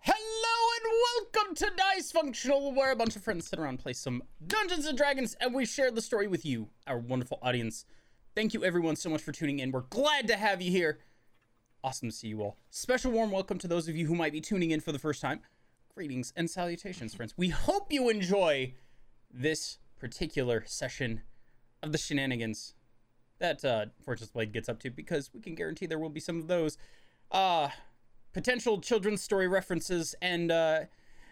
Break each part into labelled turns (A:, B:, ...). A: Hello and welcome to Dice Functional, where a bunch of friends sit around, play some Dungeons and Dragons, and we share the story with you, our wonderful audience. Thank you everyone so much for tuning in. We're glad to have you here. Awesome to see you all. Special warm welcome to those of you who might be tuning in for the first time. Greetings and salutations, friends. We hope you enjoy this particular session of the shenanigans that uh, Fortress Blade gets up to, because we can guarantee there will be some of those. Uh, potential children's story references and uh,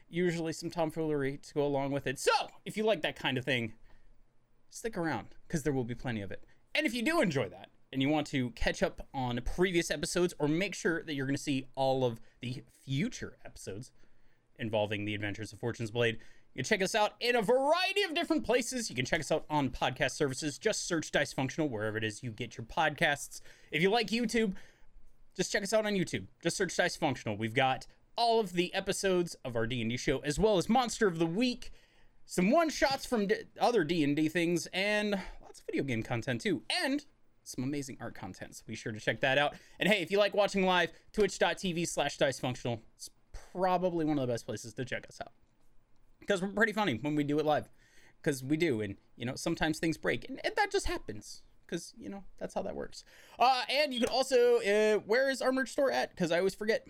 A: usually some tomfoolery to go along with it. So, if you like that kind of thing, stick around because there will be plenty of it. And if you do enjoy that and you want to catch up on previous episodes or make sure that you're going to see all of the future episodes involving the adventures of Fortune's Blade, you can check us out in a variety of different places. You can check us out on podcast services. Just search Dice Functional wherever it is you get your podcasts. If you like YouTube, just check us out on YouTube. Just search Dice Functional. We've got all of the episodes of our D&D show as well as Monster of the Week, some one-shots from d- other D&D things and lots of video game content too and some amazing art content. So be sure to check that out. And hey, if you like watching live, twitch.tv slash dicefunctional. It's probably one of the best places to check us out. Because we're pretty funny when we do it live. Because we do. And, you know, sometimes things break. And, and that just happens. Because, you know, that's how that works. Uh, and you can also, uh, where is our merch store at? Because I always forget.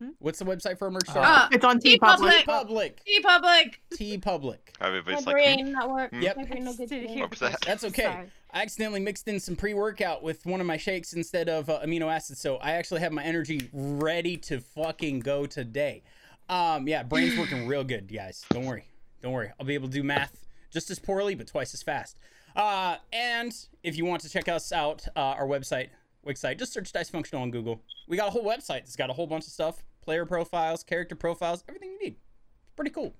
B: Hmm?
A: What's the website for our merch store?
C: Uh,
D: It's on
C: Be
D: T
C: public.
D: Public.
A: Public.
C: T Public.
A: T Public.
E: Everybody's
B: my
E: like, "Hmm,
B: brain not work.
E: hmm,
A: Yep.
B: My brain no good today.
E: what was that?
A: That's okay. I accidentally mixed in some pre-workout with one of my shakes instead of uh, amino acids, so I actually have my energy ready to fucking go today. Um, yeah, brain's working real good, guys. Don't worry, don't worry. I'll be able to do math just as poorly, but twice as fast. Uh, and if you want to check us out, uh, our website, website, just search Dice Functional on Google. We got a whole website that's got a whole bunch of stuff: player profiles, character profiles, everything you need. It's pretty cool.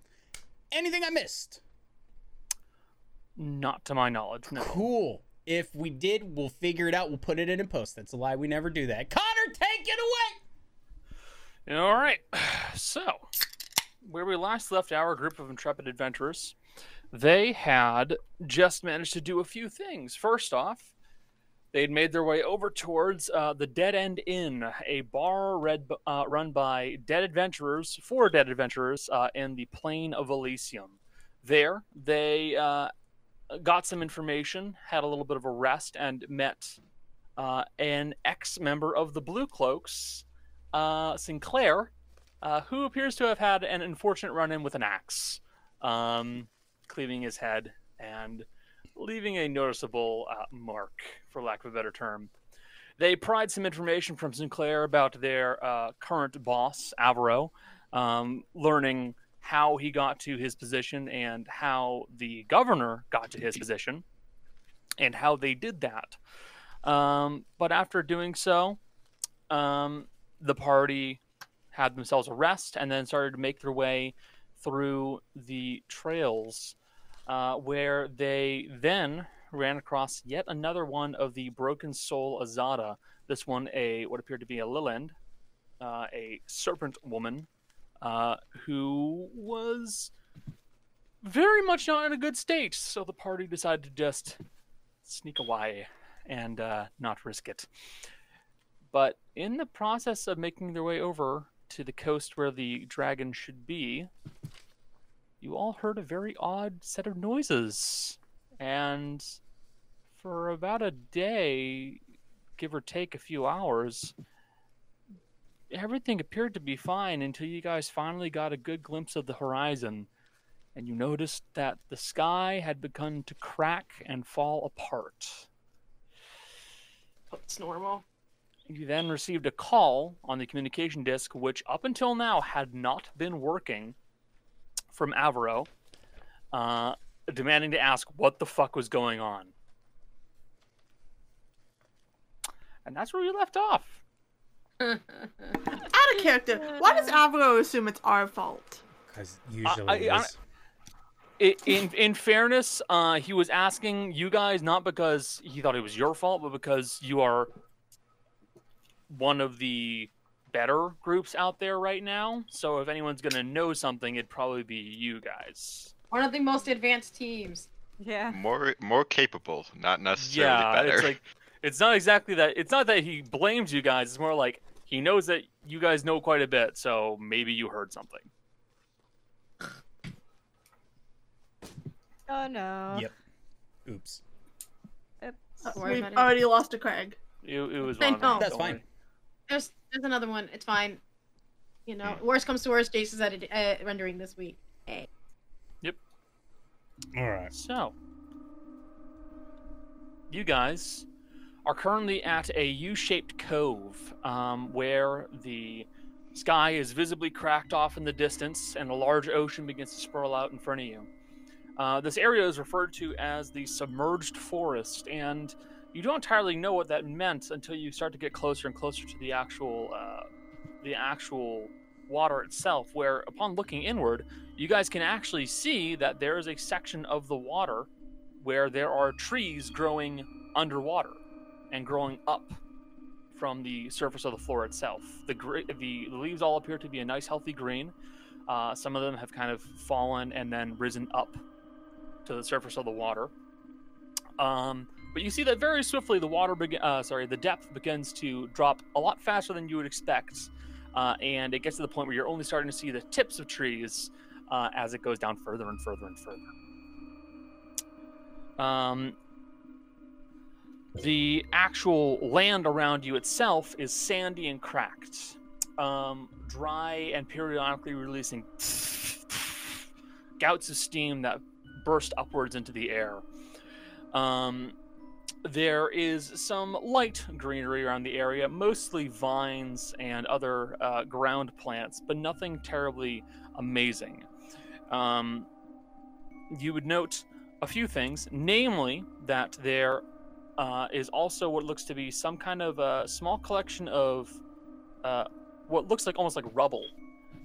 A: Anything I missed?
D: Not to my knowledge, no.
A: Cool. If we did, we'll figure it out. We'll put it in a post. That's a lie. We never do that. Connor, take it away.
D: All right. So, where we last left our group of intrepid adventurers, they had just managed to do a few things. First off, they'd made their way over towards uh, the Dead End Inn, a bar read, uh, run by dead adventurers, four dead adventurers, uh, in the Plain of Elysium. There, they uh, got some information, had a little bit of a rest, and met uh, an ex member of the Blue Cloaks uh, Sinclair, uh, who appears to have had an unfortunate run in with an axe, um, cleaving his head and leaving a noticeable uh, mark, for lack of a better term. They pried some information from Sinclair about their uh, current boss, Avro, um, learning how he got to his position and how the governor got to his position and how they did that. Um, but after doing so, um, the party had themselves a rest and then started to make their way through the trails, uh, where they then ran across yet another one of the Broken Soul Azada. This one, a what appeared to be a Lilend, uh, a serpent woman, uh, who was very much not in a good state. So the party decided to just sneak away and uh, not risk it but in the process of making their way over to the coast where the dragon should be, you all heard a very odd set of noises. And for about a day, give or take a few hours, everything appeared to be fine until you guys finally got a good glimpse of the horizon and you noticed that the sky had begun to crack and fall apart.
C: That's normal.
D: You then received a call on the communication disk, which up until now had not been working, from Avro, uh, demanding to ask what the fuck was going on. And that's where we left off.
C: Out of character. Why does Avro assume it's our fault?
A: Because
D: I-
A: usually,
D: I-
A: it is.
D: I- in in fairness, uh, he was asking you guys not because he thought it was your fault, but because you are one of the better groups out there right now. So if anyone's gonna know something, it'd probably be you guys.
E: One of the most advanced teams.
B: Yeah.
F: More more capable, not necessarily
D: Yeah,
F: better.
D: it's like it's not exactly that. It's not that he blames you guys. It's more like he knows that you guys know quite a bit, so maybe you heard something.
B: Oh no.
A: Yep. Oops.
B: Oops.
C: Uh,
E: worry
C: We've
E: about it.
C: already lost to Craig.
D: It, it was
C: I
D: one of them,
C: know.
A: That's
D: don't
A: fine.
D: worry.
E: There's there's another one. It's fine. You know, worst comes to worst, Jason's at uh, rendering this week.
A: All right.
D: So, you guys are currently at a U-shaped cove um, where the sky is visibly cracked off in the distance, and a large ocean begins to swirl out in front of you. Uh, this area is referred to as the submerged forest, and you don't entirely know what that meant until you start to get closer and closer to the actual, uh, the actual water itself. Where, upon looking inward, you guys can actually see that there is a section of the water where there are trees growing underwater and growing up from the surface of the floor itself. The gre- the leaves all appear to be a nice healthy green. Uh, some of them have kind of fallen and then risen up to the surface of the water. Um, but you see that very swiftly the water beg- uh, sorry the depth begins to drop a lot faster than you would expect. Uh, and it gets to the point where you're only starting to see the tips of trees uh, as it goes down further and further and further. Um, the actual land around you itself is sandy and cracked, um, dry and periodically releasing gouts of steam that burst upwards into the air. Um, there is some light greenery around the area, mostly vines and other uh, ground plants, but nothing terribly amazing. Um, you would note a few things, namely that there uh, is also what looks to be some kind of a small collection of uh, what looks like almost like rubble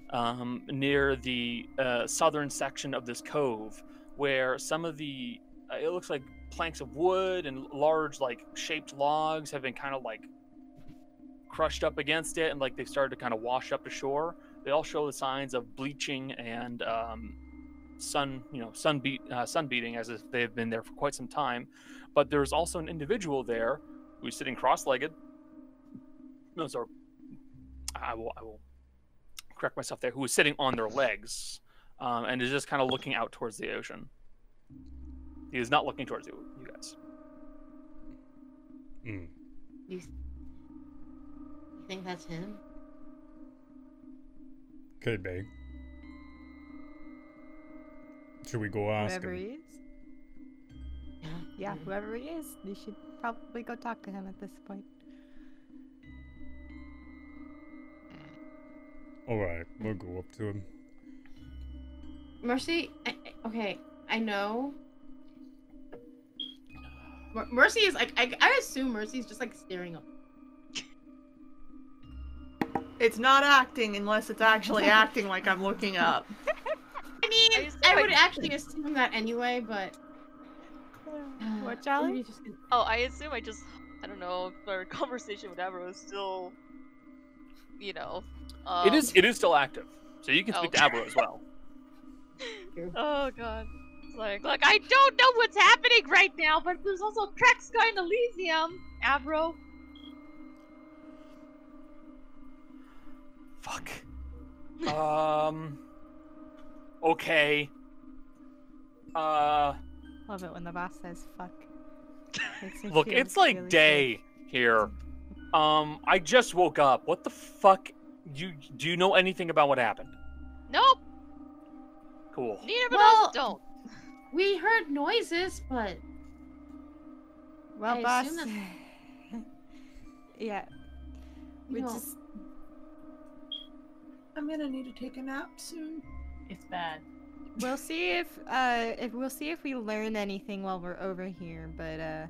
D: um, near the uh, southern section of this cove, where some of the uh, it looks like planks of wood and large like shaped logs have been kind of like crushed up against it and like they've started to kind of wash up to shore they all show the signs of bleaching and um, sun you know sunbeat uh, sunbeating as if they've been there for quite some time but there's also an individual there who's sitting cross-legged no sorry i will i will correct myself there who is sitting on their legs um, and is just kind of looking out towards the ocean he is not looking towards you, you guys
A: Mm.
E: You think that's him?
A: Could be. Should we go ask
B: Whoever
A: him?
B: he is. Yeah, whoever he is, you should probably go talk to him at this point.
A: All right, we'll go up to him.
E: Mercy. I, I- okay, I know. Mer- Mercy is like I, I assume Mercy's just like staring up.
C: It's not acting unless it's actually acting like I'm looking up.
E: I mean,
G: just
E: I
G: like-
E: would actually assume that anyway, but uh,
B: what,
E: Maybe
B: Jolly?
E: just gonna-
G: Oh, I assume I just I don't know if our conversation with Avro is still you know. Um,
D: it is it is still active so you can speak to
G: Oh.
D: abro as well
G: Oh god. It's like look, I don't know what's happening right now, but there's also crack sky in Elysium, Avro.
D: Fuck. Um. Okay. Uh.
B: Love it when the boss says fuck. Makes me
D: Look,
B: feel
D: it's like
B: really
D: day here. Um. I just woke up. What the fuck You do you know anything about what happened?
G: Nope,
D: Cool.
G: neither of
E: Well-
G: us don't.
E: We heard noises, but
B: Well,
E: I
B: boss.
E: assume
B: yeah, we
E: you know,
B: just
C: I'm gonna need to take a nap soon.
H: It's bad.
B: we'll see if uh if we'll see if we learn anything while we're over here, but uh,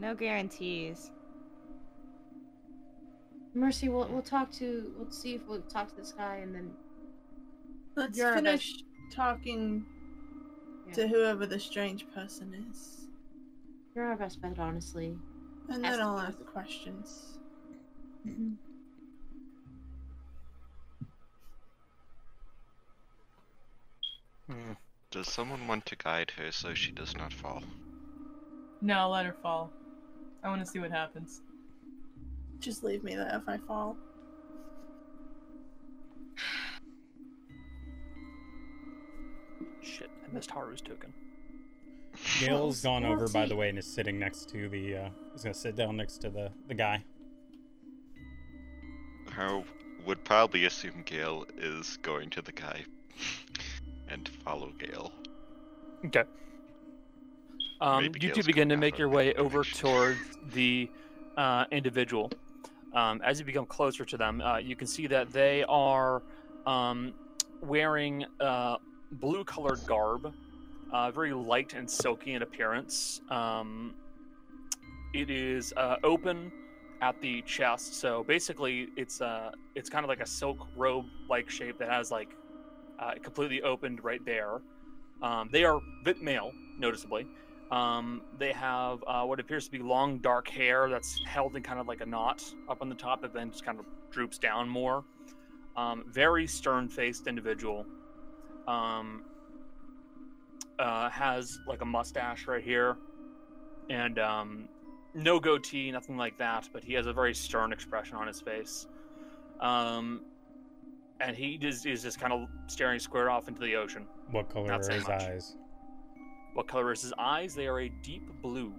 B: no guarantees.
E: Mercy. We'll we'll talk to we'll see if we'll talk to this guy and then
C: Let's
E: You're a
C: finish talking to
E: Yeah.
C: whoever the strange person is,
E: you're our best bet, honestly.
C: and
E: Ask
C: then I'll ask
E: questions.
C: questions.
D: Hmm.
F: Does someone want to guide her so she does not fall?
H: No, let her fall. I want to see what happens.
C: Just leave me there if I fall.
D: Shit, I missed Haru's token.
I: Gail's gone over, by the
E: Fourteen.
I: way, and is sitting next to the. Uh, is gonna sit down next to the the guy.
F: Her would probably assume Gale is going to the guy and follow Gale.
D: Okay. Um,
F: Maybe
D: you two
F: Gail's
D: begin to
F: coming
D: make
F: out
D: your
F: of that
D: way over
F: direction.
D: towards the uh, individual. Um, as you become closer to them, uh, you can see that they are um, wearing uh, blue colored garb, uh, very light and silky in appearance. Um, it is uh, open at the chest, so basically it's uh, it's kind of like a silk robe like shape that has like uh, completely opened right there. Um, they are bit male, noticeably. Um, they have uh, what appears to be long, dark hair that's held in kind of like a knot up on the top that then just kind of droops down more. Um, very stern faced individual. Um, uh, has like a mustache right here and um, no goatee, nothing like that, but he has a very stern expression on his face. Um, and he just, is just kind of staring square off into the ocean.
I: What color
D: Not
I: are
D: saying
I: his
D: much.
I: eyes?
D: What color is his eyes? They are a deep blue.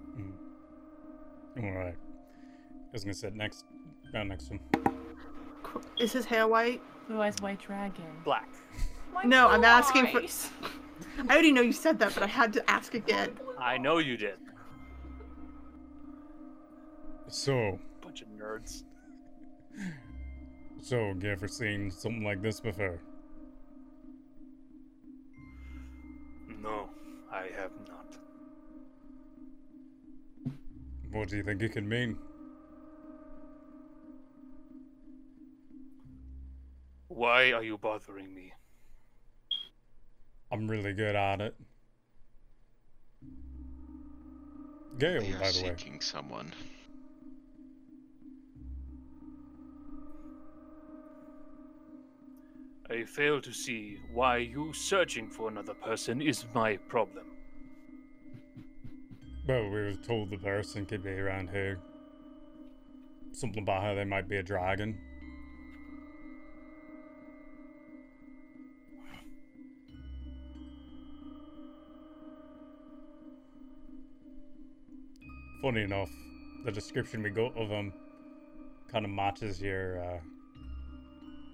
I: All right. I was gonna sit next, down next to him.
C: Qu- Is his hair white?
H: Blue eyes white dragon.
D: Black.
C: No, I'm asking for-
H: eyes.
C: I already know you said that, but I had to ask again.
D: I know you did.
I: So,
D: Bunch of nerds.
I: so you ever seen something like this before?
D: No, I have not.
I: What do you think it could mean?
D: Why are you bothering me?
I: I'm really good at it. Gail,
F: We
I: by
F: are
I: the way.
F: seeking someone.
D: I fail to see why you searching for another person is my problem.
I: Well, we were told the person could be around here. Something about how they might be a dragon. Funny enough, the description we got of him kind of matches your uh,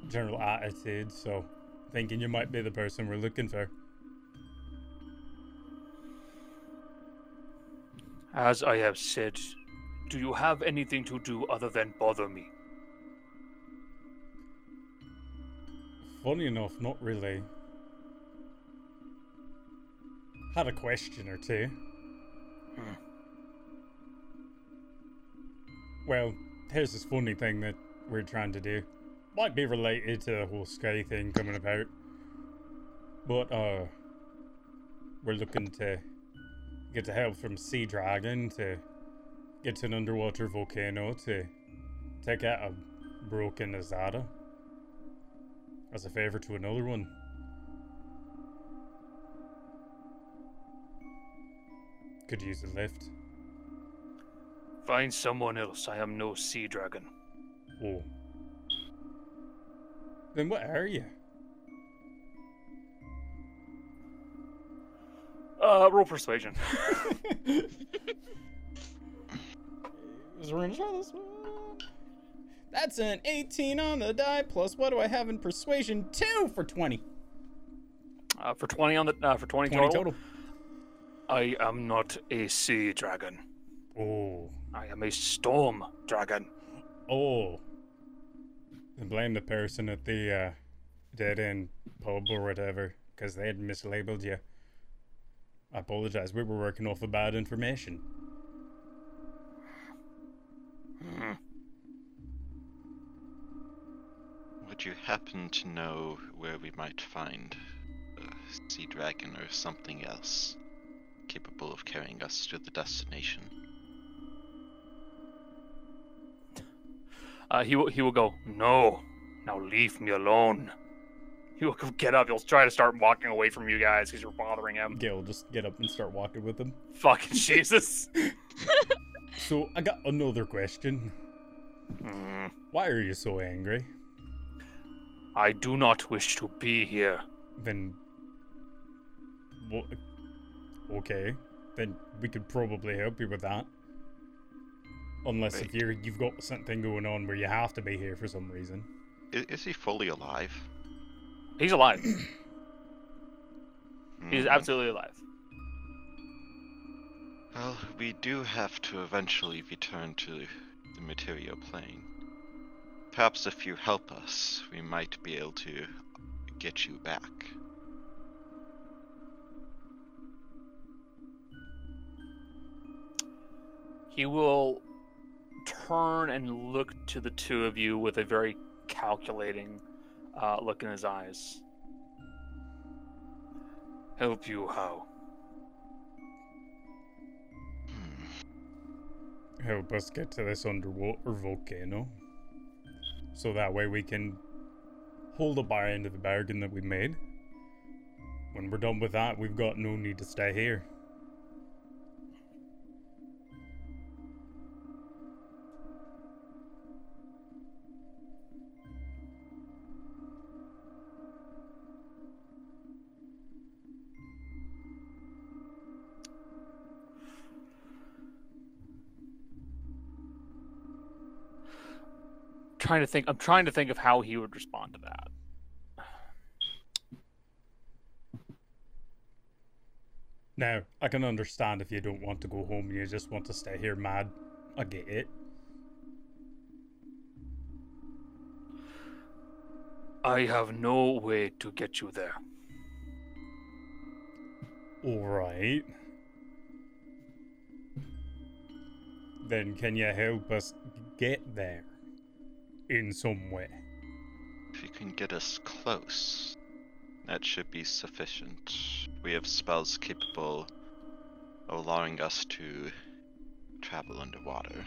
I: general attitude, so thinking you might be the person we're looking for.
D: As I have said, do you have anything to do other than bother me?
I: Funny enough, not really. Had a question or two.
D: Hmm.
I: Well, here's this funny thing that we're trying to do. Might be related to the whole Sky thing coming about. But, uh, we're looking to get the help from Sea Dragon to get to an underwater volcano to take out a broken Azada as a favor to another one. Could use a lift.
D: Find someone else. I am no sea dragon.
I: Oh. Then what are you?
D: Uh, roll persuasion.
I: Is we're gonna try this one. That's an 18 on the die, plus what do I have in persuasion? Two for 20.
J: Uh, for 20 on the uh, for 20,
I: 20
J: total.
I: total.
J: I am not a sea dragon.
I: Oh.
J: I am a storm dragon.
I: Oh. Blame the person at the uh, dead end pub or whatever, because they had mislabeled you. I apologize. We were working off of bad information.
J: Hmm.
F: Would you happen to know where we might find a sea dragon or something else capable of carrying us to the destination?
J: Uh, he will he will go. No, now leave me alone. He will go get up. He'll try to start walking away from you guys because you're bothering him.
I: Gail, just get up and start walking with them.
J: Fucking Jesus.
I: So, I got another question.
J: Hmm.
I: Why are you so angry?
J: I do not wish to be here.
I: Then. Well, okay. Then we could probably help you with that. Unless if
F: Right.
I: you're, you've got something going on where you have to be here for some reason.
F: Is, is he fully alive?
J: He's alive. He's
F: Hmm.
J: absolutely alive.
F: Well, we do have to eventually return to the material plane. Perhaps if you help us, we might be able to get you back.
J: He will turn and look to the two of you with a very calculating uh, look in his eyes. Help you how?
F: Hmm.
I: help us get to this underwater volcano so that way we can hold up our end of the bargain that we made when we're done with that we've got no need to stay here
J: Trying to think. I'm trying to think of how he would respond to that.
I: now i can understand if you don't want to go home you just want to stay here mad i get it
J: I have no way to get you there.
I: all right then can you help us get there in some way
F: If you can get us close, that should be sufficient. We have spells capable of allowing us to travel underwater.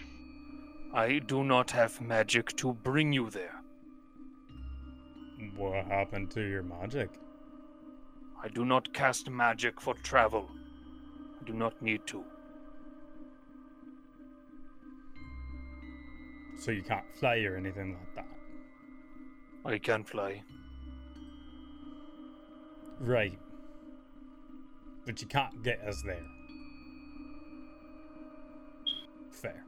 J: I do not have magic to bring you there.
I: what happened to your magic
J: I do not cast magic for travel. I do not need to.
I: so you can't fly or anything like that
J: I can fly.
I: Right. But you can't get us there. Fair.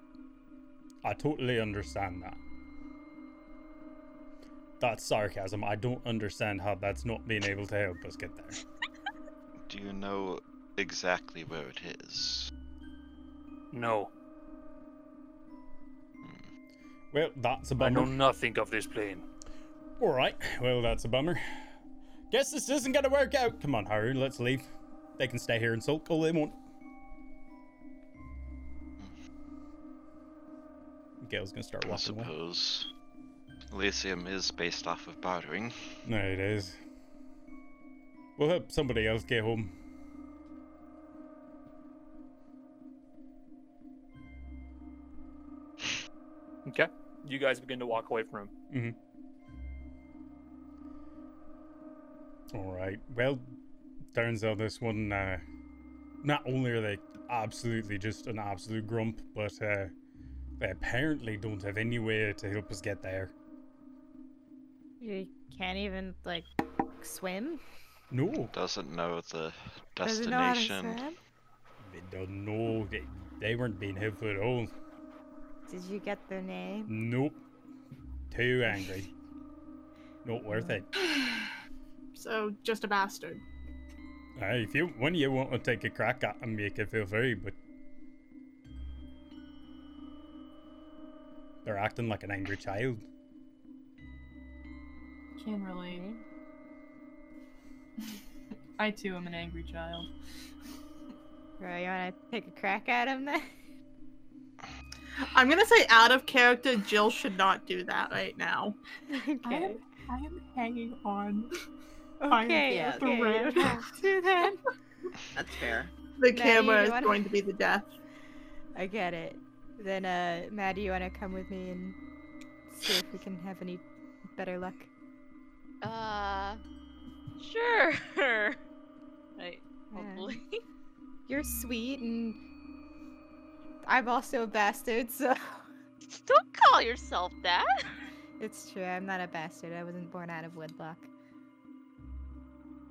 I: I totally understand that. That's sarcasm. I don't understand how that's not being able to help us get there.
F: Do you know exactly where it is?
J: No,
I: Well, that's a
J: I know
I: bummer.
J: nothing of this plane.
I: Alright, well, that's a bummer. Guess this isn't gonna work out. Come on, Haru, let's leave. They can stay here and sulk all they want. Gail's gonna start
F: I
I: walking away.
F: suppose Elysium is based off of bartering.
I: No, it is. We'll help somebody else get home.
J: Okay. You guys begin to walk away from him.
I: Mm-hmm. All right. Well, turns out this one. Uh, not only are they absolutely just an absolute grump, but uh, they apparently don't have any way to help us get there.
B: You can't even like swim.
I: No,
F: Doesn't know the
B: Doesn't know how to
F: destination.
B: swim?
I: they don't know. They, they weren't being helpful at all.
B: Did you get their name?
I: Nope.
A: Too angry. Not worth it.
C: So just a bastard.
A: Hey, if you one of you want to take a crack at and make it feel free, but they're acting like an angry child.
K: Can relate.
B: Hmm?
K: I too am an angry child.
B: Bro, you wanna take a crack at him then?
C: I'm gonna say out of character, Jill should not do that right now.
B: okay.
K: I am hanging on.
B: Okay,
E: yeah,
B: okay, you don't have to then.
E: That's fair.
C: The
B: Maddie,
C: camera
B: you
C: is
B: wanna-
C: going to be the death.
B: I get it. Then, uh, Maddie, you wanna come with me and see if we can have any better luck?
G: Uh, sure.
B: Yeah.
G: right, hopefully.
B: You're sweet, and I'm also a bastard, so
G: Don't call yourself that.
B: it's true. I'm not a bastard. I wasn't born out of wedlock.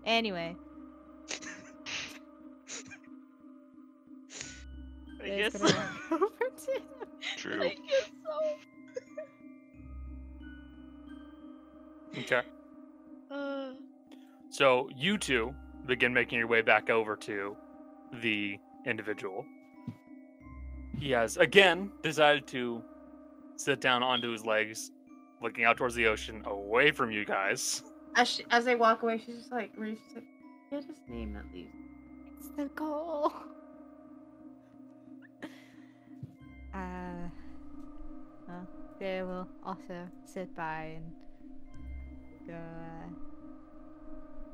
B: Anyway,
G: I
B: there's
G: guess.
B: gonna walk over to
F: True.
G: I guess so.
D: Okay.
G: Uh,
D: So you two begin making your way back over to the individual. He has again decided to sit down onto his legs, looking out towards the ocean, away from you guys.
E: As she, as they walk away, she's just like, Rudy's just like, get his name at least.
B: It's the goal. Uh, well, they will also sit by and go. Uh,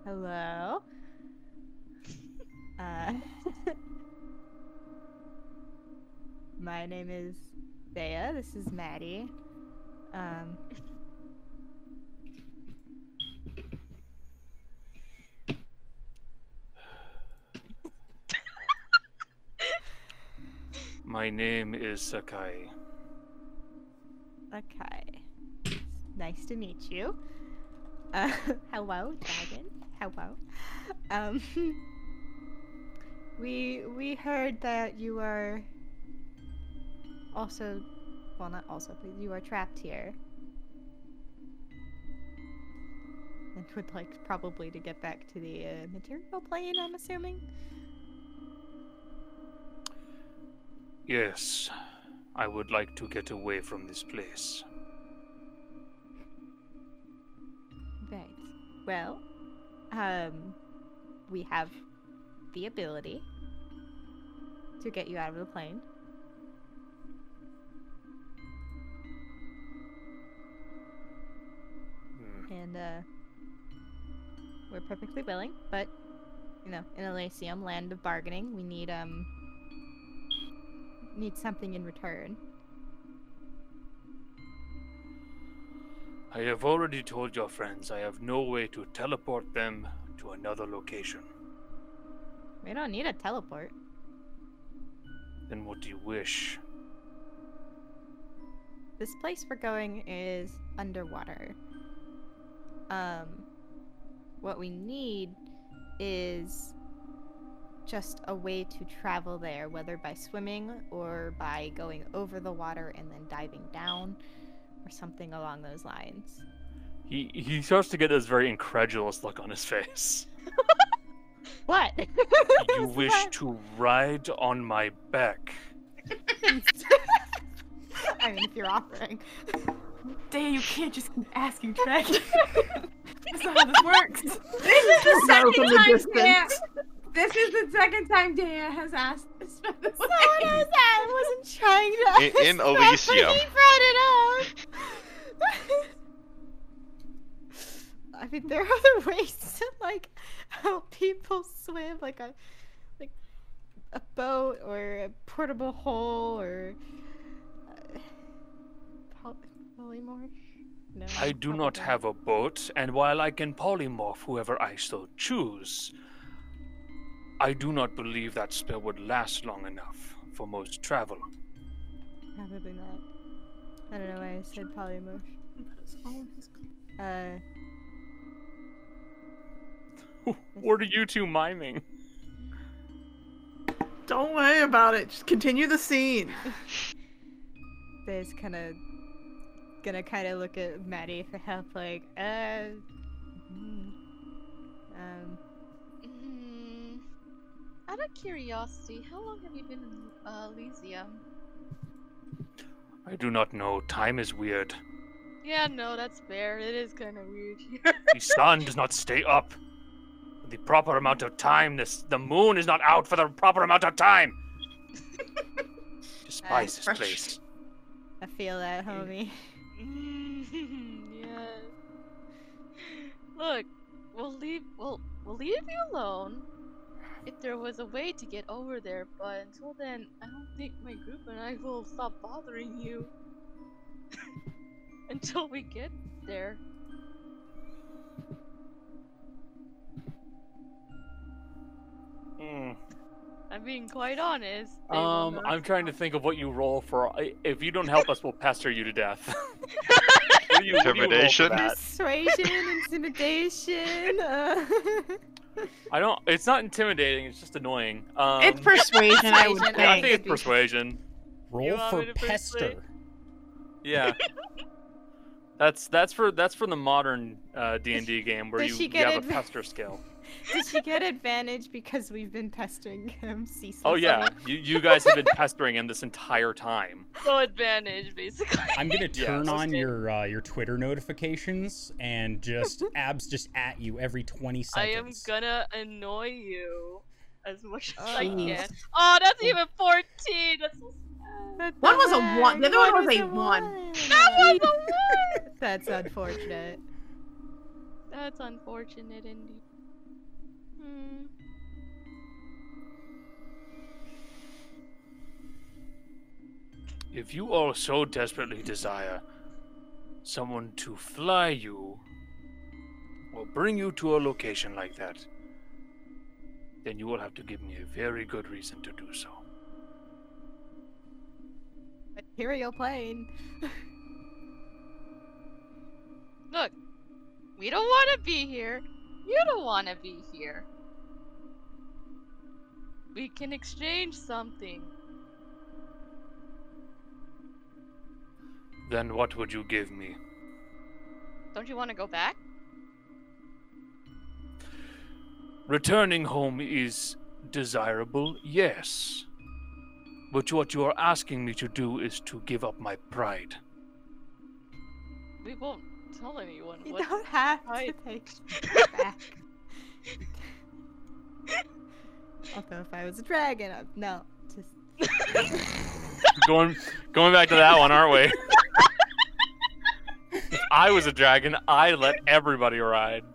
B: hello. Uh, my name is Thea. This is Maddie. Um.
D: My name is Sakai.
B: Okay. Nice to meet you. Uh, hello, dragon. Hello. Um, we we heard that you are also, well, not also, but you are trapped here, and would like probably to get back to the uh, material plane. I'm assuming.
D: Yes, I would like to get away from this place.
B: Right. Well, um, we have the ability to get you out of the plane.
D: Hmm.
B: and uh, we're perfectly willing. But you know, in Elysium, land of bargaining, we need um need something in return.
D: I have already told your friends I have no way to teleport them to another location.
B: We don't need a teleport.
D: Then what do you wish?
B: This place we're going is underwater. Um, what we need is just a way to travel there, whether by swimming or by going over the water and then diving down, or something along those lines.
D: He he starts to get this very incredulous look on his face.
B: What?
D: You wish to ride on my back.
B: I mean, if you're offering.
K: Day, you can't just keep asking Trek. That's not how this works.
E: This is the
C: Now from
E: second
C: the
E: time Dea,
C: distance.
E: This is the second time Dea has asked this. by the way.
B: that. I wasn't trying
F: I- in
B: that, but
F: Elysium.
B: he brought it up. I mean, there are other ways to like help people swim, like a like a boat or a portable hole or uh, poly- polymorph. No,
D: I do not
B: probably.
D: have a boat, and while I can polymorph whoever I so choose, I do not believe that spell would last long enough for most travel.
B: Probably not. I don't know why I said polymorph. Uh,
D: What are you two miming?
C: Don't worry about it. Just continue the scene.
B: there's kind of gonna kind of look at Maddie for help, like, uh, mm, um,
G: Mm, out of curiosity, how long have you been in uh, Elysium?
D: I do not know. Time is weird.
G: Yeah, no, that's fair. It is kind of weird here.
D: The sun does not stay up for the proper amount of time. This the moon is not out for the proper amount of time. Despise this
E: fresh.
D: place.
B: I feel that, homie.
G: yeah. Look, we'll leave. We'll we'll leave you alone. If there was a way to get over there, but until then, I don't think my group and I will stop bothering you until we get there.
D: Mm.
G: I'm being quite honest. they will
D: Um,
G: not
D: I'm trying to
G: stop.
D: think of what you roll for. I- If you don't help us, we'll pester you to death. What do you- what do you roll
F: Intimidation?
D: for that?
B: Persuasion, intimidation. Uh,
D: I don't. It's not intimidating. It's just annoying. Um,
C: it's persuasion, I would
B: Persuasion,
D: yeah, I
C: think.
D: think it's persuasion.
A: Roll
D: You want
A: for
D: me to persuade?
A: pester.
D: Yeah. That's that's for that's for the modern uh, D&D game where
B: does
D: you,
B: she
D: you
B: get
D: have a
B: advan-
D: pester skill.
B: did she get advantage because we've been pestering him ceaselessly?
D: Oh yeah, you, you guys have been pestering him this entire time.
G: So advantage, basically.
A: I'm gonna
D: Yeah,
A: turn
D: so
A: on
G: stay-
A: your uh, your Twitter notifications and just abs just at you every 20
G: I am
A: seconds.
G: gonna annoy you as much as I
A: Jeez.
G: can. Oh, that's even 14. That's so sad.
B: But
C: One was a
B: bag,
C: one- the other one was a one.
B: That was a one. That's unfortunate.
G: That's unfortunate indeed. Hmm.
D: If you all so desperately desire someone to fly you or bring you to a location like that, then you will have to give me a very good reason to do so.
B: Imperial plane.
G: Look, we don't want to be here. You don't want to be here. We can exchange something.
D: Then what would you give me?
G: Don't you want to go back?
D: Returning home is desirable, yes. But what you are asking me to do is to give up my pride.
G: We won't tell anyone.
B: You
G: what-
B: don't have to
G: Right.
B: take it back. Although if I was a dragon, I'd, no, just
D: going going back to that one, aren't we? if I was a dragon, I let everybody ride.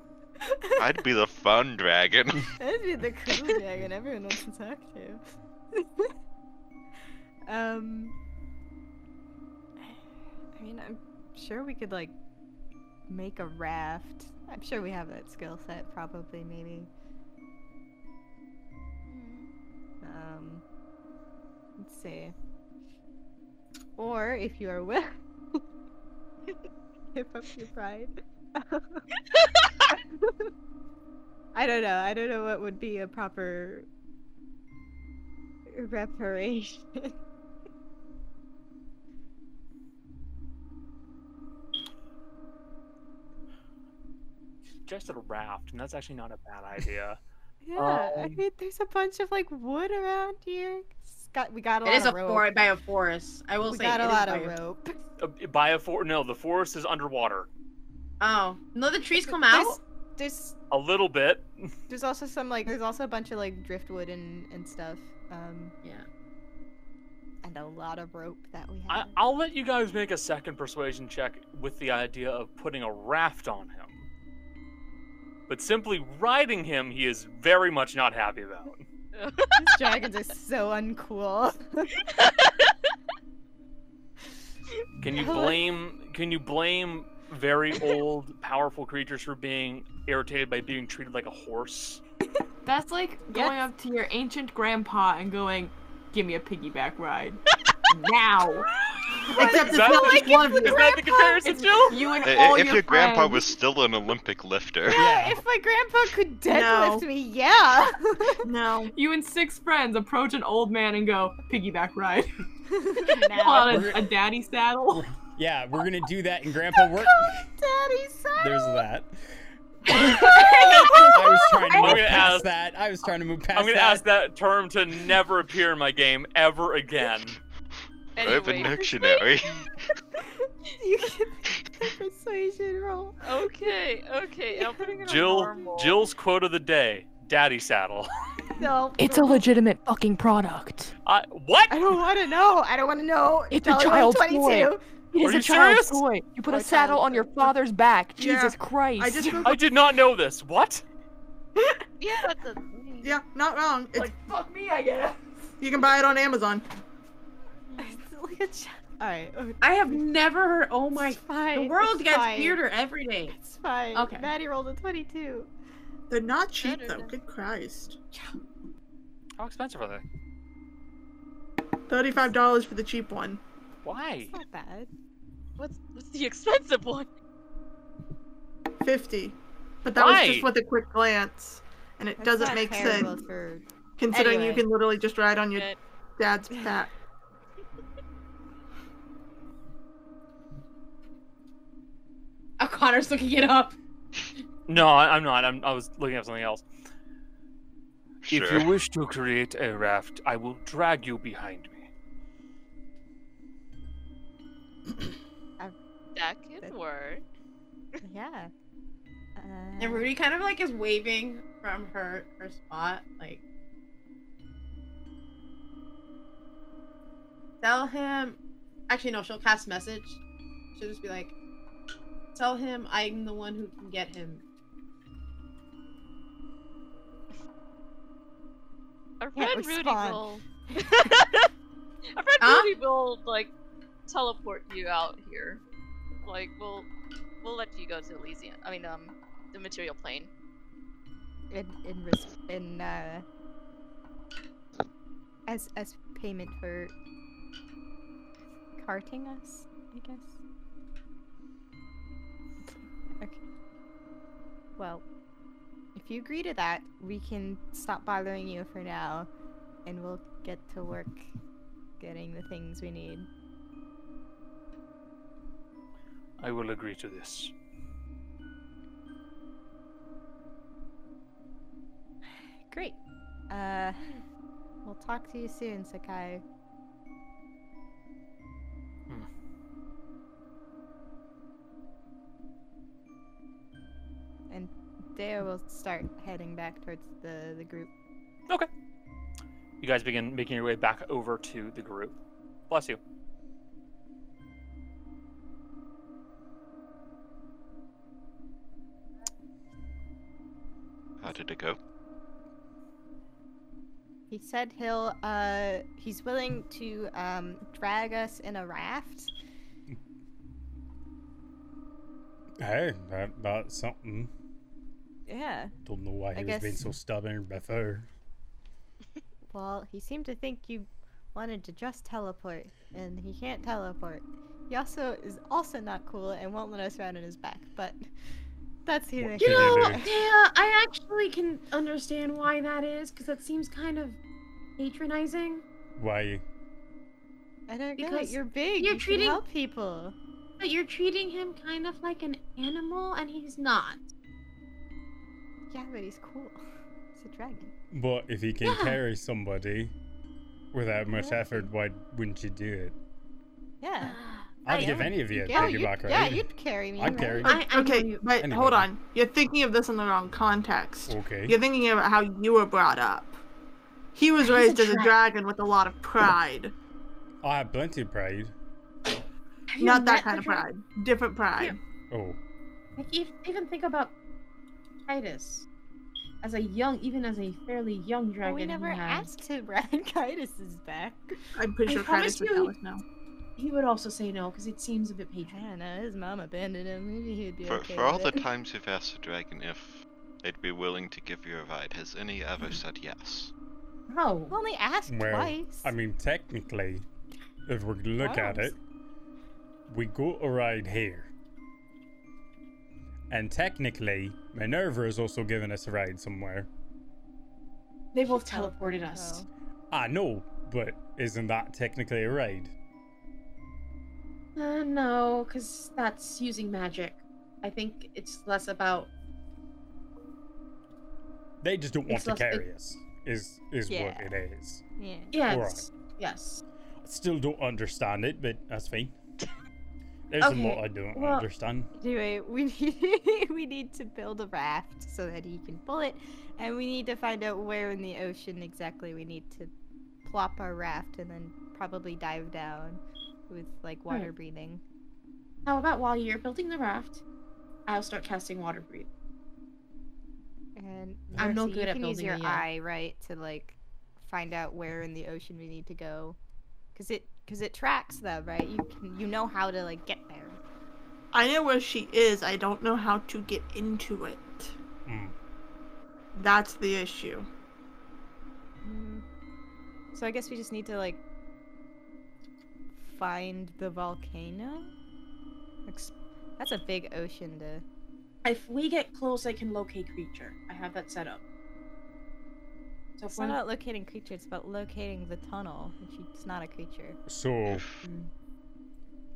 F: I'd be the fun dragon.
B: that'd be the cool dragon everyone wants to talk to. um, I mean, I'm sure we could like make a raft. I'm sure we have that skill set, probably, maybe. Um, let's see. Or if you are willing, give up your pride. I don't know. I don't know what would be a proper reparation.
D: Just a raft, and that's actually not a bad idea.
B: yeah, I
D: Um,
B: mean, there's a bunch of like wood around here. It's got- we got a lot
C: It is a
B: of rope.
C: forest by a forest. I will
B: we
C: say
B: got
C: it
B: a
C: is
B: lot
C: by
B: of rope.
D: Uh, By a for no, the forest is underwater
C: Oh no, the trees come out.
B: There's- There's
D: a little bit.
B: there's also some like there's also a bunch of like driftwood and and stuff. Um,
C: Yeah.
B: and a lot of rope that we
D: I,
B: have.
D: I'll let you guys make a second persuasion check with the idea of putting a raft on him. But simply riding him, he is very much not happy about.
B: These dragons are so uncool.
D: Can you
B: Hello?
D: blame can you blame very old powerful creatures for being irritated by being treated like a horse?
K: That's like going
B: Yes.
K: up to your ancient grandpa and going, "Give me a piggyback ride now."
C: Except it's
D: that
C: not
D: the-
C: just one of
D: Is
C: you.
D: that the comparison,
K: It's
D: Jill?
K: you and
F: I-
K: all
F: if your, grandpa
K: friends.
F: was still an Olympic lifter.
B: Yeah, if my grandpa could deadlift me, yeah.
C: No.
K: You and six friends approach an old man and go, piggyback ride.
B: Now-
K: Pull out
A: We're-
K: a, a daddy saddle.
A: Yeah, we're gonna do that, and Grandpa, we're
B: Daddy's side.
A: there's that. I was trying to
D: I'm
A: move
D: gonna
A: past
D: ask-
A: that. I was trying to move past
D: I'm gonna
A: that.
D: ask that term to never appear in my game ever again.
F: Urban
G: Anyway,
F: dictionary.
B: You can make a persuasion roll.
G: okay, okay, I'm putting it on
D: Jill,
G: normal.
D: Jill's quote of the day: "Daddy saddle."
B: No.
L: It's a legitimate fucking product.
D: I, what?
B: I don't want to know. I don't want to know.
L: It's a
B: Dollar Bill
L: child's
B: 22.
L: toy. Oh, It
D: Are
L: is
D: you
L: a child's
D: serious?
L: toy. You put
B: Or
L: a
B: a
L: saddle
B: child's
L: on your
B: toy.
L: father's back.
C: Yeah.
L: Jesus Christ.
C: I just googled.
D: I did not know this. What?
G: Yeah, that's a thing.
C: Yeah, not wrong. It's,
K: Like, fuck me, I guess.
C: you can buy it on Amazon.
B: It's like a child. All right. okay,
K: I have never heard. Oh my.
B: It's fine.
K: The world
B: it's
K: gets
B: fine.
K: weirder every day.
B: It's fine.
K: Okay.
B: Maddie rolled a 22.
C: They're not cheap
G: Better
C: though.
G: than-
C: Good Christ.
D: How expensive are they?
C: Thirty-five dollars for the cheap one.
D: Why?
B: It's not bad.
G: What's, what's the expensive one?
C: Fifty. But that was
D: Right.
C: just with a quick glance, and it
B: That's
C: doesn't
B: not
C: make
B: terrible
C: sense
B: For...
C: considering you
B: Anyway.
C: can literally just ride on your
G: Good.
C: dad's back.
E: O'Connor's looking it up.
D: No, I, I'm not. I'm, I was looking up something else.
F: sure.
D: If you wish to create a raft, I will drag you behind me.
G: That can
B: That-
G: work.
B: Yeah. Uh,
E: And Rudy kind of like is waving from her her spot, like tell him. Actually, no, she'll cast message. She'll just be like, tell him I'm the one who can get him.
G: A
B: Yeah,
G: red Rudy
B: respond.
G: will. a red
E: Huh?
G: Rudy will like teleport you out here. Like we'll we'll let you go to Elysian. I mean, um, the material plane.
B: in in, res- in uh, as as payment for carting us, I guess. Okay. Well, if you agree to that, we can stop bothering you for now, and we'll get to work getting the things we need.
D: I will agree to this.
B: Great. Uh, we'll talk to you soon, Sakai. And Deo will start heading back towards the, the group.
D: You guys begin making your way back over to the group. Bless you.
F: How did it go?
B: He said he'll uh he's willing to um drag us in a raft.
A: Hey, that, that's something.
B: Yeah.
A: Don't know why
B: he I was being guess- so
A: stubborn before.
B: Well, he seemed to think you wanted to just teleport, and he can't teleport. He also is also not cool and won't let us ride on his back, but that's the
A: What
B: thing.
A: You
E: You
A: Yeah, know,
E: know,
A: maybe.
E: I actually can understand why that is, because that seems kind of patronizing.
A: Why?
B: I don't get it.
E: because
B: You're big.
E: you're
B: you can
E: treating-
B: help people.
E: But you're treating him kind of like an animal, and he's not.
B: Yeah, but he's cool. He's a dragon.
A: But if he can
E: Yeah.
A: carry somebody without much
B: Yeah.
A: effort, why wouldn't you do it?
B: Yeah.
A: I'd
E: I
A: give
E: am.
A: any of you a
B: Yeah,
A: piggyback
B: you'd,
A: ride.
B: yeah, you'd carry me.
A: I'd
B: right?
A: carry.
E: I, I know
C: Okay,
E: you.
C: but
A: Anyway.
C: hold on. You're thinking of this in the wrong context.
A: Okay.
C: You're thinking about how you were brought up. He was raised as a
E: dra-
C: dragon with a lot of pride.
A: I have plenty of pride.
E: Have you
C: Not that
E: met
C: kind
E: the
C: of
E: dra-
C: pride. Different pride.
A: Oh,
E: Like if, even think about Titus as a young, even as a fairly young
B: Well,
E: dragon.
B: we never
E: he, had,
B: asked to ride Titus's back.
C: I'm pretty
E: I
C: sure
E: promise
C: Titus would
E: you-
C: tell us no.
E: he would also say no because it seems a bit
B: I
E: patronizing.
B: don't know. uh, His mom abandoned him. Maybe he would be
F: For,
B: okay.
F: for all
B: with
F: the
B: it.
F: times you've asked a dragon if they'd be willing to give you a ride, has any ever
I: Mm-hmm.
F: said yes?
E: No,
B: I've only asked
A: well,
B: twice.
A: I mean, technically, if we look at
B: Twice.
A: it, we go a ride here. And technically, Minerva is also giving us a ride somewhere.
E: they both teleported us.
A: I know, but isn't that technically a ride?
E: Uh, no, because that's using magic. I think it's less about.
I: They just don't want
E: It's
I: to
E: not- it-
I: carry us. Is is
B: Yeah.
I: what it is.
B: Yeah.
E: Yes. Yes.
I: I still don't understand it, but that's fine. There's a
E: Okay,
I: lot I don't
E: well-
I: understand.
B: Anyway, we need we need to build a raft so that he can pull it, and we need to find out where in the ocean exactly we need to plop our raft and then probably dive down with like water breathing.
E: Hmm. How about while you're building the raft, I'll start casting water breathe.
B: And
E: I'm no
B: Mercy,
E: good
B: you
E: at
B: can use
E: building
B: your
E: a yacht.
B: eye, right, to like find out where in the ocean we need to go, because it because it tracks them, right? You can, you know how to like get there.
C: I know where she is. I don't know how to get into it.
E: Hmm.
I: Mm.
C: That's the issue.
B: Mm. So I guess we just need to like find the volcano. Ex- That's a big ocean to.
E: If we get close, I can locate creature. I have that set up. So if
B: It's
E: we're
B: not about locating creatures. It's about locating the tunnel, which you- it's not a creature.
I: So
F: If-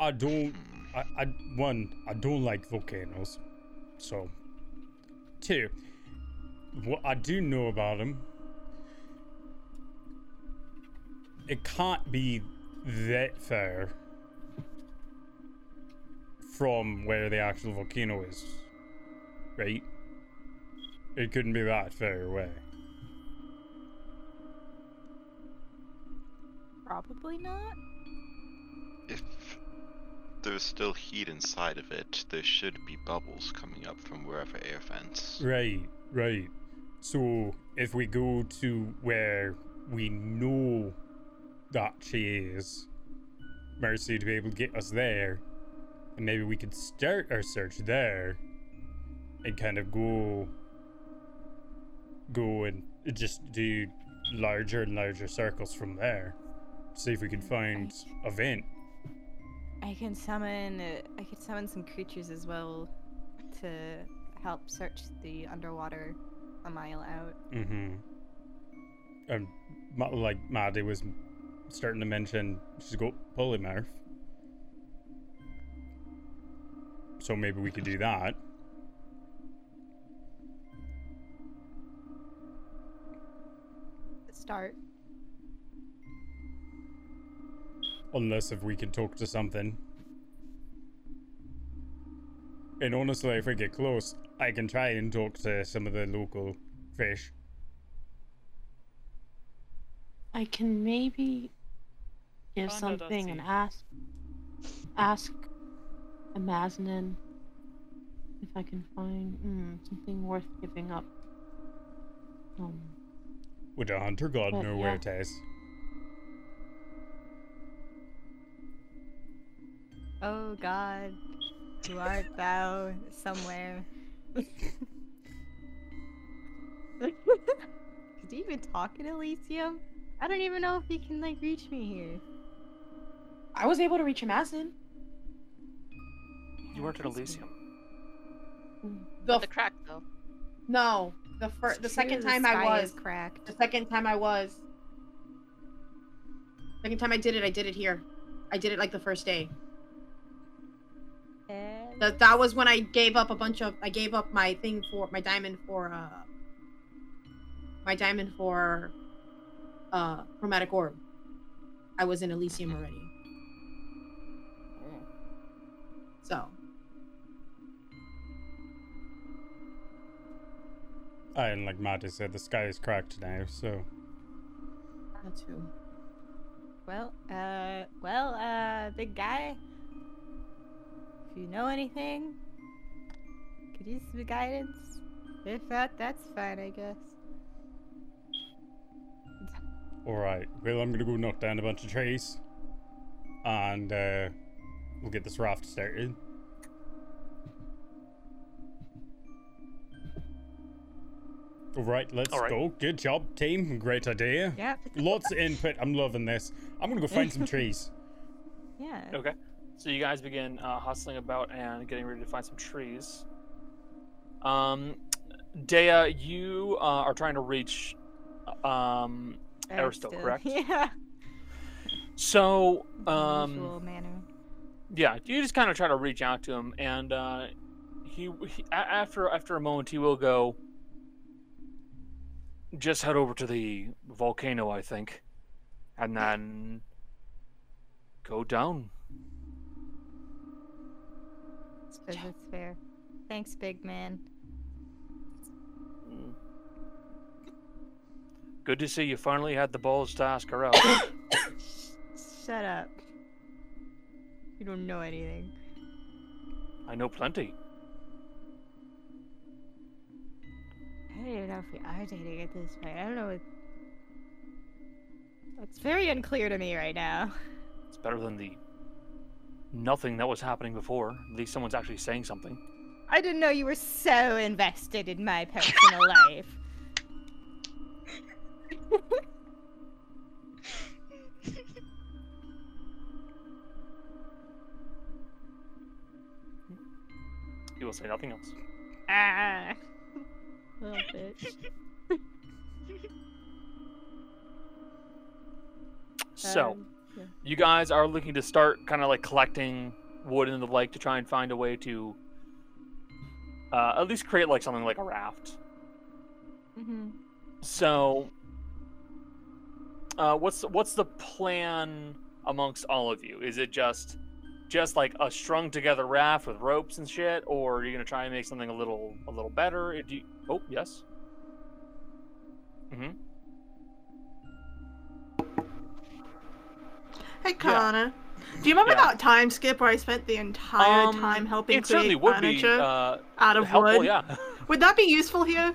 I: I don't
F: hmm,
I: I, I one, I don't like volcanoes. So, two, what I do know about them, it can't be that far from where the actual volcano is, right? It couldn't be that far away.
B: Probably not.
F: if there's still heat inside of it, there should be bubbles coming up from wherever air vents.
I: Right, right. So if we go to where we know that she is, Mercy to be able to get us there, and maybe we could start our search there, and kind of go, go and just do larger and larger circles from there. See if we can find a vent.
B: I can summon. uh, I could summon some creatures as well to help search the underwater a mile out.
I: Mm-hmm. And ma- like Maddie was starting to mention, she's got polymorph. So maybe we could do that.
B: Start.
I: Unless if we can talk to something. And honestly, if we get close, I can try and talk to some of the local fish.
H: I can maybe give
G: Found out
H: something and
G: Etsy.
H: ask ask Amaznin if I can find mm, something worth giving up. Um,
I: Would a hunter god
H: But
I: know where
H: yeah.
I: it is?
B: Oh God, who art thou? Somewhere. Did he even talk in Elysium? I don't even know if he can like reach me here.
E: I was able to reach Amazon.
D: You weren't in Elysium.
E: The
G: The crack though.
E: no, the
B: It's
E: first, the
B: true,
E: second time I
B: sky is
E: was,
B: cracked.
E: the second time I was, second time I did it, I did it here. I did it like the first day. That that was when I gave up a bunch of I gave up my thing for my diamond for uh my diamond for uh chromatic orb. I was in Elysium already.
B: Mm.
E: So
I: Ah, And like Maddie said, the sky is cracked now, so.
E: that's who.
B: Well, uh, well, uh, big guy. If you know anything, could use some guidance. If not, that's fine, I guess.
I: Alright, well, I'm gonna go knock down a bunch of trees. And, uh, we'll get this raft started. Alright, let's
D: Alright.
I: go. Good job, team. Great idea.
B: Yep.
I: Lots of input. I'm loving this. I'm gonna go find some trees.
B: Yeah.
D: Okay. So you guys begin uh, hustling about and getting ready to find some trees. Um, Dea, you uh, are trying to reach. Um, Aristotle,
B: Aristotle,
D: correct?
B: Yeah.
D: so
B: In the
D: um,
B: usual manner.
D: yeah, you just kind of try to reach out to him, and uh, he, he a- after after a moment he will go. Just head over to the volcano, I think, and then go down.
B: suppose that's fair. Thanks, big man.
D: Good to see you finally had the balls to ask her out.
B: Shut up. You don't know anything.
D: I know plenty.
B: I don't even know if we are dating at this point. I don't know. What... It's very unclear to me right now.
D: It's better than the nothing that was happening before. At least someone's actually saying something.
B: I didn't know you were so invested in my personal life.
D: He will say nothing else.
B: Ah, little bitch.
D: So,
B: Um, yeah.
D: you guys are looking to start kind of like collecting wood and the like to try and find a way to uh, at least create like something like a raft.
B: Mm-hmm.
D: So, uh, what's what's the plan amongst all of you? Is it just just like a strung together raft with ropes and shit, or are you gonna try and make something a little a little better? Uh, Do you, oh yes. Mm-hmm.
C: Hey, Kana. Do you remember
D: Yeah.
C: that time skip where I spent the entire
D: Um,
C: time helping
D: it certainly
C: create
D: would be
C: furniture
D: uh,
C: out of
D: helpful.
C: wood?
D: Yeah,
C: Would that be useful here?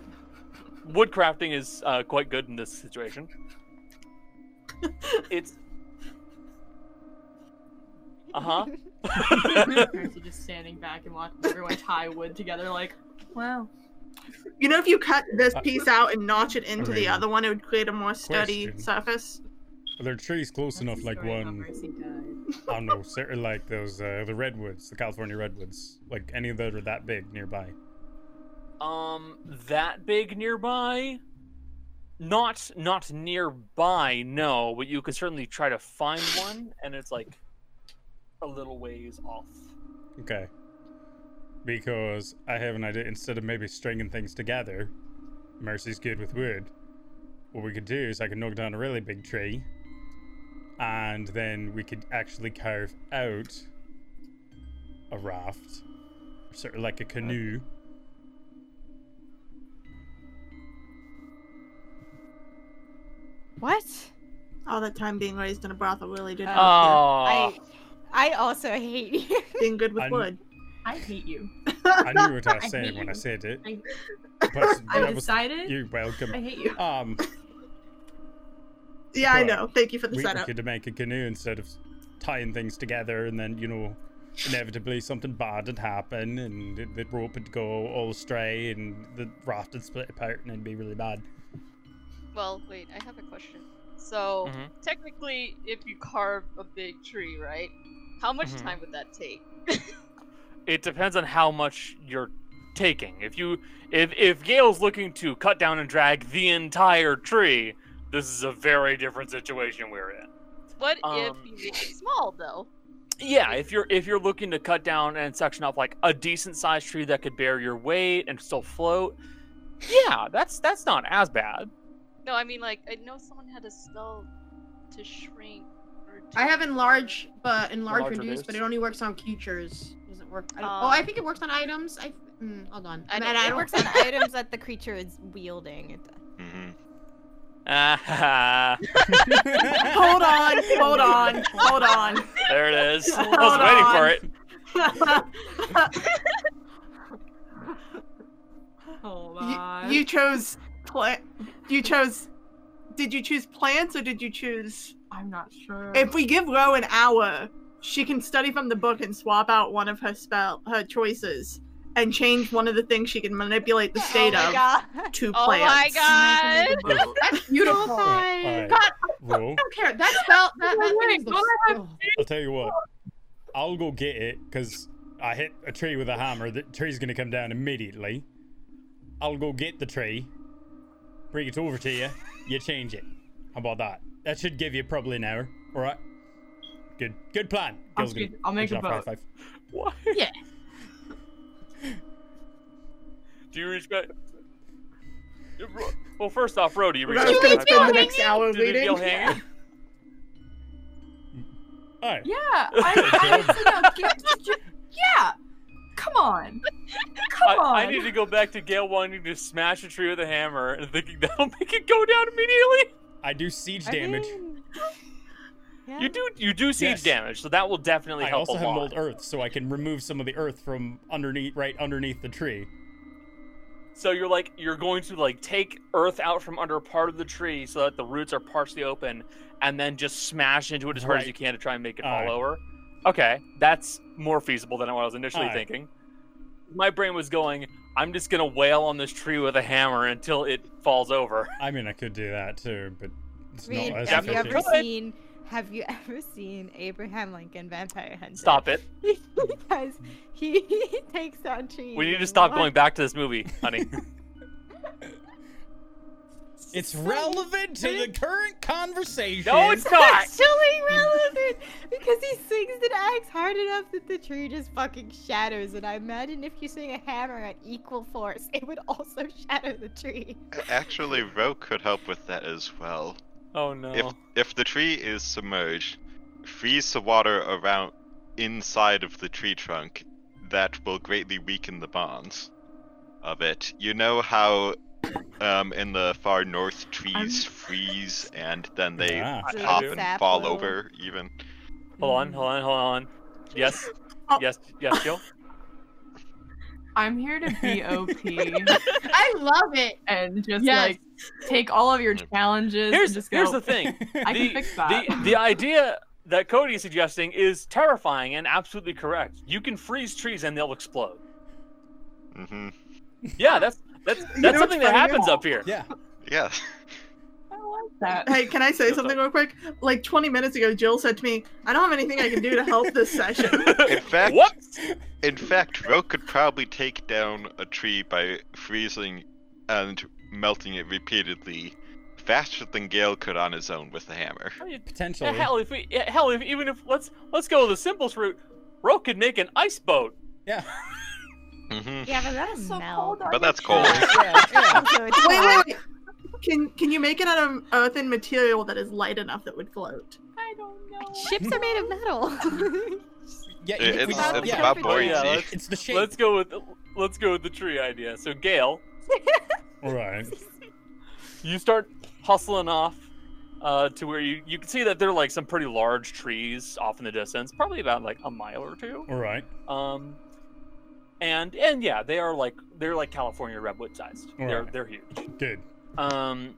D: wood crafting is uh, quite good in this situation. it's. Uh huh.
H: Percy just standing back and watching everyone tie wood together, like, wow.
C: You know, if you cut this
I: Uh,
C: piece out and notch it into the
I: amazing.
C: other one, it would create a more sturdy
I: Question.
C: surface.
I: Are there trees close enough, like one, I don't know, cer- like those, uh, the redwoods, the California redwoods, like any of those are that big nearby?
D: Um, that big nearby? Not not nearby, no, but you could certainly try to find one, and it's like a little ways off.
I: Okay. Because I have an idea. Instead of maybe stringing things together, Mercy's good with wood. What we could do is I could knock down a really big tree, and then we could actually carve out a raft, sort of like a canoe.
B: What?
C: All Oh, that time being raised in a brothel really did
B: Oh.
C: help you.
D: Oh,
B: I I also hate you.
C: Being good with
I: I'm-
C: wood.
H: I hate you.
I: I knew what I was
H: I
I: saying
H: hate
I: when I
H: you.
I: said it.
H: I-
I: But that
H: I
I: was-
H: decided
I: You're welcome.
H: I hate you.
I: Um,
C: Yeah, I
I: But
C: know. Thank you for the
I: we, we
C: setup.
I: could make a canoe instead of tying things together and then you know inevitably something bad would happen and the, the rope would go all astray and the raft would split apart and it'd be really bad
G: Well, wait, I have a question. So,
D: Mhm.
G: technically, if you carve a big tree, right? How much
D: Mhm.
G: time would that take?
D: it depends on how much you're taking. If you if if Gail's looking to cut down and drag the entire tree, this is a very different situation we're in.
G: What if
D: Um,
G: you make it small, though?
D: Yeah, if you're if you're looking to cut down and section off like a decent sized tree that could bear your weight and still float, yeah, that's that's not as bad.
G: No, I mean, like, I know someone had a spell to shrink. Or to
E: I have enlarge, but enlarge
D: Enlarge
E: reduce, but it
D: reduce.
E: only works on creatures. Doesn't work. I don't, oh, I
B: Uh,
G: Um,
E: think it works on items. I mm, hold on.
G: I
E: I,
G: don't-
E: mean, I
G: it
B: It
E: don't.
B: works on items that the creature is wielding. It,
F: Mhm.
D: Ah,
C: hold on, hold on, hold on.
D: there it is. I was
C: Hold
D: waiting for
C: on.
D: it.
H: Hold
C: you,
H: on.
C: you chose pla- you chose did you choose plants or did you choose
H: I'm not sure.
C: if we give Ro an hour she can study from the book and swap out one of her spell her choices and change one of the things she can manipulate the state
B: oh
C: of
B: my
C: to
G: Oh
C: plants
G: my god!
E: That's beautiful.
I: Alright,
E: I
I: alright, roll.
E: don't care. That spell. That, that thing is the. oh.
I: i'll tell you what i'll go get it because i hit a tree with a hammer the tree's gonna come down immediately i'll go get the tree bring it over to you you change it how about that that should give you probably an hour all right
A: Good, good plan.
K: I'll
A: Gil's gonna
K: speak- I'll make
A: push it
K: a
A: off for high
K: vote.
A: five.
D: What?
E: Yeah.
D: Do you respect? Well, first off, Rody, you
C: We're not just
D: respect-
C: gonna spend the next hour
D: Did it feel
C: waiting.
D: hanging?
A: All right.
K: Yeah, I, I you know, get, ju- yeah. Come on,
D: I,
K: come on.
D: I need to go back to Gail wanting to smash a tree with a hammer and thinking that'll make it go down immediately.
A: I do siege damage.
L: I mean,
D: You do you do siege
A: Yes.
D: damage, so that will definitely
A: I
D: help
A: also
D: a
A: have
D: lot.
A: mold earth, so I can remove some of the earth from underneath, right underneath the tree.
D: So you're like you're going to like take earth out from under part of the tree so that the roots are partially open, and then just smash into it as hard as
A: Right.
D: you can to try and make it
A: Alright.
D: fall over. Okay, that's more feasible than what I was initially
A: Alright.
D: thinking. My brain was going, I'm just gonna wail on this tree with a hammer until it falls over.
A: I mean, I could do that too, but it's
B: Reed,
A: not as
B: have you
D: definitely-
B: ever
A: efficient.
D: Go ahead.
B: seen? Have you ever seen Abraham Lincoln Vampire Hunter?
D: Stop it.
B: because he, he takes down trees.
D: We need to
B: and
D: stop
B: what-
D: going back to this movie, honey.
A: It's relevant to the current conversation.
D: no, it's not.
B: Actually, relevant because he swings an axe hard enough that the tree just fucking shatters. And I imagine if you swing a hammer at equal force, it would also shatter the tree.
F: A- Actually, Rogue could help with that as well.
D: Oh no.
F: If if the tree is submerged, freeze the water around inside of the tree trunk. That will greatly weaken the bonds of it. You know how um, in the far north trees freeze and then they
A: Ah.
B: Just
F: pop
D: do.
F: and
B: sap
F: fall
B: will-
F: over even.
D: Hold on, hold on, hold on. Yes.
C: Oh.
D: Yes, yes, Jill.
K: I'm here to be OP
E: I love it.
K: and just
E: Yes.
K: like take all of your challenges.
D: Here's,
K: and just go,
D: here's the thing.
K: I
D: the,
K: can fix that.
D: The, the idea that Cody is suggesting is terrifying and absolutely correct. You can freeze trees and they'll explode.
F: hmm
D: Yeah, that's that's that's
C: know what's
D: something that
C: funny?
D: happens up here.
A: Yeah.
F: Yeah.
K: I like that.
C: Hey, can I say
D: What's
C: something
D: up?
C: real quick? Like 20 minutes ago, Jill said to me, I don't have anything I can do to help this session.
F: In fact,
D: What?
F: In fact, Rogue could probably take down a tree by freezing and melting it repeatedly faster than Gale could on his own with the hammer.
D: I mean,
A: Potentially.
D: hell, if we yeah, hell, if, even if let's let's go the simplest route. Roke could make an ice boat.
A: Yeah.
F: hmm
B: Yeah, but that's
K: so cold.
F: But that's cold.
B: Yeah, yeah, yeah. So it's
C: wait,
B: hot.
C: wait, wait. Can, can you make it out of earthen material that is light enough that would float?
K: I don't know.
B: Ships are made of metal.
A: Yeah.
F: It-
A: if we
F: it's
A: just-
B: it's
A: yeah.
F: about
B: about Oh,
F: buoyancy.
B: yeah,
D: let's-
A: It's the shape.
D: Let's go with let's go with the tree idea. So Gail,
A: Right.
D: you start hustling off uh, to where you you can see that there are like some pretty large trees off in the distance, probably about like a mile or two.
A: All right.
D: Um, and and yeah, they are like they're like California redwood sized. They're
A: Right.
D: they're huge.
A: Good.
D: Um,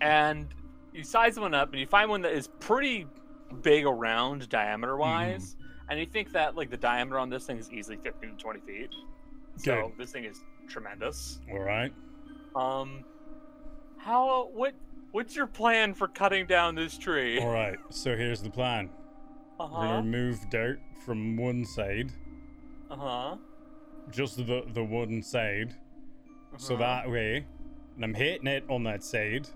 D: and you size one up and you find one that is pretty big around diameter
A: Mm-hmm.
D: wise, and you think that like the diameter on this thing is easily fifteen to twenty feet. So this thing is tremendous.
A: All right.
D: Um, how what what's your plan for cutting down this tree?
A: All right. So here's the plan.
D: Uh
A: We're gonna
D: huh.
A: remove dirt from one side,
D: Uh huh.
A: just the the one side, so that way, and I'm hitting it on that side,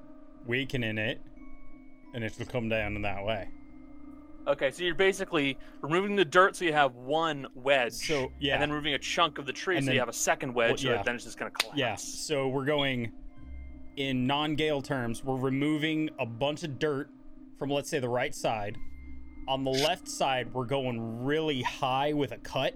A: weakening it, and it will come down in that way.
D: Okay, so you're basically removing the dirt so you have one wedge.
A: So, yeah.
D: And then removing a chunk of the tree
A: And
D: so
A: then-
D: you have a second wedge
A: Well,
D: so that
A: yeah.
D: then it's just going to collapse.
A: Yeah. So we're going in non-gale terms. We're removing a bunch of dirt from let's say the right side. On the left side, we're going really high with a cut,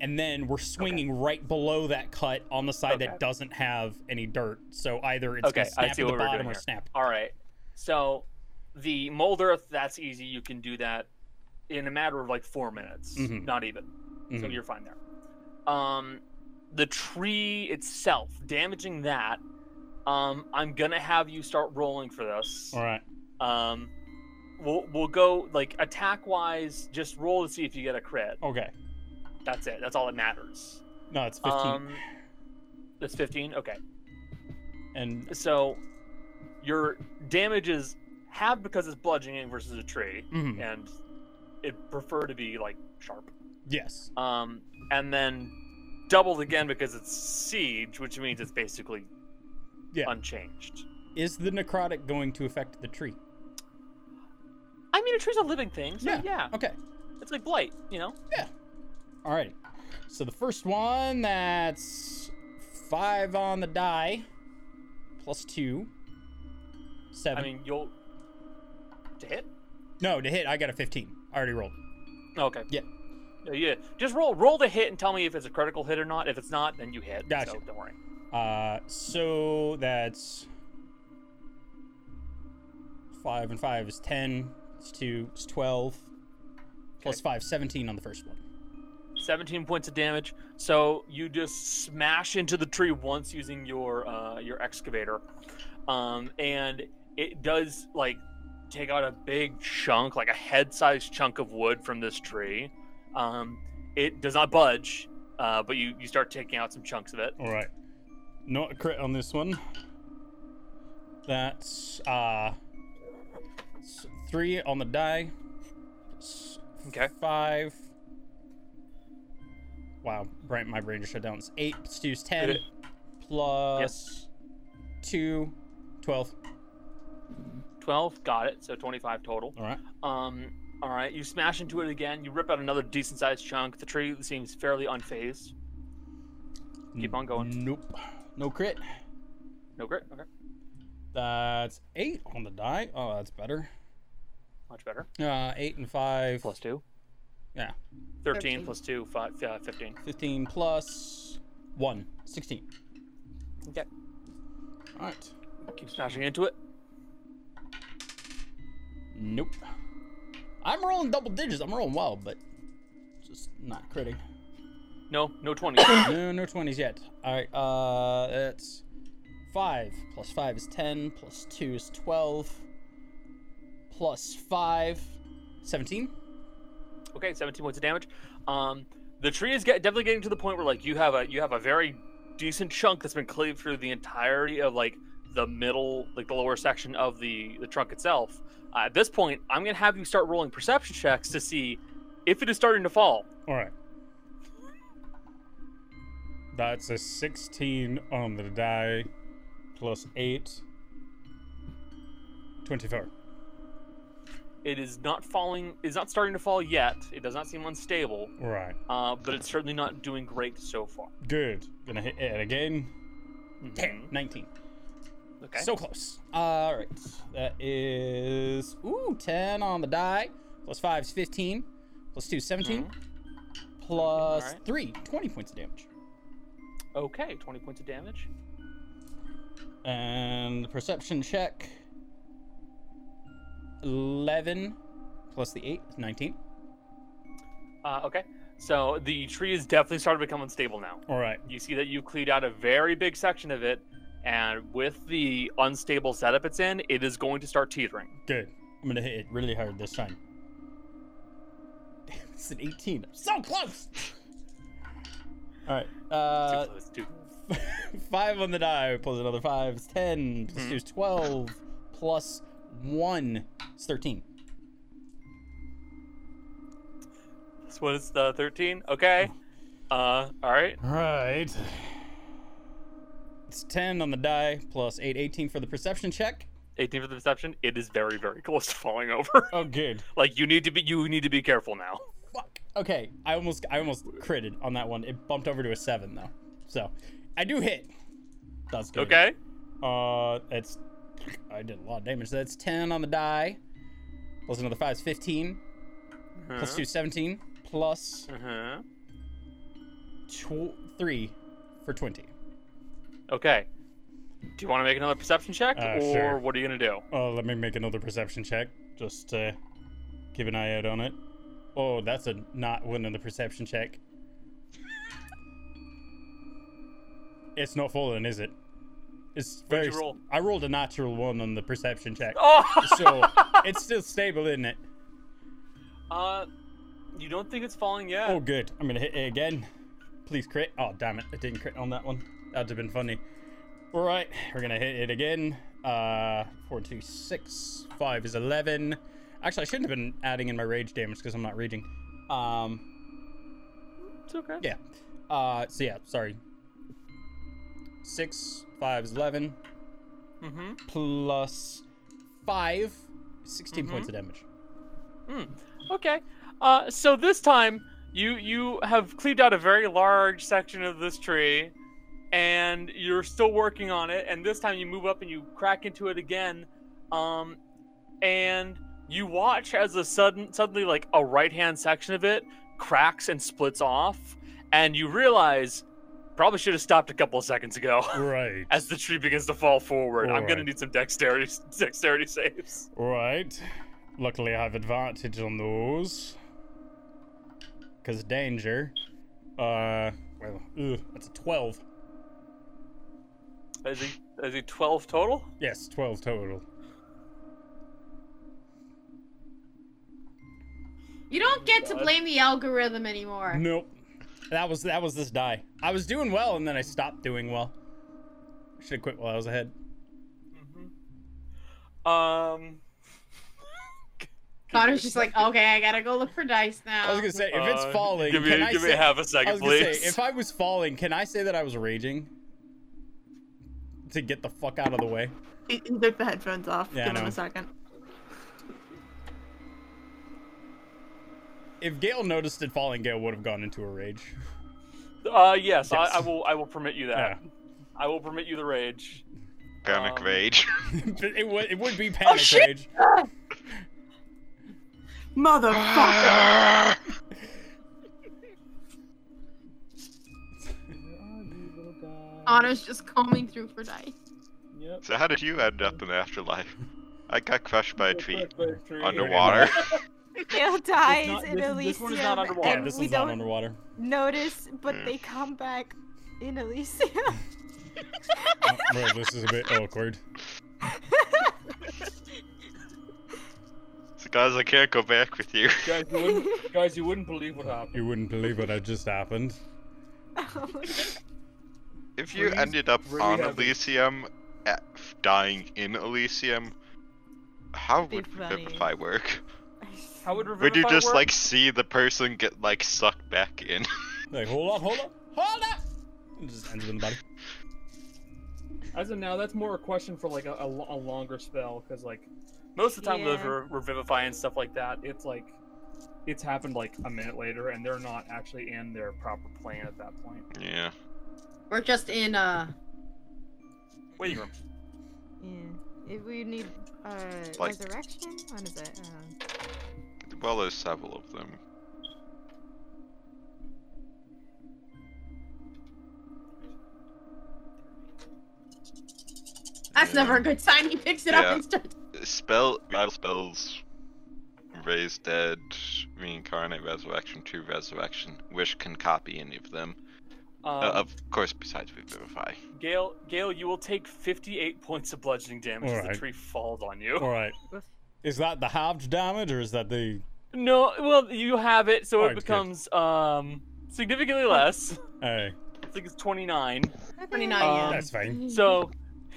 A: and then we're swinging right below that cut on the side
D: Okay.
A: that doesn't have any dirt. So either it's
D: Okay,
A: gonna
D: I
A: snap
D: see
A: at the
D: what we're
A: bottom
D: doing
A: or
D: here.
A: snap.
D: All right. So the mold earth, that's easy. You can do that in a matter of like four minutes,
A: Mhm.
D: not even. So
A: Mhm.
D: you're fine there. Um, the tree itself, damaging that. Um, I'm gonna have you start rolling for this.
A: All right.
D: Um, we'll we'll go like attack wise. Just roll to see if you get a crit.
A: Okay.
D: That's it. That's all that matters.
A: No, it's 15.
D: Um, that's 15. Okay.
A: and
D: So your damage is half because it's bludgeoning versus a tree,
A: mhm,
D: and it prefer to be like sharp.
A: yes.
D: Um, and then doubled again because it's siege, which means it's basically
A: Yeah.
D: unchanged.
A: Is the necrotic going to affect the tree?
D: I mean, a tree's a living thing, so
A: Yeah.
D: yeah.
A: Okay.
D: It's like blight, you know?
A: All right. So the first one, that's five on the die, plus two, seven.
D: I mean, you'll. To hit?
A: no, to hit, I got a 15. I already rolled.
D: Okay.
A: Yeah.
D: Yeah, yeah. Just roll roll the hit and tell me if it's a critical hit or not. If it's not, then you hit.
A: Gotcha.
D: So don't worry.
A: Uh, so that's five and five is ten. It's two. It's twelve. Plus five, 17 on the first one.
D: 17 points of damage. So you just smash into the tree once using your uh, your excavator, um, and it does like take out a big chunk, like a head-sized chunk of wood from this tree. Um, it does not budge, uh, but you you start taking out some chunks of it.
A: All right. Not a crit on this one. That's uh s- three on the die. S-
D: Okay.
A: Five. Wow, Brent, my brain just shut down. It's eight plus two is ten.
D: Hit it.
A: Plus two. Twelve.
D: 12, got it. So 25 total.
A: All right.
D: Um, all right, you smash into it again. You rip out another decent-sized chunk. The tree seems fairly unfazed. Keep on going.
A: Nope. No crit.
D: No grit. Okay,
A: That's eight on the die. Oh, that's better.
D: much better.
A: Uh, eight and five.
D: Plus two.
A: Yeah.
D: 13,
E: 13.
D: plus 2, five, uh, 15.
A: 15 plus 1. 16.
D: Okay.
A: Alright.
D: Keep smashing into it.
A: Nope. I'm rolling double digits. I'm rolling well, but just not critting.
D: No, no 20.
A: no, no 20s yet. Alright, uh, that's 5. Plus 5 is 10. Plus 2 is 12. Plus 5. 17?
D: okay, 17 points of damage. Um, the tree is get, definitely getting to the point where like you have a you have a very decent chunk that's been cleaved through the entirety of like the middle, like the lower section of the the trunk itself. Uh, at this point, I'm gonna have you start rolling perception checks to see if it is starting to fall.
A: Alright. That's a 16 on the die. Plus 8. 24.
D: It is not falling. Is not starting to fall yet. It does not seem unstable,
A: Right.
D: uh, but it's certainly not doing great so far.
A: Good. Gonna hit it again.
D: Mhm.
A: 10. 19.
D: Okay.
A: So close. All right. That is. Ooh, 10 on the die. Plus 5 is 15. Plus 2 is 17. Plus
D: Alright.
A: 3, 20 points of damage.
D: Okay, 20 points of damage.
A: And the perception check 11 plus the 8 is 19.
D: Uh, okay, so the tree has definitely started to become unstable now.
A: All right.
D: You see that you cleared out a very big section of it, and with the unstable setup it's in, it is going to start teetering.
A: Good. I'm gonna hit it really hard this time. Damn, it's an 18. I'm so close. All right. Uh,
D: Too close, too-
A: five on the die plus another five is ten. Plus
D: Mhm.
A: two is twelve. Plus one is thirteen.
D: This one is the 13. Okay. Uh, all right.
A: All right. It's ten on the die plus eight, 18 for the perception check.
D: 18 for the deception. It is very, very close to falling over.
A: Oh, good.
D: like you need to be, you need to be careful now.
A: Fuck. Okay, I almost, I almost critted on that one. It bumped over to a seven though, so I do hit. That's good.
D: Okay.
A: Uh, that's I did a lot of damage. That's ten on the die. Plus another five is fifteen. Plus two, is 17. Plus
D: Uh-huh.
A: tw- three for twenty.
D: Okay. Do you want to make another perception check,
A: Uh,
D: or
A: sure.
D: what are you gonna do?
A: Oh, let me make another perception check. Just to keep an eye out on it. Oh, that's a not win on the perception check. it's not falling, is it? It's very.
D: What'd you roll?
A: I rolled a natural one on the perception check,
D: Oh.
A: so it's still stable, isn't it?
D: Uh, you don't think it's falling yet?
A: Oh, good. I'm gonna hit it again. Please crit. Oh, damn it. I didn't crit on that one. That'd have been funny. All right, we're gonna hit it again. Uh, four, two, six, five is eleven. Actually, I shouldn't have been adding in my rage damage because I'm not raging. Um,
D: It's okay.
A: yeah. Uh, so yeah, sorry. Six, five is eleven.
D: Mm-hmm. Mm-hmm.
A: Plus five, 16 points of damage.
D: Hmm, Okay. Uh, so this time you you have cleaved out a very large section of this tree, and you're still working on it. And this time you move up and you crack into it again, um, and you watch as a sudden suddenly like a right hand section of it cracks and splits off, and you realize probably should have stopped a couple of seconds ago.
A: Right.
D: As the tree begins to fall forward, I'm gonna
A: Alright.
D: need some dexterity dexterity saves.
A: Right. Luckily, I have advantage on those. Because danger. Uh, well, ugh, that's a 12.
D: Is he is he 12 total?
A: Yes, 12 total.
E: You don't get to
D: God.
E: blame the algorithm anymore.
A: Nope. That was that was this die. I was doing well and then I stopped doing well. Should have quit while I was ahead.
D: Um.
E: Connor's just like, okay, I gotta go look for dice now.
A: I was gonna say if it's
D: Uh,
A: falling,
D: give me,
A: can I
D: give
A: say,
D: me half a
A: I
D: second,
A: was gonna say,
D: please.
A: if I was falling, can I say that I was raging? To get the fuck out of the way.
C: He, he took the headphones off.
A: Yeah, I
C: Give him
A: know.
C: a second.
A: If Gail noticed it falling, Gail would have gone into a rage.
D: Uh, yes, I,
A: Yes.
D: I will. I will permit you that.
A: Yeah.
D: I will permit you the rage. Oh,
F: Panic
D: Um,
F: rage.
A: But it would it would be panic
C: shit!
A: rage.
C: Motherfucker!
E: Connor's just combing through for dice.
F: so how did you end up in the afterlife? I got crushed by a tree underwater.
B: Gail dies
D: not-
B: in
D: this is-
B: Elysium.
D: this one is not underwater.
A: Yeah,
B: and
A: this
B: we
A: is not Hmm.
B: don't
A: underwater.
B: notice, but
F: Yeah.
B: they come back in Elysium.
A: Oh, well, this is a bit awkward.
F: So guys, I can't go back with you.
D: guys, you wouldn't, guys, you wouldn't believe what happened.
A: You wouldn't believe what had just happened.
F: If you
D: Freeze
F: ended up
D: really
F: on
D: heavy.
F: Elysium, at, dying in Elysium, how
B: Be
F: would
B: funny.
F: Revivify work?
D: How would
F: Would you
D: Revivify
F: just
D: work?
F: like see the person get like sucked back in?
A: Like, hold up, hold up, hold up! It just ends up in the body.
D: As of now, that's more a question for like a, a, lo- a longer spell, because like most of the time with
B: Yeah.
D: re- revivify and stuff like that, it's like it's happened like a minute later, and they're not actually in their proper plan at that point.
F: yeah.
E: We're just in uh
D: Waiting room.
B: yeah. If we need uh,
F: Like-
B: resurrection, what is it? Uh,
F: Well, there's several of them.
E: that's
F: Yeah.
E: never a good sign. He picks it
F: Yeah.
E: up and starts
F: Spell revival spells. Raise dead, reincarnate, resurrection, true resurrection. Wish can copy any of them.
D: Um,
F: uh, of course, besides revivify.
D: Gail, Gail, you will take 58 points of bludgeoning damage as
A: Alright.
D: the tree falls on you.
A: Alright. Is that the halved damage or is that the
D: No, well, you have it, so
A: Alright,
D: it
A: good.
D: becomes um significantly less.
A: Hey,
D: I think it's 29.
E: twenty nine.
D: Um,
A: that's fine.
D: So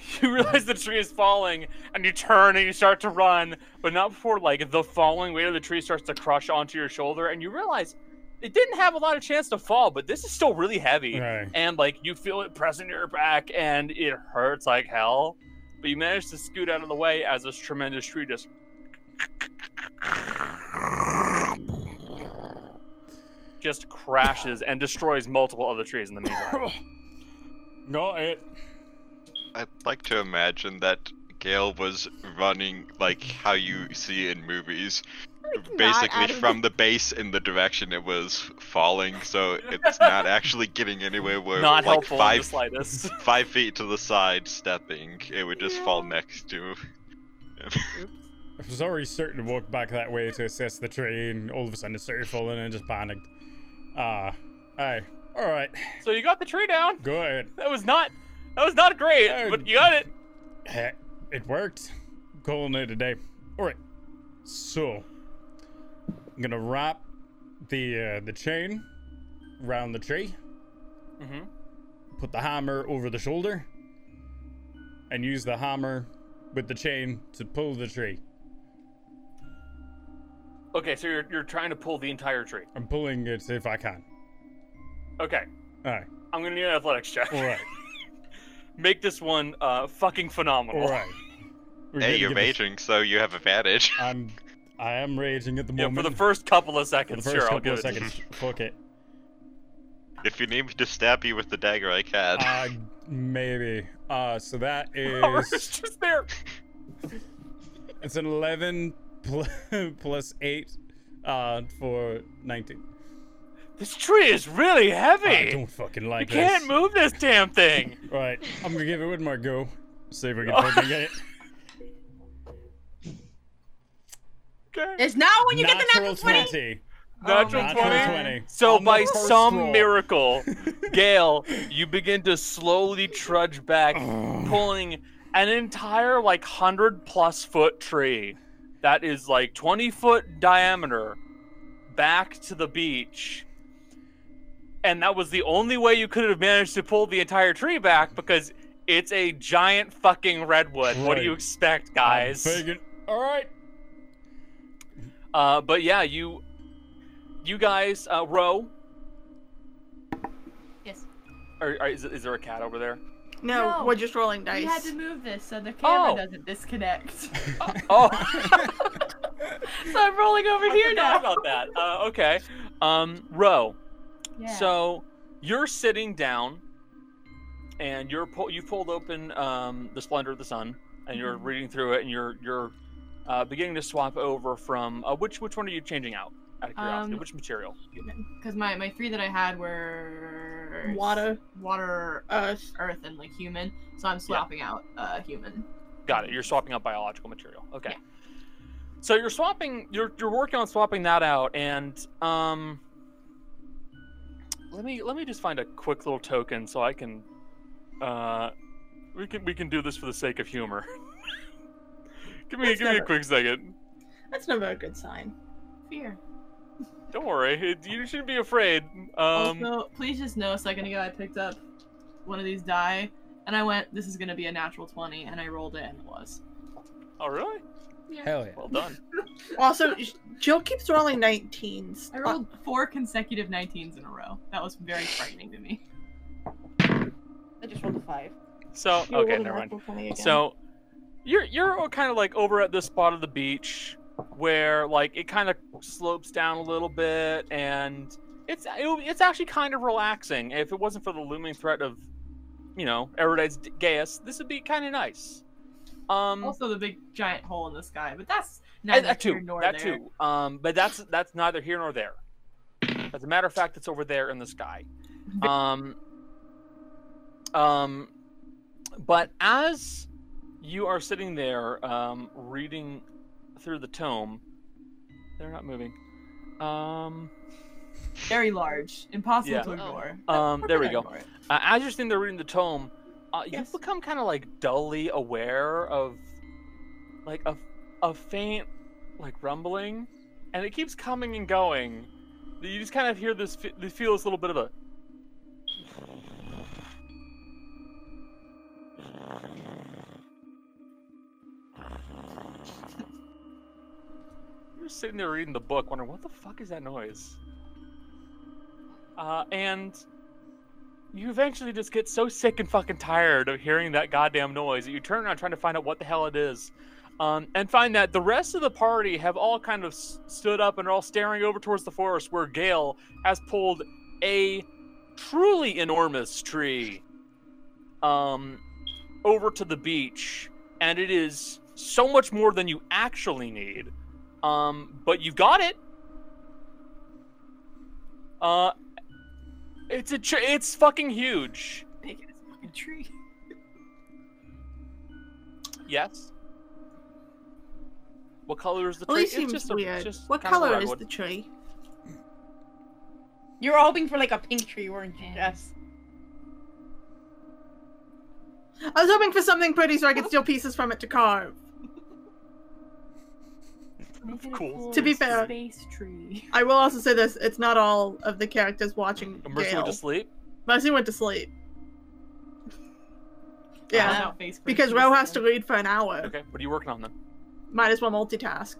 D: you realize the tree is falling, and you turn and you start to run, but not before like the falling weight of the tree starts to crush onto your shoulder, and you realize it didn't have a lot of chance to fall, but this is still really heavy.
A: Right.
D: and like you feel it pressing your back and it hurts like hell but you manage to scoot out of the way as this tremendous tree just just crashes and destroys multiple other trees in the meantime
A: Got it.
F: I'd like to imagine that Gale was running like how you see in movies, basically
B: out of
F: from the base in the direction it was falling, so it's not actually getting anywhere. Where like
D: not helpful in the
F: five
D: slightest
F: five feet to the side, stepping, it would just fall next to.
A: I was already starting to walk back that way to assess the tree, and all of a sudden it started falling and I just panicked. Ah, hey, alright,
D: so you got the tree down
A: go ahead.
D: that was not that was not great but you got it
A: Heck, it worked. Calling it a day. Alright, so I'm gonna wrap the uh, the chain around the tree.
D: mm-hmm.
A: put the hammer over the shoulder and use the hammer with the chain to pull the tree.
D: okay so you're, you're trying to pull the entire tree
A: I'm pulling it if I can.
D: okay
A: Alright,
D: i'm gonna need an athletics check
A: alright,
D: make this one uh fucking phenomenal
A: alright.
F: Hey, you're raging, so you have advantage.
A: I'm I am raging at the
D: Yeah,
A: moment.
D: for the first couple of
A: For the
D: seconds,
A: first
D: sure, I'll
A: couple
D: give
A: of
D: it. to you.
A: seconds. Fuck it.
F: If you need me to stab you with the dagger, I can.
A: Uh, maybe. Uh, so that
D: Robert's
A: is
D: just there.
A: it's an 11 pl- plus 8 uh for 19.
D: This tree is really
A: I
D: heavy.
A: don't fucking
D: You
A: like this.
D: can't move this damn thing.
A: Right, I'm gonna give it one more go. See if we can fucking get it.
D: Okay.
E: It's now when you get the
A: Natural
E: natural 20. Oh,
D: Natural
A: Oh, Natural
D: 20.
A: 20.
D: So,
A: On the
D: by
A: first
D: some
A: roll.
D: miracle, Gale, you begin to slowly trudge back, pulling an entire, like, 100 plus foot tree that is, like, 20 foot diameter back to the beach. And that was the only way you could have managed to pull the entire tree back because it's a giant fucking redwood. What do you
A: Right.
D: expect,
A: I'm
D: guys?
A: figuring- All right.
D: Uh, but yeah, you, you guys, uh, row.
H: Yes.
D: Or, or is, is there a cat over there?
C: No,
H: No.
C: we're just rolling dice.
H: We had to move this so the camera
D: Oh.
H: doesn't disconnect.
D: Oh,
H: so I'm rolling over
D: I
H: here
D: forgot
H: now.
D: about that. Uh, okay. Um, row.
H: Yeah.
D: So you're sitting down, and you're pull, you pulled open um, the Splendor of the Sun, and you're
H: Mhm.
D: reading through it, and you're you're uh, beginning to swap over from uh, which which one are you changing out? Out of curiosity,
H: Um,
D: which material?
H: because my my three that I had were
C: Water.
H: water,
C: Us.
H: earth, and like human. So I'm swapping out uh human.
D: Got it. You're swapping out biological material. Okay. So you're swapping. You're you're working on swapping that out, and um. Let me let me just find a quick little token so I can, uh, we can we can do this for the sake of humor. give me
C: That's
D: give me a
C: never-
D: quick second.
C: That's never a good sign.
H: Fear.
D: Don't worry. It, you shouldn't be afraid. Um.
H: also, please just know a second ago I picked up one of these die and I went, this is gonna be a natural twenty, and I rolled it and it was.
D: Oh really?
A: Hell yeah.
D: Well done.
C: Also, Jill keeps rolling Uh, 19s.
H: I rolled four consecutive 19s in a row. That was very frightening to me.
E: I just rolled a five.
D: So
C: You
D: okay,
C: rolled a
D: never mind.
C: natural 20 again.
D: So you're you're kind of like over at this spot of the beach where like it kind of slopes down a little bit and it's it, it's actually kind of relaxing. If it wasn't for the looming threat of you know Erudite's d- Gaius, this would be kind of nice. Um
H: Also, the big giant hole in the sky, but that's
D: and
H: neither
D: that
H: here
D: too.
H: nor
D: That
H: there.
D: too. Um but that's that's neither here nor there. As a matter of fact, it's over there in the sky. Um um but as you are sitting there um, reading through the tome, they're not moving. Um,
H: Very large, impossible
D: Yeah.
H: to
G: Oh.
H: ignore.
D: um, there we go.
H: Ignore it.
D: Uh, as you're sitting there reading the tome, uh,
C: Yes.
D: you become kind of like dully aware of like a, a faint like rumbling, and it keeps coming and going. You just kind of hear this, fe- you feel this little bit of a You're sitting there reading the book, wondering what the fuck is that noise. Uh, and you eventually just get so sick and fucking tired of hearing that goddamn noise that you turn around trying to find out what the hell it is, um, and find that the rest of the party have all kind of s- stood up and are all staring over towards the forest where Gale has pulled a truly enormous tree um, over to the beach, and it is so much more than you actually need. Um, but you've got it. Uh, it's a tr- it's fucking huge.
H: Big as a fucking tree.
D: Yes. What color is the
C: At
D: tree?
C: least
D: It's
C: seems
D: just a-
C: weird.
D: just
C: what
D: kind of a
C: color is
D: redwood.
C: the tree?
E: You were hoping for like a pink tree, weren't you?
H: Yes.
C: I was hoping for something pretty so I could steal pieces from it to carve.
D: it a Cool.
C: To be fair-
H: space tree.
C: I will also say this: it's not all of the characters watching
D: A Mercy
C: Gale.
D: went to sleep.
C: Mercy went to sleep.
H: I
C: Yeah,
H: don't know, face
C: because
H: breaking
C: Ro has to
H: stuff.
C: read for an hour.
D: Okay. What are you working on then?
C: Might as well multitask.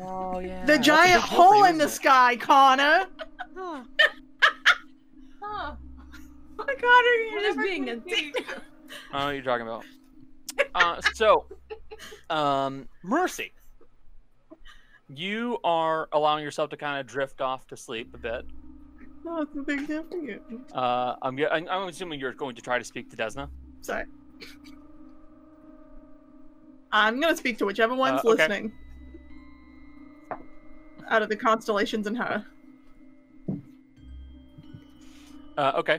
D: Oh yeah.
C: the giant hole in the sky, Connor.
H: Huh.
E: Oh my god, are you
H: We're
E: just
H: never
E: being a
H: gonna be-
E: dick?
D: I don't know what you're talking about. Uh, so, Um, Mercy, you are allowing yourself to kind of drift off to sleep a bit.
C: No, it's a big deal for you.
D: Uh, I'm, ge- I'm I'm assuming you're going to try to speak to Desna.
C: Sorry. I'm gonna speak to whichever one's
D: Uh, okay.
C: listening. Out of the constellations in her.
D: Uh, okay.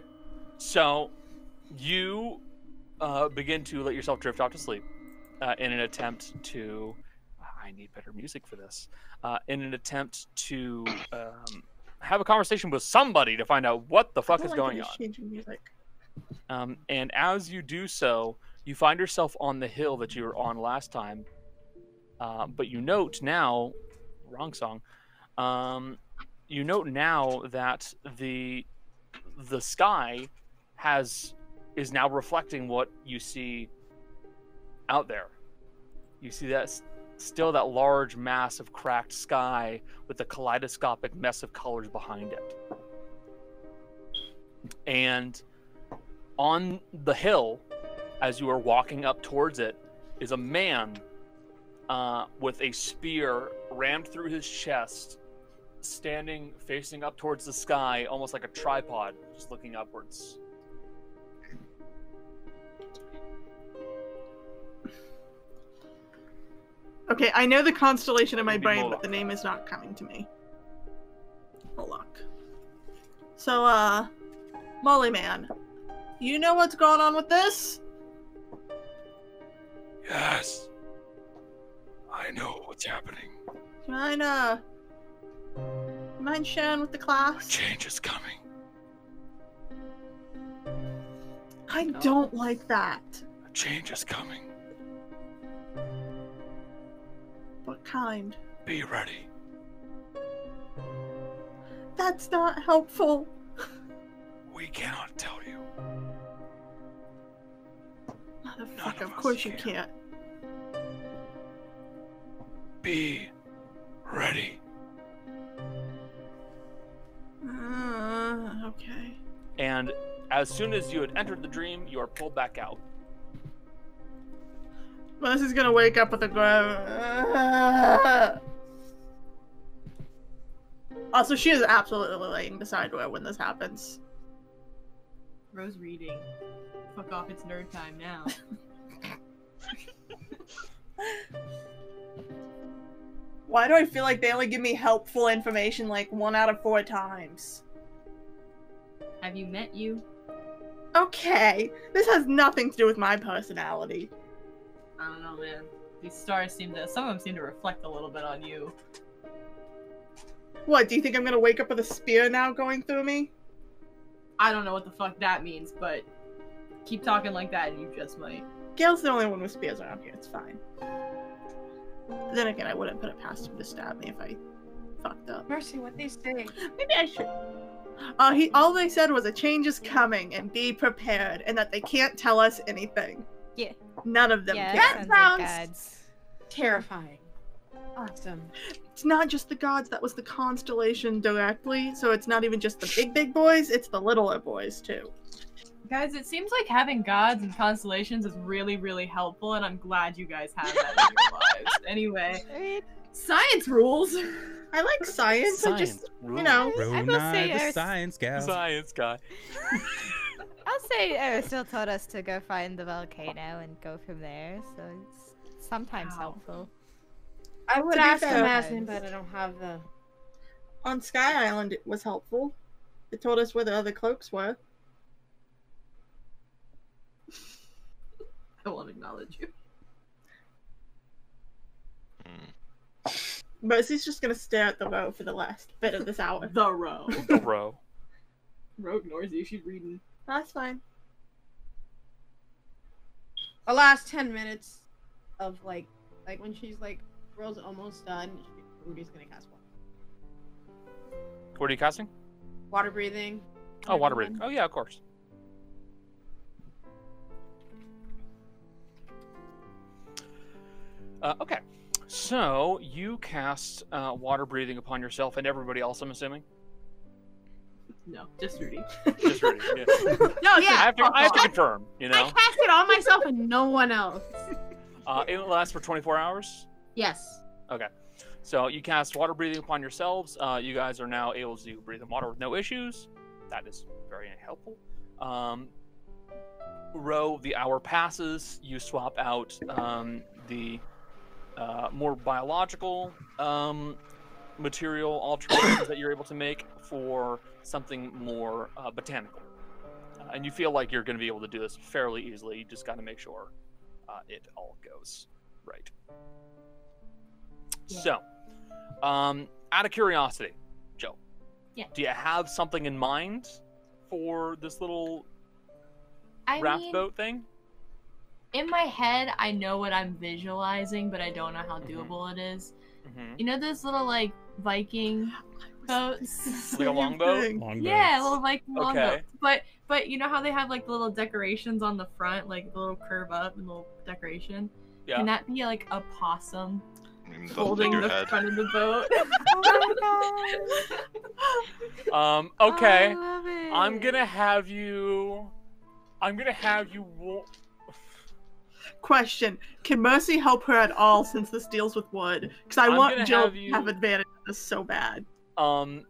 D: So you uh, begin to let yourself drift off to sleep uh, in an attempt to. I need better music for this. Uh, in an attempt to um, have a conversation with somebody to find out what the fuck
C: I
D: is
C: like
D: going
C: that
D: on.
C: it's Changing music.
D: Um, and as you do so, you find yourself on the hill that you were on last time. Uh, but you note now, wrong song. Um, you note now that the the sky has is now reflecting what you see out there. You see that s- still that large mass of cracked sky with the kaleidoscopic mess of colors behind it. And on the hill, as you are walking up towards it, is a man uh, with a spear rammed through his chest, standing facing up towards the sky, almost like a tripod, just looking upwards.
C: Okay, I know the constellation in my
D: Maybe
C: brain, but
D: Moloch.
C: the name is not coming to me. Moloch. So, uh, Molly Man, you know what's going on with this?
J: Yes. I know what's happening.
C: Do you mind, uh, mind sharing with the class?
J: Change is coming.
C: I don't like that.
J: A change is coming.
C: What kind?
J: Be ready.
C: That's not helpful.
J: We cannot tell you.
C: Motherfucker, of course you can't.
J: Be ready.
C: Uh, okay.
D: And as soon as you had entered the dream, you are pulled back out.
C: Mercy's gonna wake up with a groan. Also, she is absolutely laying beside her when this happens.
H: Rose reading. Fuck off, it's nerd time now.
C: Why do I feel like they only give me helpful information like one out of four times?
H: Have you met you?
C: Okay, this has nothing to do with my personality.
H: I don't know, man. These stars seem to. Some of them seem to reflect a little bit on you.
C: What, do you think I'm gonna wake up with a spear now going through me?
H: I don't know what the fuck that means, but keep talking like that and you just might.
C: Gail's the only one with spears around here, it's fine. Then again, I wouldn't put it past him to stab me if I fucked up.
M: Mercy, what they say?
C: Maybe I should. Uh, he all they said was a change is coming and be prepared, and that they can't tell us anything.
B: Yeah.
C: None of them
B: Yeah,
C: can.
B: that sounds like gods.
E: Terrifying. Awesome.
C: It's not just the gods. That was the constellation directly. So it's not even just the big big boys. It's the littler boys too.
H: Guys, it seems like having gods and constellations is really, really helpful, and I'm glad you guys have that in your lives. Anyway, science rules.
C: I like science.
H: I just,
B: you know. I will say
A: Rona the
B: there's-
A: science gal.
D: Science guy.
B: I'll say Aristotle told us to go find the volcano and go from there, so it's sometimes helpful.
E: I would
B: To be
E: ask the
B: fair-
E: Maslin, but I don't have the.
C: On Sky Island, it was helpful. It told us where the other cloaks were.
H: I won't acknowledge you.
F: Hmm.
C: Mercy's just gonna stare at the row for the last bit of this hour.
H: The row.
D: The row.
H: Row ignores you. She's reading.
C: That's fine.
E: The last 10 minutes of like, like when she's like, girl's almost done, Rudy's gonna cast water.
D: What are you casting?
E: Water breathing.
D: Oh, water breathing. Oh yeah, of course. Uh, okay, so you cast uh, water breathing upon yourself and everybody else. I'm assuming.
H: No, just Rudy.
D: Just Rudy. Yeah.
E: No, yeah.
D: I have to, I have to
E: I-
D: confirm. You
E: I
D: know.
E: cast it on myself and no one else.
D: Uh, it lasts for 24 hours.
E: Yes.
D: Okay. So you cast water breathing upon yourselves. Uh, you guys are now able to breathe in water with no issues. That is very helpful. Um, row the hour passes. You swap out um, the uh, more biological um, material alterations that you're able to make for something more uh, botanical. Uh, and you feel like you're going to be able to do this fairly easily. You just got to make sure uh, it all goes right. So, um, out of curiosity, Joe,
B: Yeah.
D: do you have something in mind for this little
H: I
D: raft
H: mean,
D: boat thing?
H: in my head, I know what I'm visualizing, but I don't know how doable it is.
D: Mm-hmm.
H: You know those little like Viking boats?
D: Like a longboat?
H: Yeah, little Viking
D: Okay.
H: longboat. But but you know how they have like the little decorations on the front, like the little curve up and little decoration.
F: Yeah.
H: Can that be like a possum
F: The
H: holding the
F: figurehead.
H: front of the boat?
D: Um,
L: Oh,
D: okay.
B: love
D: I'm gonna have you. I'm gonna have you. Wa-
C: Question: Can Mercy help her at all since this deals with wood? Because I
D: I'm
C: want
D: gonna
C: Jill
D: have
C: to
D: you-
C: have advantage on this so bad.
D: Um,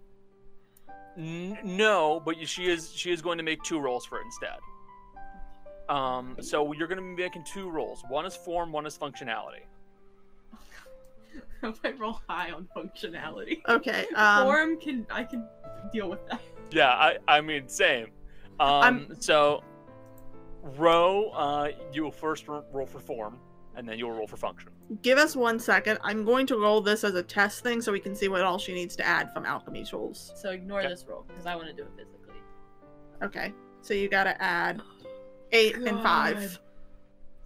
D: n- no, but you- she is she is going to make two rolls for it instead. Um, so you're going to be making two rolls. One is form, one is functionality.
H: I roll high on functionality.
C: Okay, um,
H: Form can I can deal with that.
D: Yeah, I I mean same. Um, so row. Uh, you will first ro- roll for form, and then you'll roll for function.
C: Give us one second. I'm going to roll this as a test thing so we can see what all she needs to add from alchemy tools.
H: So ignore this roll because I want to do it physically.
C: Okay, so you gotta add eight and five.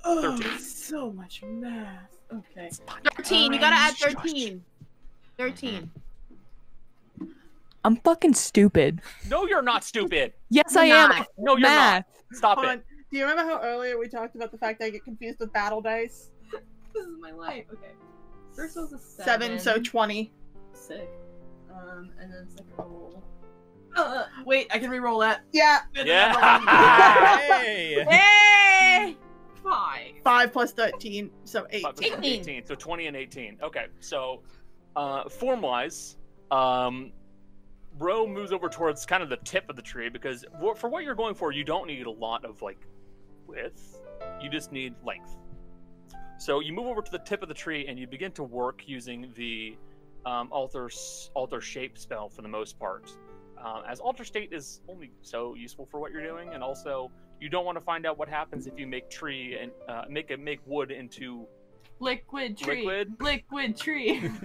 D: Thirteen.
H: so much math. Okay.
E: 13. You gotta add 13. 13.
L: I'm fucking stupid.
D: No, you're not stupid.
L: Yes,
E: You're
L: I am.
E: not.
D: No, you're
L: Math.
D: not. Stop
C: Hold
D: it.
C: on. Do you remember how earlier we talked about the fact that I get confused with battle dice?
H: This is my life. Okay. First roll's a
C: Seven,
H: seven.
C: so twenty.
H: sick. Um, and then second roll. Uh, wait, I can re-roll that.
C: Yeah.
D: Yeah.
A: Hey.
H: Hey. Five.
C: Five plus thirteen, so
D: Five,
C: eighteen.
D: six, seven, eighteen. So 20 and 18. Okay, so uh, form wise, um, Ro moves over towards kind of the tip of the tree because wh- for what you're going for, you don't need a lot of like width, you just need length. So you move over to the tip of the tree and you begin to work using the um, alter s- alter shape spell for the most part. Um, as alter state is only so useful for what you're doing, and also you don't want to find out what happens if you make tree and uh, make a make wood into
H: Liquid tree.
D: Liquid?
H: Liquid tree.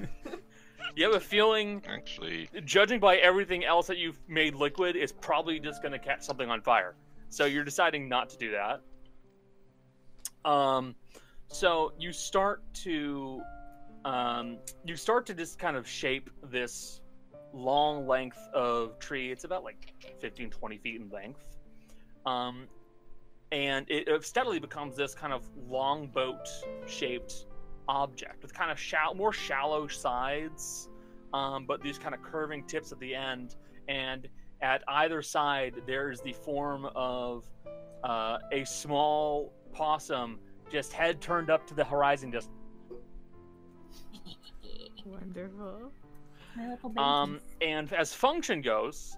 D: You have a feeling,
F: Actually,
D: judging by everything else that you've made liquid, it's probably just going to catch something on fire. So you're deciding not to do that. Um, so you start to, um, you start to just kind of shape this long length of tree. It's about like 15, 20 feet in length. Um, and it uh, steadily becomes this kind of longboat shaped object with kind of shall- more shallow sides um, but these kind of curving tips at the end. And at either side, there is the form of uh, a small possum, just head turned up to the horizon, just
B: Wonderful.
D: Um, and as function goes,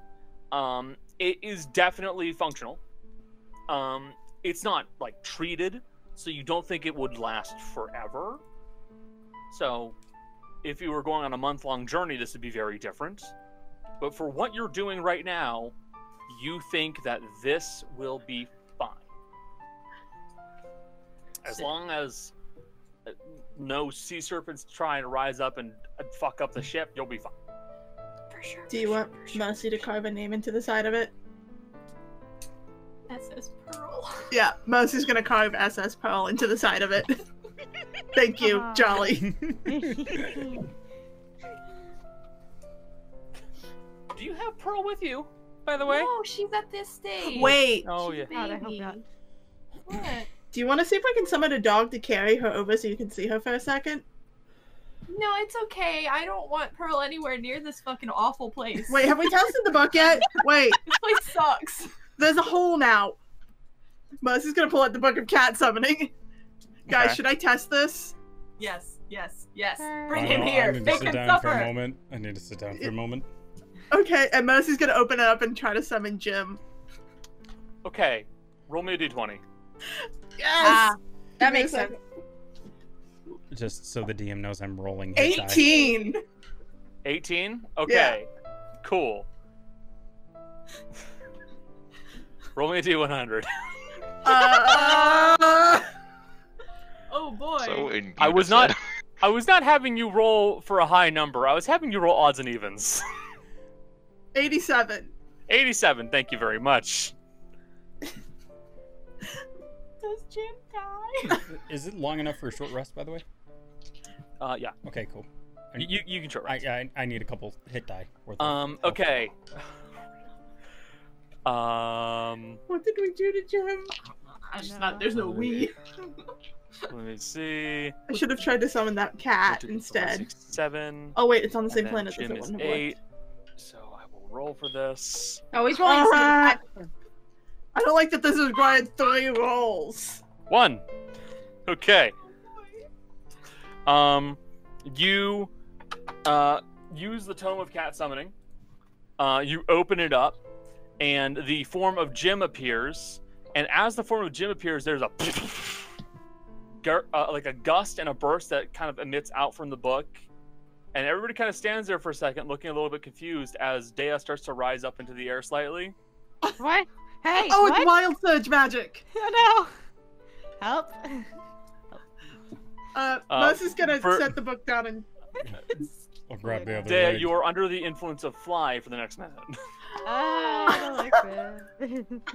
D: um, it is definitely functional. Um, it's not like treated, so you don't think it would last forever. So, if you were going on a month long journey, this would be very different. But for what you're doing right now, you think that this will be fine. As long as uh, no sea serpents try and rise up and and fuck up the ship, you'll be fine.
C: Do you want Mercy to carve a name into the side of it?
H: that says pearl.
C: Yeah, Mercy's gonna carve SS Pearl into the side of it. Thank you,
B: Aw.
C: Jolly.
D: Do you have Pearl with you, by the way?
H: No, she's at this stage.
C: Wait,
D: Oh
H: She's
D: yeah.
H: a
B: God, I hope
H: baby.
B: not.
H: What?
C: do you want to see if I can summon a dog to carry her over so you can see her for a second?
H: No, it's okay. I don't want Pearl anywhere near this fucking awful place.
C: Wait, have we tested the book yet? Wait,
H: this place sucks.
C: there's a hole now. Mercy's gonna pull out the book of cat summoning. Guys,
A: Okay.
C: should I test this?
H: Yes, yes, yes.
C: Bring
A: I
C: him
A: know,
C: here.
A: I need to
C: Make
A: sit
C: him
A: down for
C: suffer.
A: a moment. I need to sit down for a moment.
C: Okay, and Mercy's gonna open it up and try to summon Jim.
D: Okay, roll me a d20.
C: Yes!
E: Ah,
C: Give
E: that
C: me a
E: makes sense.
C: second.
A: Just so the DM knows I'm rolling. his die.
C: 18!
D: 18? Okay. Cool. Roll me a d100.
C: Uh,
H: Oh boy.
D: I was not I was not having you roll for a high number. I was having you roll odds and evens.
C: 87.
D: 87, thank you very much.
H: Does Jim die?
A: Is it long enough for a short rest, by the way?
D: Uh, yeah.
A: Okay, cool. I-
D: You you can short
A: I,
D: rest.
A: I I need a couple hit die. Worth of
D: Um,
A: health.
D: okay. Um,
C: What did we do to Jim?
H: I'm just not. There's no we.
D: let me see.
C: I should have tried to summon that cat instead.
D: Six, seven.
C: Oh, wait, it's on the same
D: and then
C: planet.
D: Jim
C: That's
D: is
C: one
D: eight. So I will roll for this.
E: Always
C: rolling
E: Oh, rolling.
C: Ah. I don't like that this is required three rolls.
D: One. Okay. Um, you uh, use the Tome of Cat Summoning. Uh, you open it up, and the form of Jim appears. And as the form of Jim appears, there's a gur- uh, like a gust and a burst that kind of emits out from the book. And everybody kind of stands there for a second, looking a little bit confused as Dea starts to rise up into the air slightly.
B: What? Hey,
C: oh,
B: what?
C: it's wild surge magic.
B: Oh no! Help!
C: Uh,
D: Uh,
C: Mercy's gonna
D: for-
C: set the book down and
A: I'll grab the other
D: Dea,
A: leg.
D: you are under the influence of Fly for the next minute.
B: Ah, I like that.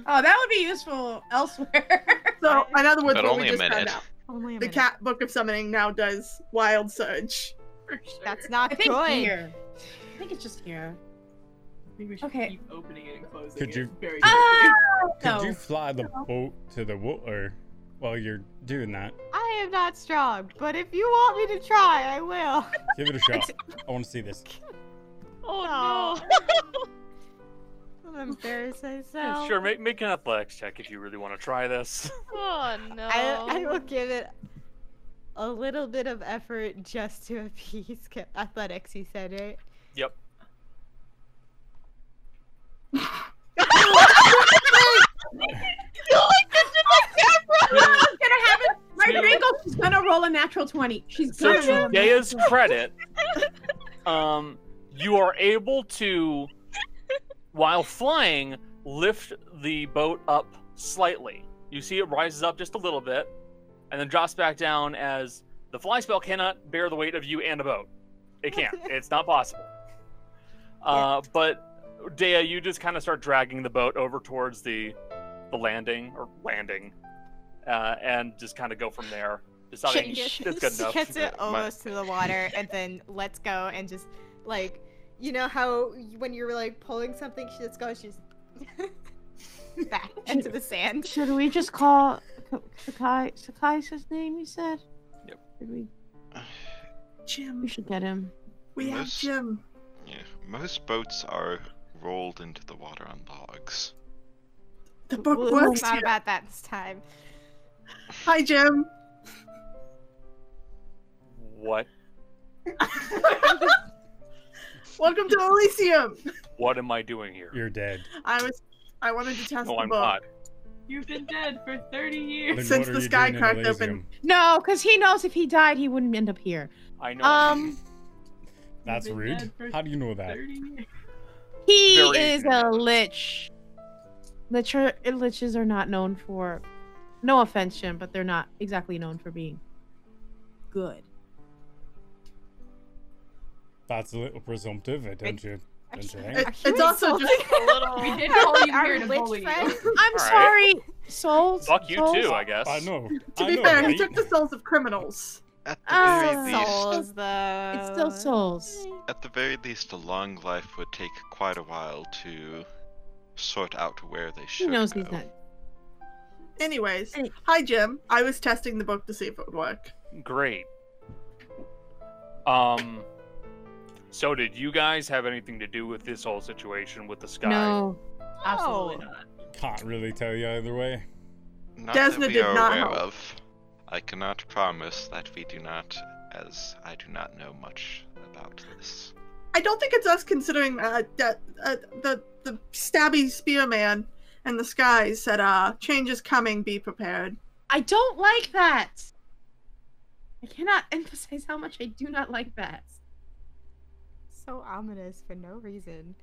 E: Oh, that would be useful elsewhere.
C: so, in other words,
F: But
C: what
F: only
C: we
F: a
C: just found
F: minute.
C: out.
B: Only a
C: The
B: minute.
C: cat book of summoning now does wild surge.
H: For sure.
B: That's
E: I
B: not
E: think
B: good.
E: here. I think it's just here.
H: I think we should
E: Okay.
H: keep opening it and closing
A: Could
H: it.
A: you-
H: Very
E: Ah,
A: Could
E: no.
A: you fly the boat to the water while you're doing that?
B: I am not strong, but if you want me to try, I will.
A: Give it a shot. I want to see this.
G: Oh no.
B: Don't embarrass
D: Yeah,
B: myself.
D: Sure, make, make an athletics check if you really want to try this.
G: Oh no.
B: I, I will give it a little bit of effort just to appease Ca- athletics. You said right?
D: Yep.
E: You like this in the camera? She's gonna have it right
D: Yeah.
E: wrinkle. She's gonna roll a natural twenty. She's
D: So
E: gonna roll
D: to
E: a
D: Dea's
E: natural 20.
D: credit, um, you are able to, while flying, lift the boat up slightly. You see it rises up just a little bit, and then drops back down as the fly spell cannot bear the weight of you and a boat. It can't. it's not possible. Uh, But Dea, you just kind of start dragging the boat over towards the the landing or landing, uh, and just kind of go from there. Deciding
B: She
D: that's good enough.
B: gets it
F: My-
B: almost to the water and then lets go and just like you know how you- when you're like pulling something, she just goes she's back into the sand.
M: Should we just call K- Sakai? Sakai's his name, you said?
D: Yep.
M: Should we, we
C: Jim,
M: should get him.
C: we have
F: Yes.
C: Jim.
F: Yeah, most boats are rolled into the water on logs.
C: The book
B: We'll- we'll
C: works.
B: not
C: here.
B: about that this time.
C: Hi, Jim.
D: What?
C: Welcome to Elysium.
D: What am I doing here?
A: You're dead.
C: I was. I wanted to test
D: no,
C: the
D: I'm
C: book.
D: not.
H: You've been dead for 30
A: Then
H: years.
C: Since
A: what are
C: the
A: you
C: sky
A: doing in
C: cracked open.
A: Elysium?
E: No, because he knows if he died, he wouldn't end up here.
D: I know. I'm
E: Um,
A: That's
H: You've been
A: rude.
H: dead for
A: How do you know that?
H: 30 years.
E: he
D: Very
E: is
D: ignorant.
E: a lich.
M: Lich are, liches are not known for. No offense, Jim, but they're not exactly known for being good.
A: That's a little presumptive, eh, don't you? Don't you
C: It-
A: think?
C: it's also just.
H: A little. We did call you here to bully you.
B: friend.
E: I'm
D: right.
E: sorry, souls.
D: Fuck you
E: souls.
D: too, I guess.
A: I know.
C: To
A: I
C: be
A: know,
C: fair, he
A: right?
C: took the souls of criminals.
F: At the
E: Ah,
F: very least,
B: Souls though.
M: It's still souls.
F: at the very least, a long life would take quite a while to sort out where they
M: He
F: should
M: knows
F: go.
M: he's not.
C: Anyways,
E: Hey.
C: hi, Jim. I was testing the book to see if it would work.
D: Great. Um. So, did you guys have anything to do with this whole situation with the sky?
M: No.
H: Absolutely not.
A: Can't really tell you either way.
F: Not that
C: Desna
F: we
C: did
F: are
C: not
F: aware
C: help.
F: of. I cannot promise that we do not, as I do not know much about this.
C: I don't think it's us considering uh, that uh, the the stabby spearman and the sky said, "Uh, change is coming. Be prepared."
E: I don't like that. I cannot emphasize how much I do not like that.
B: So ominous for no reason.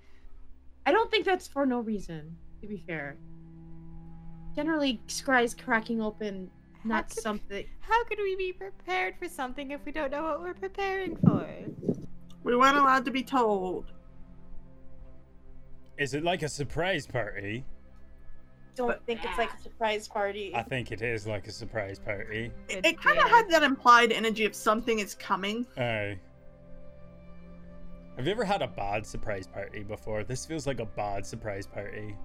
E: I don't think that's for no reason. To be fair, generally, skies cracking open, not
B: could-
E: something.
B: How could we be prepared for something if we don't know what we're preparing for?
C: We weren't allowed to be told.
I: Is it like a surprise party?
E: Don't think it's like a surprise party.
I: I think it is like a surprise party.
C: It, kind of had that implied energy of something is coming.
I: Oh. Have you ever had a bad surprise party before? This feels like a bad surprise party.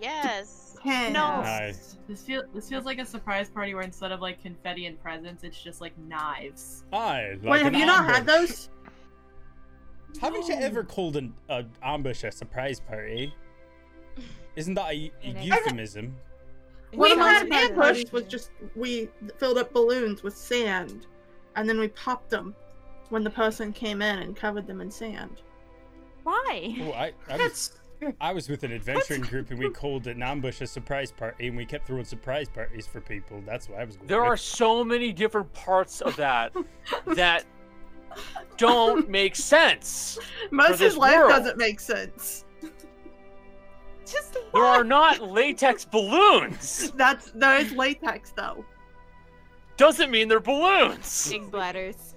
G: Yes.
I: Aye.
H: This feels this feels like a surprise party where instead of like confetti and presents, it's just like knives.
I: Aye. Like
H: Wait, have
I: an
H: you not had
I: ambush.
C: those?
I: Haven't you ever called an uh, a ambush a surprise party? Isn't that a, y- a euphemism?
C: One
E: We've
C: of my
E: had that
C: ambush was just we filled up balloons with sand, and then we popped them when the person came in and covered them in sand.
B: Why?
I: Oh, I, I, was, I was with an adventuring group and we called an ambush a surprise party and we kept throwing surprise parties for people. That's what I was going
D: There
I: with.
D: are so many different parts of that that don't make sense. for
C: Most of
D: this
C: his life
D: world.
C: doesn't make sense.
D: There are not latex balloons.
C: That's there is latex though.
D: Doesn't mean they're balloons.
B: Big bladders.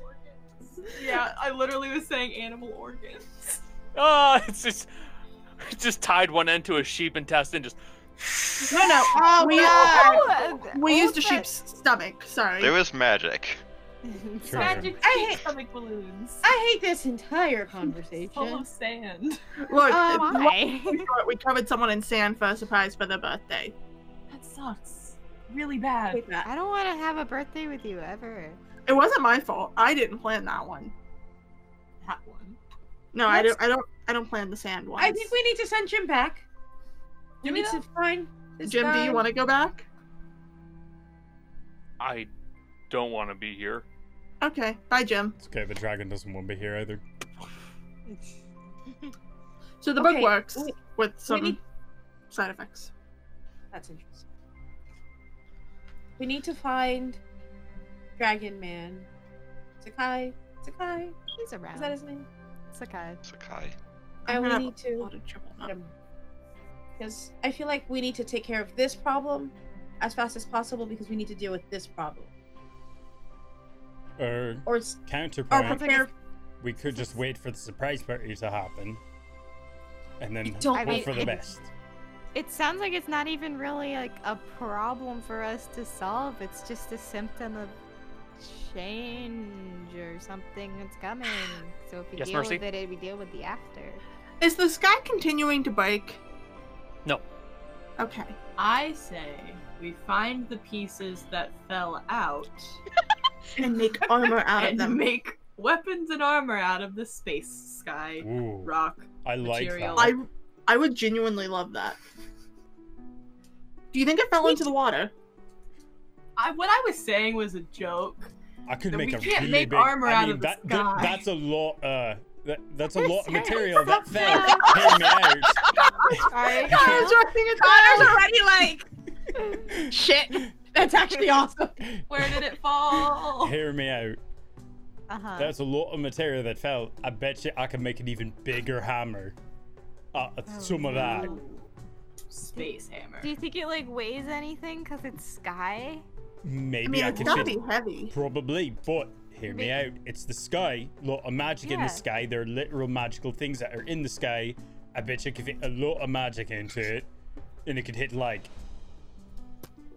H: Yeah, I literally was saying animal organs.
D: Ah, it's just just tied one end to a sheep intestine. Just
C: No, no.
B: Oh,
C: we
B: God.
C: we used a sheep's stomach. Sorry.
F: There is magic.
D: Sure.
E: Magic
H: I hate stomach balloons.
E: I hate this entire conversation.
H: Full of sand.
C: Look,
E: Oh,
C: it-
E: why?
C: we covered someone in sand for a surprise for their birthday.
H: That sucks. Really bad.
B: I don't want to have a birthday with you ever.
C: It wasn't my fault. I didn't plan that one.
H: That one.
C: No, I don't. I don't. I don't plan the sand one.
E: I think we need to send Jim back. We
H: Jimmy
E: need to find this
C: Jim, do
E: guy.
C: you want to go back?
D: I don't want to be here.
C: Okay. Bye, Jim.
I: It's okay, the dragon doesn't want to be here either.
C: So the book
E: Okay,
C: works
E: we-
C: with some
E: need-
C: side effects.
E: That's interesting. We need to find Dragon Man. Sakai. Sakai.
B: He's around.
E: Is that his name?
B: Sakai.
F: Sakai.
C: I'm
E: and we
C: gonna
E: need
C: have a
E: to
C: lot of trouble now.
E: get him. Because I feel like we need to take care of this problem as fast as possible because we need to deal with this problem.
I: Or,
E: Or s-
I: counterpoint,
E: or prepare-
I: we could just wait for the surprise party to happen, and then
B: don't- I
I: hope
B: mean,
I: for the
B: it-
I: best.
B: It sounds like it's not even really like a problem for us to solve. It's just a symptom of change or something that's coming. So if we
D: Yes,
B: deal
D: Mercy?
B: with it, we deal with the after.
C: Is the sky continuing to break?
D: No.
C: Okay.
H: I say we find the pieces that fell out
C: And make armor out of
H: and
C: them.
H: make weapons and armor out of the space sky
I: Ooh.
H: rock.
I: I like
H: material.
C: I I would genuinely love that. Do you think it fell into the water?
H: I what I was saying was a joke.
I: I could
H: Then
I: make
H: we
I: a
H: can't
I: really
H: make
I: big.
H: armor
I: I
H: out
I: mean,
H: of the
I: that, that-
H: sky.
I: that's a lot. Uh, that, that's a
H: You're
I: lot of
H: saying
I: material that fell.
H: something.
I: Hear me out.
E: Sorry.
I: I
C: was writing it
E: already like shit. That's actually awesome.
H: Where did it
E: Oh.
B: Oh.
H: fall?
I: Hear me out.
B: Uh huh.
I: That's a lot of material that fell. I bet you I can make an even bigger hammer. Uh, some of that.
H: Space hammer.
B: Do you think it like weighs anything because it's sky?
I: Maybe I,
C: mean, it's
I: can
C: gotta
I: fit.
C: be heavy.
I: Probably, but hear me out. It's the sky. Lot of magic in
B: Yeah.
I: the sky. There are literal magical things that are in the sky. I bet you could fit a lot of magic into it, and it could hit like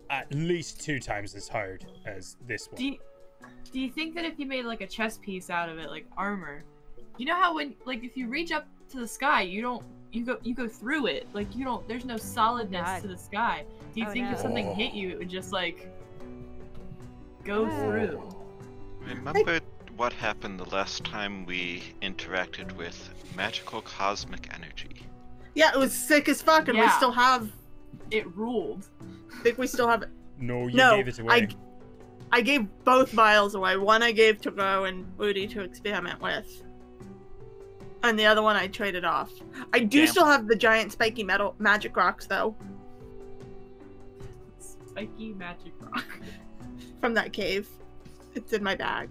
I: at least two times as hard as this one.
H: Do you, do you think that if you made like a chess piece out of it, like armor, you know how when like if you reach up to the sky, you don't you go you go through it like you don't there's no solidness
B: God.
H: to the sky. Do you
B: Oh,
H: think
B: no.
H: if something hit you, it would just like go
B: Oh.
H: through?
F: Remember what happened the last time we interacted with magical cosmic energy?
C: Yeah, it was sick as fuck, and we
H: Yeah.
C: still have.
H: It ruled.
C: I think we still have it.
I: No, you
C: no,
I: gave it
C: I-
I: away.
C: I gave both vials away. One I gave to Go and Woody to experiment with, and the other one I traded off. I do
D: Damn.
C: still have the giant spiky metal magic rocks though
H: Spiky magic rock.
C: from that cave. It's in my bag.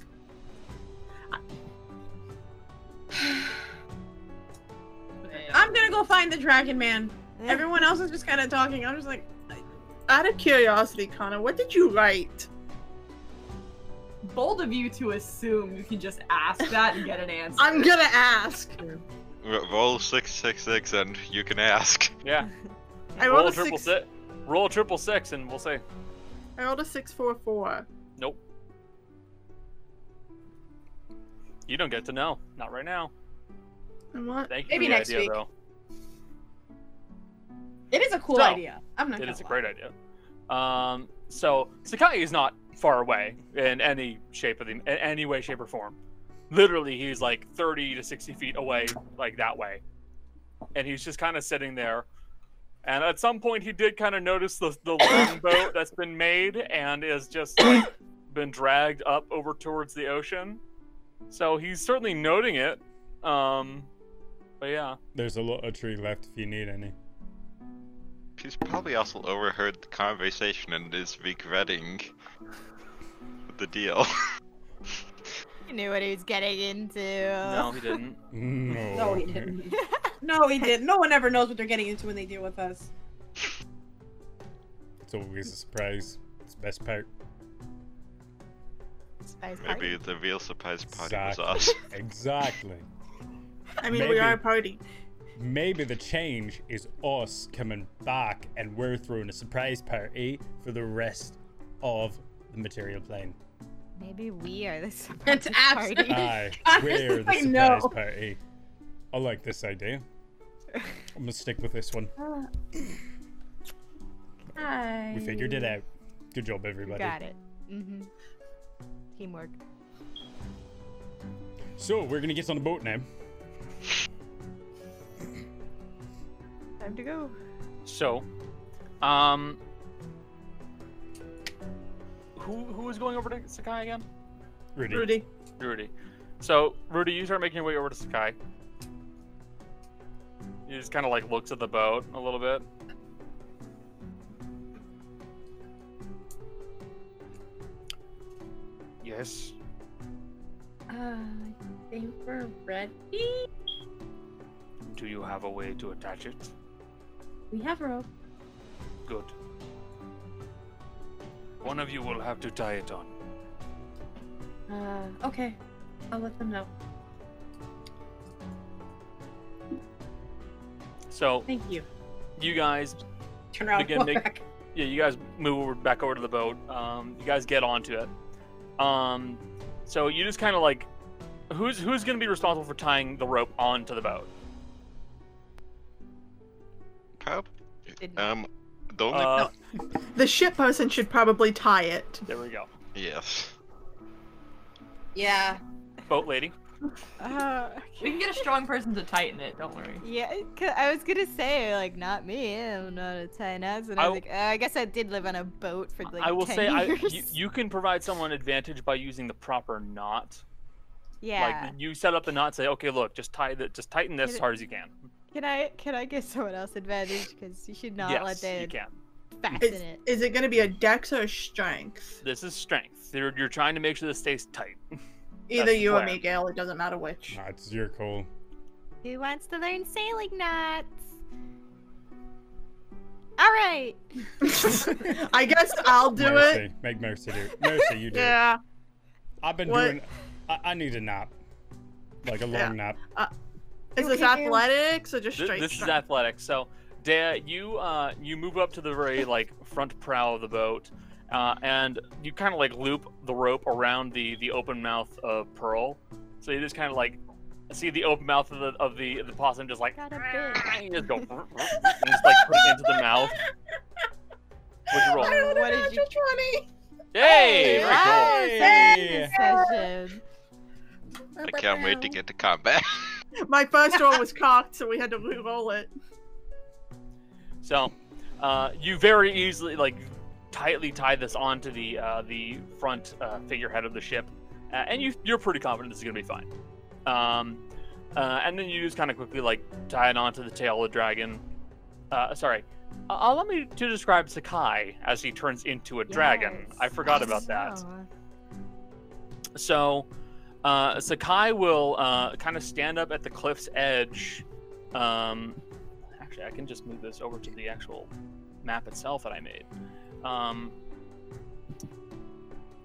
E: I'm gonna go find the dragon man. Everyone else is just kind of talking. I'm just like,
C: Out of curiosity, Connor, what did you write?
H: Bold of you to assume you can just ask that and get an answer.
C: I'm gonna ask.
F: R- roll six six six, and you can ask.
D: Yeah.
C: I
D: roll
C: rolled
D: a
C: a
D: triple
C: six.
D: six. Roll a triple six, and we'll say
C: I rolled a six four four.
D: nope. You don't get to know. Not right now.
C: And what?
D: Thank you
E: Maybe
D: for the
E: next
D: idea,
E: week.
D: though.
E: it is a cool
D: So,
E: idea. I'm not.
D: It
E: gonna
D: is a
E: lie.
D: great idea. Um, so Sakai is not far away in any shape of the in any way, shape, or form. Literally, he's like thirty to sixty feet away, like that way, and he's just kind of sitting there. And at some point, he did kind of notice the the longboat that's been made and is just like, been dragged up over towards the ocean. So he's certainly noting it. Um, but yeah,
I: There's a lot of tree left if you need any.
F: He's probably also overheard the conversation and is regretting the deal.
B: He knew what he was getting into.
D: no, he didn't.
I: No.
E: No, he didn't. no, he didn't. No one ever knows what they're getting into when they deal with us.
I: It's always a surprise. It's the best part.
B: Spice
F: Maybe the real surprise party was
I: Exactly.
F: us.
I: exactly.
C: I mean,
I: Maybe.
C: we are a party.
I: Maybe the change is us coming back and we're throwing a surprise party for the rest of the material plane.
B: Maybe we are the surprise
E: That's
B: party.
E: abs-
I: Aye, we're the
E: Honestly,
I: surprise
E: no.
I: party. I like this idea. I'm gonna stick with this one. We figured it out. Good job, everybody.
B: Got it. Mm-hmm. Teamwork.
I: So we're gonna get on the boat now.
B: Time to go.
D: So, um, who who is going over to Sakai again?
I: Rudy.
C: Rudy.
D: Rudy. So, Rudy, you start making your way over to Sakai. He just kind of like looks at the boat a little bit. Yes.
E: Uh, I think we're ready.
D: Do you have a way to attach it?
E: We have rope.
D: Good. One of you will have to tie it on.
E: Uh, okay. I'll let them know.
D: So
E: Thank you.
D: you guys
E: Turn around.
D: begin
E: walk
D: make-
E: back.
D: yeah you guys move over, back over to the boat um you guys get onto it um so you just kind of like who's who's gonna be responsible for tying the rope onto the boat
F: Prob-
B: Didn't-
F: Um, the only.
D: Uh,
C: The ship person should probably tie it.
D: there we go
F: Yes.
E: Yeah.
D: boat lady
B: Uh,
H: We can get a strong person to tighten it. Don't worry.
B: yeah, 'cause I was gonna say like not me. I'm not a ten as, and I,
D: I
B: was like,
D: w-
B: uh, I guess I did live on a boat for like
D: i will
B: 10
D: say I,
B: years.
D: you, you can provide someone advantage by using the proper knot
B: yeah.
D: like you set up the knot and say okay look just tie the just tighten this as hard as you can
B: Can I can I give someone else advantage? Because you should not let
D: yes you
B: them
D: can
B: fasten
C: Is,
B: it.
C: is it going to be a dex or a strength?
D: this is strength you're, you're trying to make sure this stays tight
C: Either
D: That's the
C: you or
D: plan.
C: me, Gail. It doesn't matter which.
I: Nah, it's your call.
B: Who wants to learn sailing knots? All right.
C: I guess I'll do
I: Mercy,
C: it.
I: make Mercy do. it. Mercy, you do. it.
C: Yeah.
I: I've been
C: What?
I: doing. I, I need a nap, like a long
C: Yeah.
I: nap.
C: Uh, Is
E: You
C: this
E: can do-
C: athletics or just
D: Th-
C: straight?
D: this is
C: strength?
D: athletics. So, Dea, you uh, you move up to the very like front prow of the boat, uh, and you kind of like loop the rope around the the open mouth of Pearl. So you just kind of like see the open mouth of the of the the possum just like
B: Got a bit.
D: you just go and just like put it into the mouth. What'd you roll?
E: I rolled a
B: What did you-
E: natural 20.
D: Hey, very cool.
B: Wow, sailing session.
F: I can't wait to get to combat.
C: My first roll was cocked, so we had to re-roll it.
D: So, uh, you very easily like tightly tie this onto the uh, the front uh, figurehead of the ship, uh, and you you're pretty confident this is gonna be fine. Um, uh, and then you just kind of quickly like tie it onto the tail of the dragon. Uh, sorry, uh, allow me to describe Sakai as he turns into a dragon. I forgot about that. So, uh, Sakai will uh, kind of stand up at the cliff's edge. Um, actually, I can just move this over to the actual map itself that I made. Um,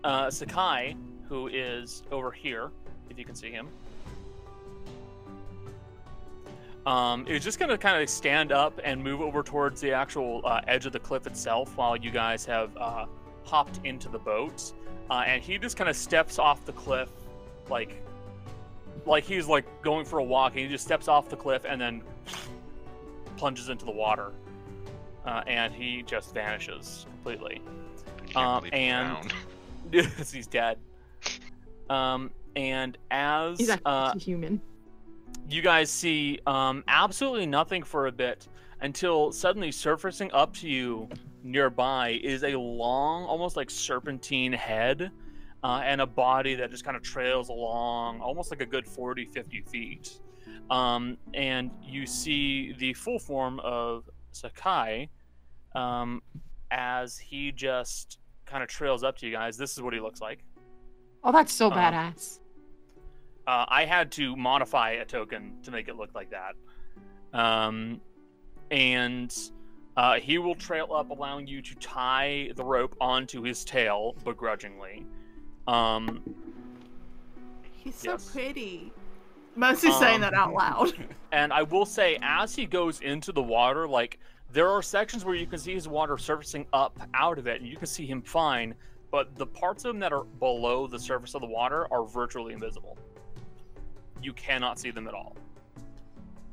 D: uh, Sakai, who is over here, if you can see him, um, is just going to kind of stand up and move over towards the actual uh, edge of the cliff itself while you guys have uh, hopped into the boat. Uh, and he just kind of steps off the cliff, like, like he's like going for a walk, and he just steps off the cliff and then plunges into the water, uh, and he just vanishes completely. Um, and yes, he's dead. Um, and as
M: He's actually
D: uh,
M: human.
D: you guys see um, absolutely nothing for a bit until suddenly surfacing up to you nearby is a long, almost like serpentine head uh, and a body that just kind of trails along, almost like a good 40, 50 feet. Um, and you see the full form of Sakai um, as he just kind of trails up to you guys. This is what he looks like.
N: Oh, that's so
D: Um,
N: badass.
D: Uh, I had to modify a token to make it look like that. Um, and uh, he will trail up, allowing you to tie the rope onto his tail begrudgingly. Um,
C: He's
D: so Yes. Um,
C: pretty. Mostly saying that out loud.
D: and I will say, as he goes into the water, like there are sections where you can see his water surfacing up out of it, and you can see him fine. But the parts of him that are below the surface of the water are virtually invisible. You cannot see them at all.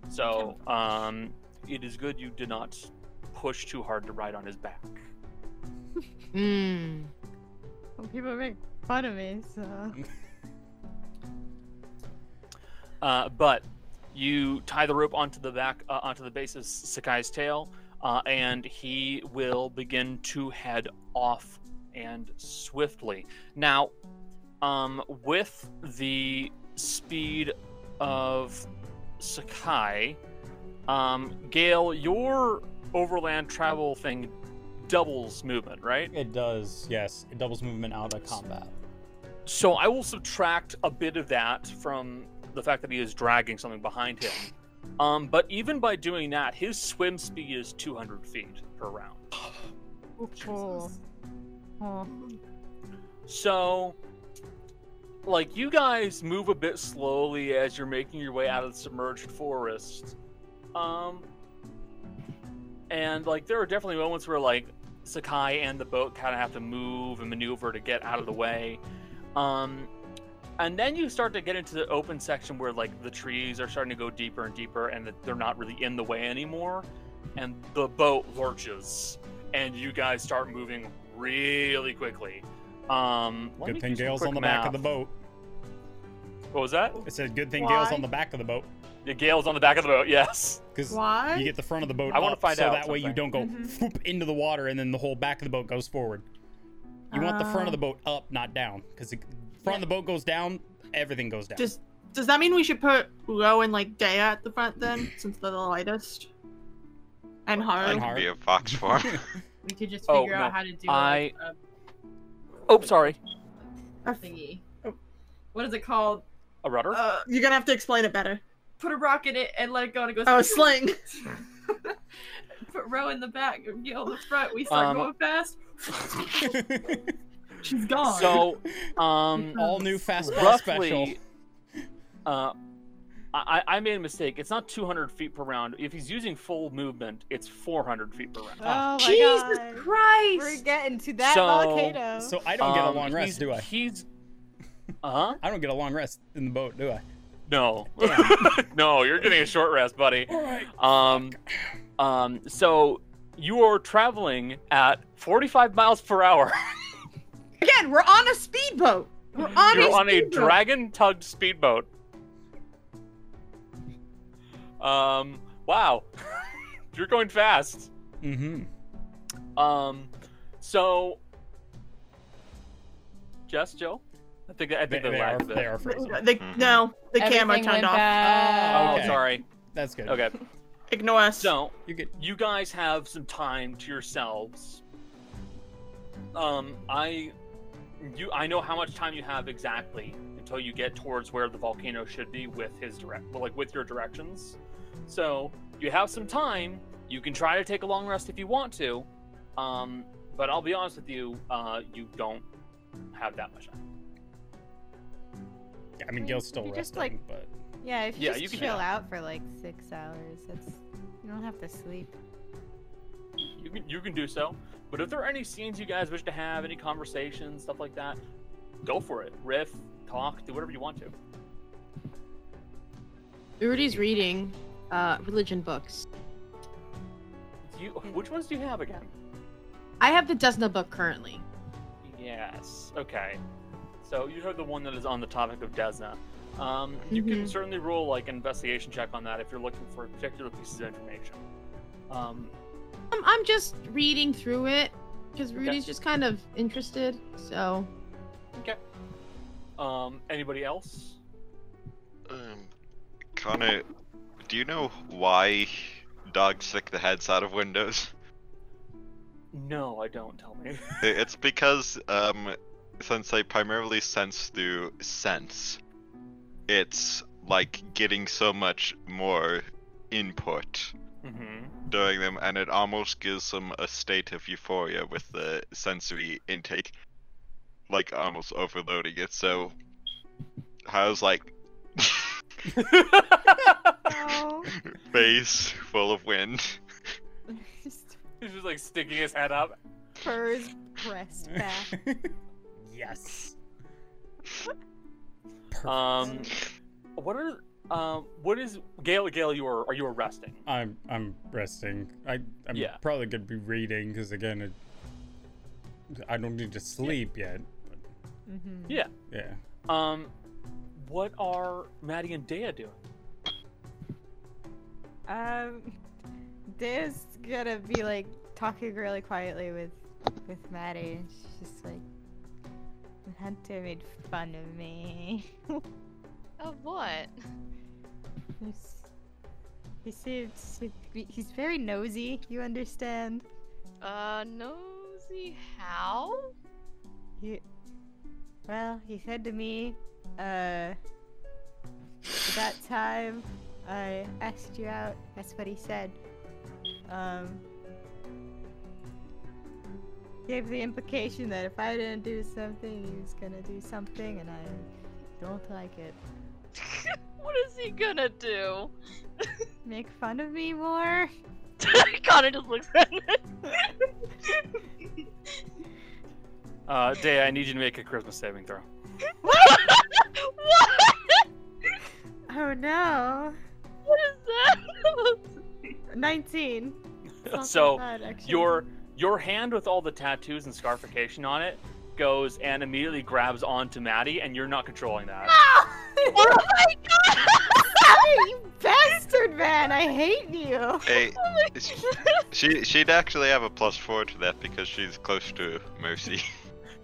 D: So um, it is good you did not push too hard to ride on his back.
N: Mm.
E: Well, people make fun of me, so.
D: Uh, but you tie the rope onto the back, uh, onto the base of Sakai's tail, uh, and he will begin to head off and swiftly. Now, um, with the speed of Sakai, um, Gail, your overland travel thing doubles movement, right?
I: It does, yes. It doubles movement out of combat.
D: So I will subtract a bit of that from the fact that he is dragging something behind him. Um, but even by doing that, his swim speed is 200 feet per round.
B: Oh. Oh.
D: So, like, you guys move a bit slowly as you're making your way out of the submerged forest. Um, and, like, there are definitely moments where, like, Sakai and the boat kind of have to move and maneuver to get out of the way. Um, and then you start to get into the open section where, like, the trees are starting to go deeper and deeper and they're not really in the way anymore. And the boat lurches, and you guys start moving really quickly. Um, let me
I: Good thing
D: do some
I: Gale's
D: quick
I: on the back of the
D: math.
I: boat.
D: What was that?
I: I said, good thing Gale's
D: Why?
I: on the back of the boat.
D: The Gale's on the back of the boat, yes.
I: Because
C: Why?
I: you get the front of the boat
D: I wanna
I: up,
D: find
I: so
D: out
I: that way you don't
D: something.
I: go
H: Mm-hmm.
I: whoop into the water and then the whole back of the boat goes forward. You want the front of
H: Oh.
I: the boat up, not down. Because the front of the boat goes down, everything goes down.
C: Does does that mean we should put Ro and like Dea at the front then, since they're the lightest? And Haru.
F: That could be a fox form.
H: We could just
F: Oh,
H: figure out
F: no.
H: how to do
F: I-
H: like, a
D: Oh, sorry.
H: thingy. What is it called?
D: A rudder?
C: Uh, you're gonna have to explain it better.
H: Put a rock in it and let it go and it goes.
C: Oh, a sling.
H: Put row in the back, Gil in the front. We start
D: Um,
H: going fast. She's gone.
D: So, um,
I: All new fastball
D: roughly,
I: special.
D: Uh, I, I made a mistake. It's not 200 feet per round. If he's using full movement, it's 400 feet per round.
B: Oh my
I: Oh,
C: Jesus
B: God.
C: Christ!
B: We're getting to that
D: so,
B: volcano.
D: um, he's- He's. Uh huh.
I: I don't get a long rest in the boat, do I?
D: No. no, you're getting a short rest, buddy. Um, um, so you are traveling at 45 miles per hour.
E: Again, we're on a speedboat. We're on
D: You're
E: a
D: on a
E: speedboat.
D: dragon tugged speedboat. Um, wow. You're going fast.
I: Mm-hmm.
D: Um, So, Jess, Joe, I think I think
A: They-
D: they,
A: they
D: lagged
A: are-
D: there.
A: they are frozen.
C: The, No, the camera
D: Everything
C: turned
D: went
C: off.
D: Oh, sorry.
A: That's good.
D: Okay.
C: Ignore us.
D: So
A: you
D: you guys have some time to yourselves. Um, I, you, I know how much time you have exactly until you get towards where the volcano should be with his direct, well, like with your directions. So you have some time. You can try to take a long rest if you want to. Um, but I'll be honest with you, uh, you don't have that much time.
A: I mean, Gail's still
B: you
A: resting,
B: just, like-
A: but
B: Yeah, if you
D: Yeah,
B: just
D: you can-
B: chill
D: yeah.
B: out for like six hours, that's you don't have to sleep.
D: You can you can do so. But if there are any scenes you guys wish to have, any conversations, stuff like that, go for it. Riff, talk, do whatever you want to.
N: Rudy's reading uh, religion books.
D: Do you, which ones do you have again?
N: I have the Desna book currently.
D: Yes. Okay. So you have the one that is on the topic of Desna. Um, you can
N: Mhm.
D: certainly roll like an investigation check on that if you're looking for particular pieces of information. Um,
N: I'm, I'm just reading through it because Rudy's just kind of interested. So
D: okay. Um, anybody else?
F: Um, Connor, do you know why dogs stick the heads out of windows?
D: No, I don't. Tell me.
F: I- It's because um, since they primarily sense through sense, it's like getting so much more input
D: Mhm.
F: during them, and it almost gives them a state of euphoria with the sensory intake, like almost overloading it. So I was like, face full of wind.
D: He's just like sticking his head up.
B: Furs pressed back.
A: yes.
D: Um, what are um, what is Gail? Gail, you are are you arresting?
I: I'm I'm resting. I I'm
D: Yeah.
I: probably gonna be reading because again, it, I don't need to sleep yet.
B: Mm-hmm.
D: Yeah.
I: Yeah.
D: Um, what are Maddie and Dea doing?
B: Um, Dave's gonna be like talking really quietly with with Maddie. and She's just like, Hunter made fun of me.
G: Of what?
B: He's- he seems to be- he's very nosy. You understand?
G: Uh, nosy how?
B: You, well, he said to me, uh, that time I asked you out. That's what he said. Um, gave the implication that if I didn't do something, he was gonna do something, and I don't like it.
G: What is he gonna do?
B: Make fun of me more.
G: Connor just looks at him.
D: Uh, Dea, I need you to make a Christmas saving throw.
B: Oh no.
G: What is that?
B: 19.
D: so
B: bad, actually.
D: your your hand with all the tattoos and scarification on it goes and immediately grabs onto Maddie, and you're not controlling that.
B: oh my god! you bastard man, I hate you. Oh
F: Hey, she she'd actually have a plus four to that because she's close to Mercy.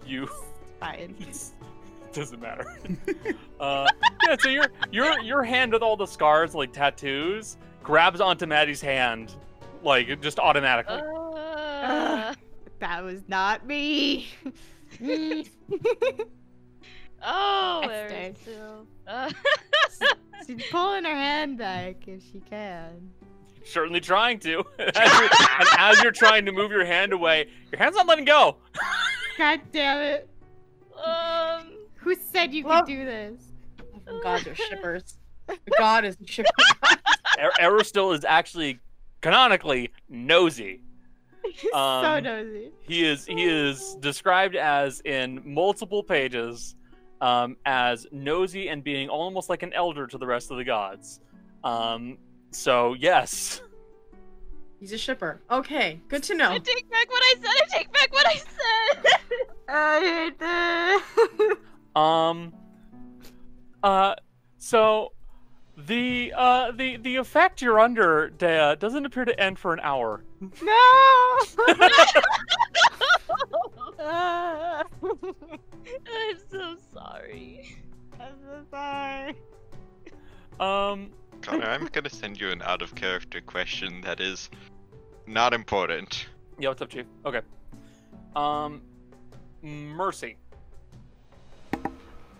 D: You
B: Fine.
D: doesn't matter. uh, yeah, so your your your hand with all the scars, like tattoos, grabs onto Maddie's hand, like just automatically.
B: Ugh, that was not me. Mm.
G: Oh,
B: I
G: there
B: stayed.
G: is still. Uh,
B: She's pulling her hand back if she can.
D: Certainly trying to. as you're, and as you're trying to move your hand away, your hand's not letting go.
B: God damn it.
G: Um.
B: Who said you could do this?
E: Oh,
N: gods are shippers. God is shippers.
D: Er- Aerostil is actually canonically nosy.
B: so
D: Um,
B: nosy.
D: He is he is described as in multiple pages um, as nosy and being almost like an elder to the rest of the gods. Um, so yes,
N: He's a shipper. Okay, good to know.
G: I take back what I said. I take back what I said.
B: I
D: um, uh, so the uh, the the effect you're under, Dea, doesn't appear to end for an hour.
B: No.
G: Ah. I'm so sorry. I'm so sorry.
D: Um,
F: Connor, I'm gonna send you an out of character question that is not important.
D: Yeah, what's up, Chief? Okay. Um, Mercy.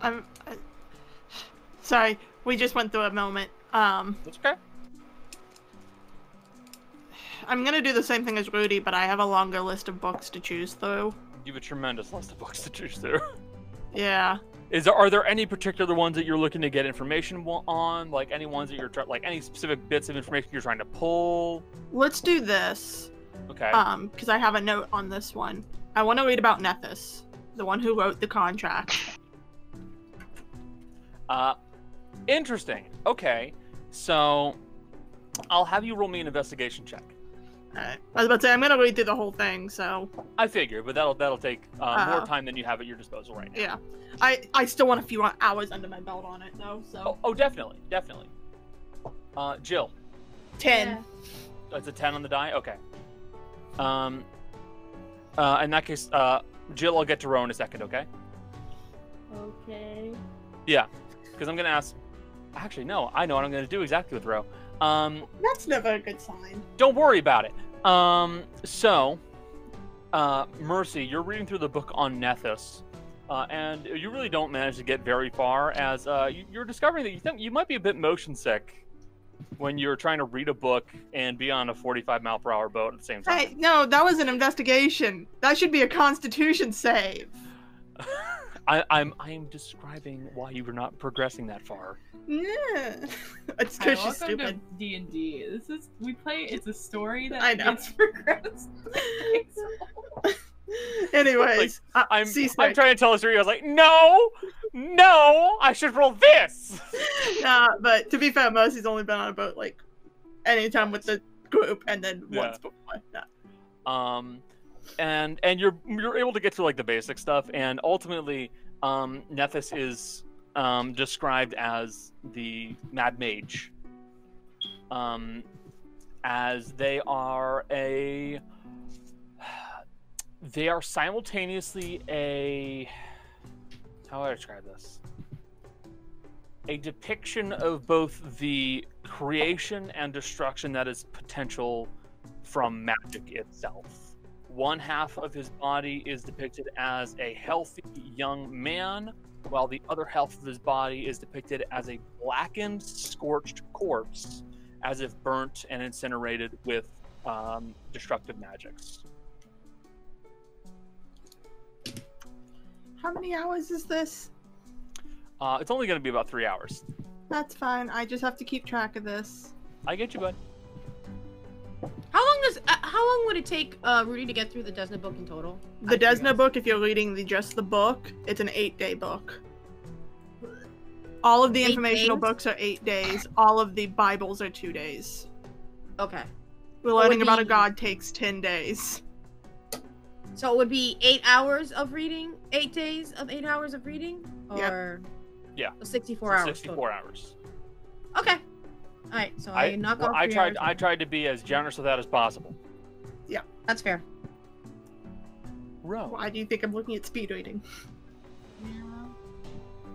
C: I'm I, sorry. We just went through a moment. Um,
D: That's okay.
C: I'm gonna do the same thing as Rudy, but I have a longer list of books to choose through.
D: You have a tremendous list of books to choose through.
C: Yeah.
D: Is there, are there any particular ones that you're looking to get information wa- on? Like any ones that you're try- like any specific bits of information you're trying to pull?
C: Let's do this.
D: Okay.
C: Um, because I have a note on this one. I want to read about Nethus, the one who wrote the contract.
D: Uh, interesting. Okay, so I'll have you roll me an investigation check.
C: Alright. I was about to say I'm gonna read through the whole thing, so
D: I figure, but that'll that'll take uh,
C: Uh-oh.
D: more time than you have at your disposal right now.
C: yeah. I I still want a few hours under my belt on it though. So
D: Oh, definitely, definitely. Uh, Jill,
C: ten.
D: that's a ten on the die. Okay. Um. Uh, in that case, uh, Jill, I'll get to row in a second. Okay.
G: Okay.
D: Yeah, because I'm gonna ask. Actually, no, I know what I'm gonna do exactly with row. Um,
C: That's never a good sign.
D: don't worry about it. Um, so, uh, Mercy, you're reading through the book on Nethus, uh, and you really don't manage to get very far as uh, you, you're discovering that you think you might be a bit motion sick when you're trying to read a book and be on a 45 mile per hour boat at the same time.
C: Hey, no, that was an investigation. That should be a Constitution save.
D: I, I'm I'm describing why you were not progressing that far.
C: Yeah. It's
H: Hi,
C: because she's
H: welcome to
C: stupid.
H: D and D. This is we play. It's a story that
C: I know.
H: gets progressed.
C: Anyways, uh,
D: I'm
C: C6.
D: I'm trying to tell a story. I was like, no, no, I should roll this.
C: nah, but to be fair, Mercy's only been on a boat like any time with the group, and then
D: Yeah.
C: once before. Yeah.
D: um, and and you're you're able to get to like the basic stuff, and ultimately, um, Nethys is um, described as the Mad Mage, um, as they are a they are simultaneously a how would I describe this? A depiction of both the creation and destruction that is potential from magic itself. One half of his body is depicted as a healthy young man, while the other half of his body is depicted as a blackened, scorched corpse, as if burnt and incinerated with um, destructive magics.
C: How many hours is this?
D: Uh, it's only going to be about three hours.
C: That's fine. I just have to keep track of this.
D: I get you, bud.
E: How long does uh, how long would it take uh, Rudy to get through the Desna book in total?
C: The Desna book, if you're reading the just the book, it's an eight day book. All of the
E: Eight
C: informational
E: days?
C: books are eight days. All of the Bibles are two days.
E: Okay.
C: We're
E: What would
C: learning about a
E: be-
C: god takes ten days.
E: So it would be eight hours of reading, eight days of eight hours of reading,
C: Yep.
E: or
D: Yeah.
E: so 64
D: It's
E: hours.
D: 64 hours.
E: total. Okay. All right. So I, knock
D: well,
E: off.
D: I
E: three
D: tried.
E: hours.
D: I tried to be as generous with that as possible.
E: That's fair.
D: Row.
C: Why do you think I'm looking at speed reading?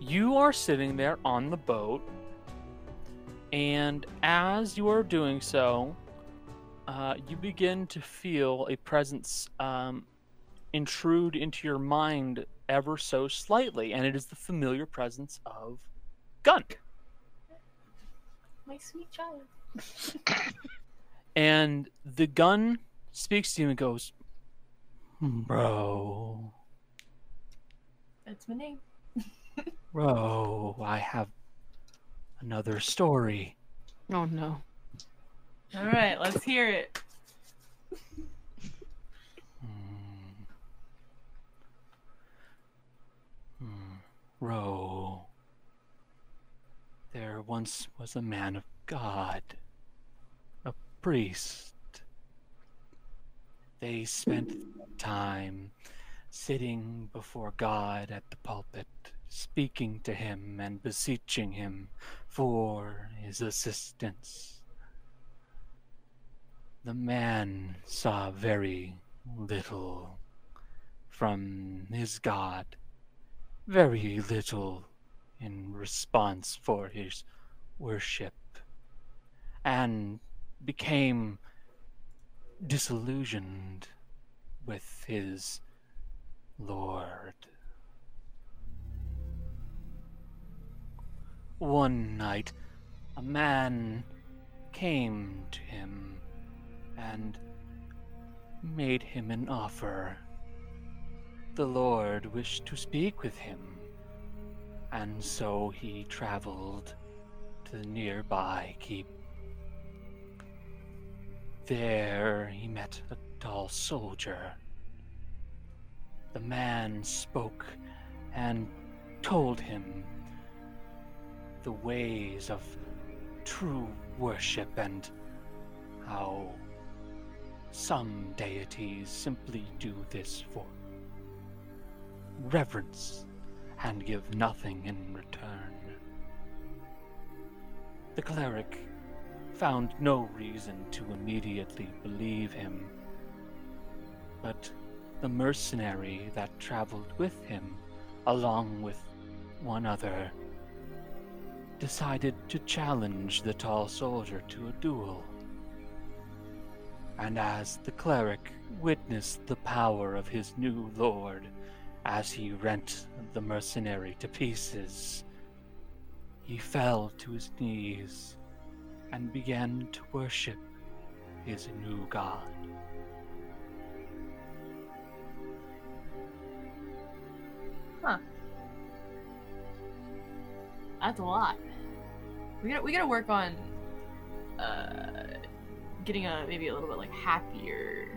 D: you are sitting there on the boat, and as you are doing so, uh, you begin to feel a presence um, intrude into your mind ever so slightly, and it is the familiar presence of Gun.
H: My sweet child.
D: And the gun speaks to you and goes, Hmm, Bro,
H: That's my name.
D: bro, I have another story.
M: Oh no.
H: All right, let's hear it.
D: Hmm. Hmm. Ro. There once was a man of God, a priest. They spent time sitting before God at the pulpit, speaking to him and beseeching him for his assistance. The man saw very little
O: from his god. Very little in response for his worship. And became disillusioned with his lord. One night, a man came to him and made him an offer. The Lord wished to speak with him, and so he traveled to the nearby keep. There he met a tall soldier. The man spoke and told him the ways of true worship and how some deities simply do this for reverence and give nothing in return. The cleric found no reason to immediately believe him, but the mercenary that traveled with him, along with one other, decided to challenge the tall soldier to a duel. And as the cleric witnessed the power of his new lord as he rent the mercenary to pieces, he fell to his knees and began to worship his new god.
H: Huh. That's a lot. We gotta we gotta work on uh, getting a maybe a little bit like happier,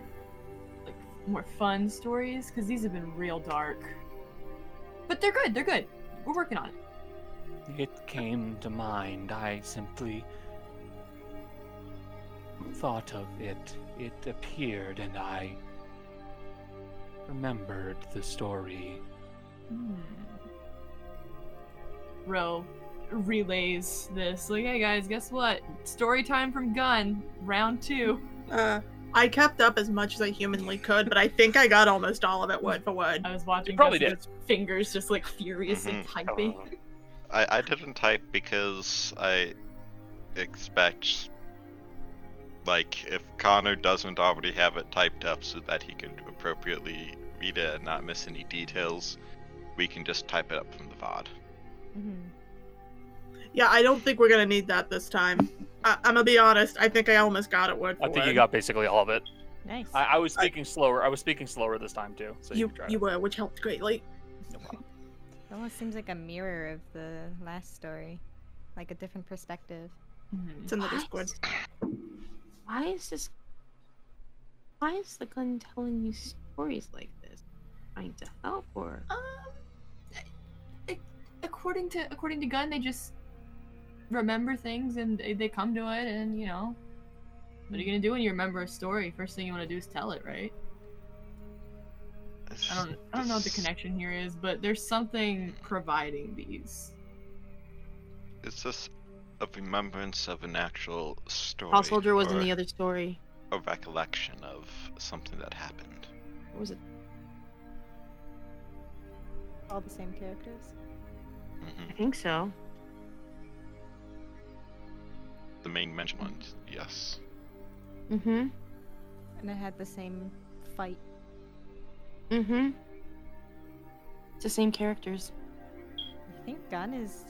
H: like more fun stories because these have been real dark. But they're good. They're good. We're working on it.
O: It came to mind. I simply thought of it. It appeared, and I remembered the story.
H: Hmm. Ro relays this like, hey guys, guess what? Story time from Gun, round two.
C: Uh, I kept up as much as I humanly could, but I think I got almost all of it word for word.
H: I was watching
C: probably
H: Gus's fingers just like furiously
F: Mhm.
H: typing.
F: I, I didn't type because I expect, like, if Connor doesn't already have it typed up so that he can appropriately read it and not miss any details, we can just type it up from the VOD.
C: Mm-hmm. Yeah, I don't think we're gonna need that this time. I- I'm gonna be honest. I think I almost got it word for
D: I think you
C: word.
D: got basically all of it.
B: Nice.
D: I, I was speaking slower. I was speaking slower this time too. So you,
C: you
D: can try
C: you
D: it.
C: were, which helped greatly.
B: It almost seems like a mirror of the last story, like a different perspective.
H: Hmm.
C: It's in the Discord.
N: Why is this? Why is the gun telling you stories like this? Trying to help or?
E: Uh.
H: Um, a- according to according to Gun, they just remember things and they, they come to it, and you know, what are you gonna do when you remember a story? First thing you want to do is tell it, right? I don't I don't know what the connection here is, but there's something providing these.
F: Is this a remembrance of an actual story?
N: Tall soldier was in
F: or
N: the other story.
F: A recollection of something that happened.
N: What was it?
B: All the same characters.
F: Mm-hmm.
N: I think so.
F: The main mentioned ones, yes.
N: Mm-hmm.
B: And it had the same fight.
N: Mm-hmm. It's the same characters.
B: I think Gun is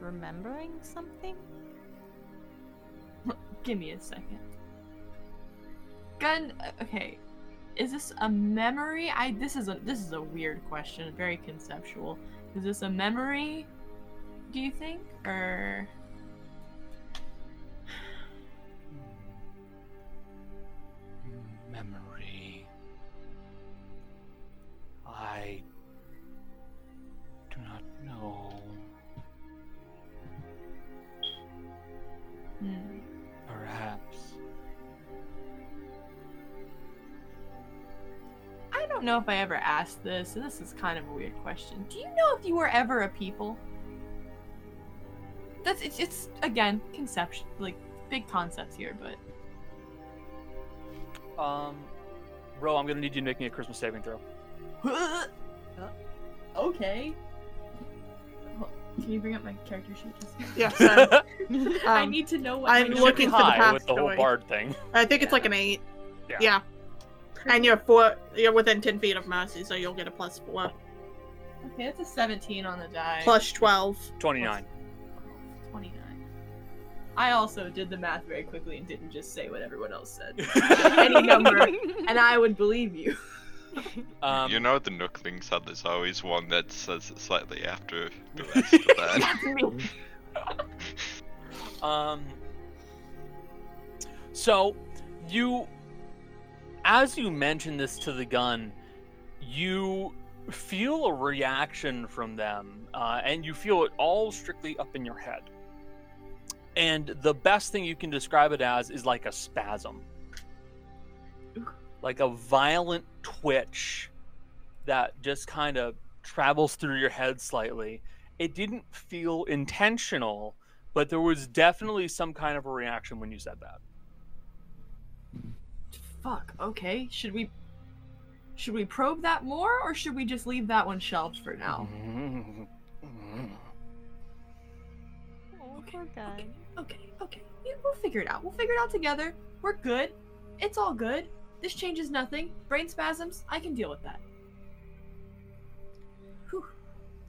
B: remembering something.
H: Give me a second. Gun. Okay, is this a memory? I this is a this is a weird question. Very conceptual. Is this a memory? Do you think or?
O: memory. I do not know.
H: Hmm.
O: Perhaps.
H: I don't know if I ever asked this, and this is kind of a weird question. Do you know if you were ever a people? That's it's, it's again conception, like big concepts here, but
D: Um, Ro, I'm gonna need you to make me a Christmas saving throw.
H: Uh, okay. Well, Can you bring up my character sheet? Just
C: Yeah, sorry.
H: I
C: Um,
H: need to know what.
C: I'm
H: my
C: looking for the
H: character-
C: path
D: with the whole bard thing.
C: I think it's like an eight.
D: Yeah.
C: And you're four. You're within ten feet of Mercy, so you'll get a plus four,
H: Okay, that's a 17 on the die.
C: plus twelve.
D: 29.
H: 29. I also did the math very quickly and didn't just say what everyone else said. Any number, and I would believe you.
F: you know the Nooklings had there's always one that says it slightly after the rest of that.
D: Um. So, you, as you mention this to the gun, you feel a reaction from them, uh, and you feel it all strictly up in your head. And the best thing you can describe it as is like a spasm, like a violent twitch that just kind of travels through your head slightly. It didn't feel intentional, but there was definitely some kind of a reaction when you said that.
H: Fuck. Okay. Should we? Should we probe that more, or should we just leave that one shelved for now?
B: Oh,
G: poor guy.
H: Okay. Okay. Yeah, We'll figure it out. We'll figure it out together. We're good. It's all good. This changes nothing. Brain spasms. I can deal with that.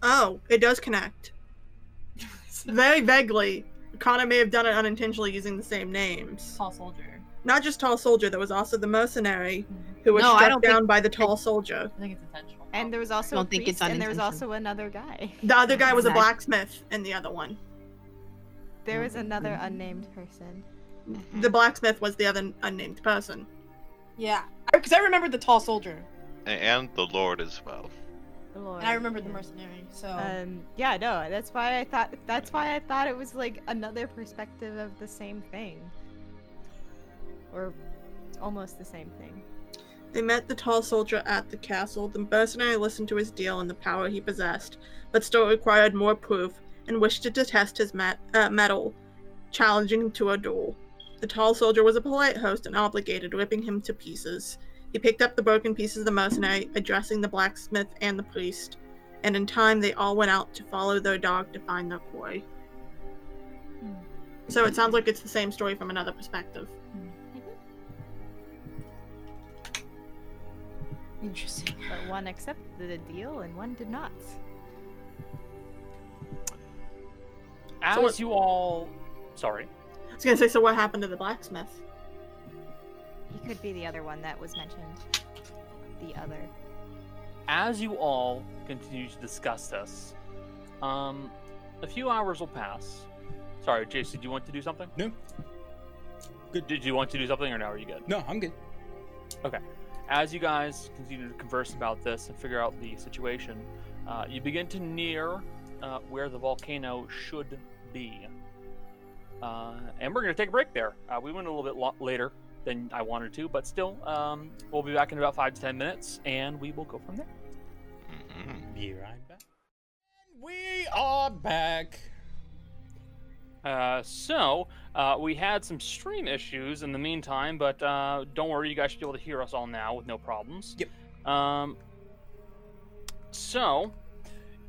C: Oh, it does connect. Very vaguely, Connor may have done it unintentionally using the same names.
H: Tall soldier.
C: Not just tall soldier. There was also the mercenary, who was
B: No, I
C: struck
B: don't
C: down
B: think-
C: by the tall soldier.
H: I think it's intentional.
B: And there was also a
C: don't think it's
B: priest, and there was
C: unintentional.
B: also another guy.
C: The other guy was a
B: Exact-
C: blacksmith, and the other one.
B: There was another unnamed person.
C: The blacksmith was the other unnamed person.
E: Yeah, because I remembered the tall soldier,
F: and the Lord as well.
E: and I remembered the mercenary. So
B: Um, yeah, no, that's why I thought that's why I thought it was like another perspective of the same thing, or almost the same thing.
C: They met the tall soldier at the castle. The mercenary listened to his deal and the power he possessed, but still required more proof and wished to test his met- uh, metal, challenging him to a duel. The tall soldier was a polite host and obligated, ripping him to pieces. He picked up the broken pieces of the mercenary, addressing the blacksmith and the priest, and in time they all went out to follow their dog to find their quarry. So it sounds like it's the same story from another perspective.
B: Interesting. But one accepted the deal and one did not.
D: As
C: what-
D: you all, sorry,
C: I was gonna say, so what happened to the blacksmith?
B: He could be the other one that was mentioned. The other.
D: as you all continue to discuss this, um, a few hours will pass. Sorry, Jason, do you want to do something?
I: No.
D: Good. Did you want to do something, or now are you good?
I: No, I'm good.
D: Okay. As you guys continue to converse about this and figure out the situation, uh, you begin to near uh, where the volcano should be. Uh, and we're going to take a break there. Uh, we went a little bit lo- later than I wanted to, but still, um, we'll be back in about five to ten minutes, and we will go from there.
I: Be right back.
A: We are back.
D: Uh, so uh, we had some stream issues in the meantime, but uh, don't worry, you guys should be able to hear us all now with no problems. Yep. Um, so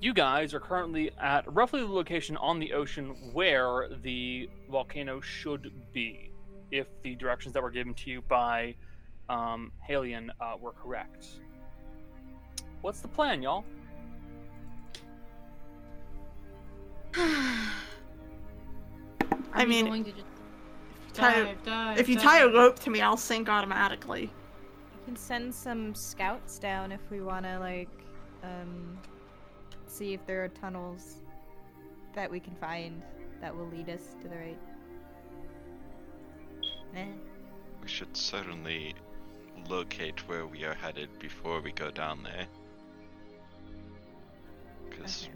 D: you guys are currently at roughly the location on the ocean where the volcano should be, if the directions that were given to you by um, Halion uh, were correct. What's the plan, y'all?
C: I mean,
E: going to just
C: tie a-
E: Dive, dive,
C: if you tie a
E: dive.
C: rope to me, I'll sink automatically.
B: We can send some scouts down if we want to, like, um, see if there are tunnels that we can find that will lead us to the right. Eh.
F: We should certainly locate where we are headed before we go down there. Because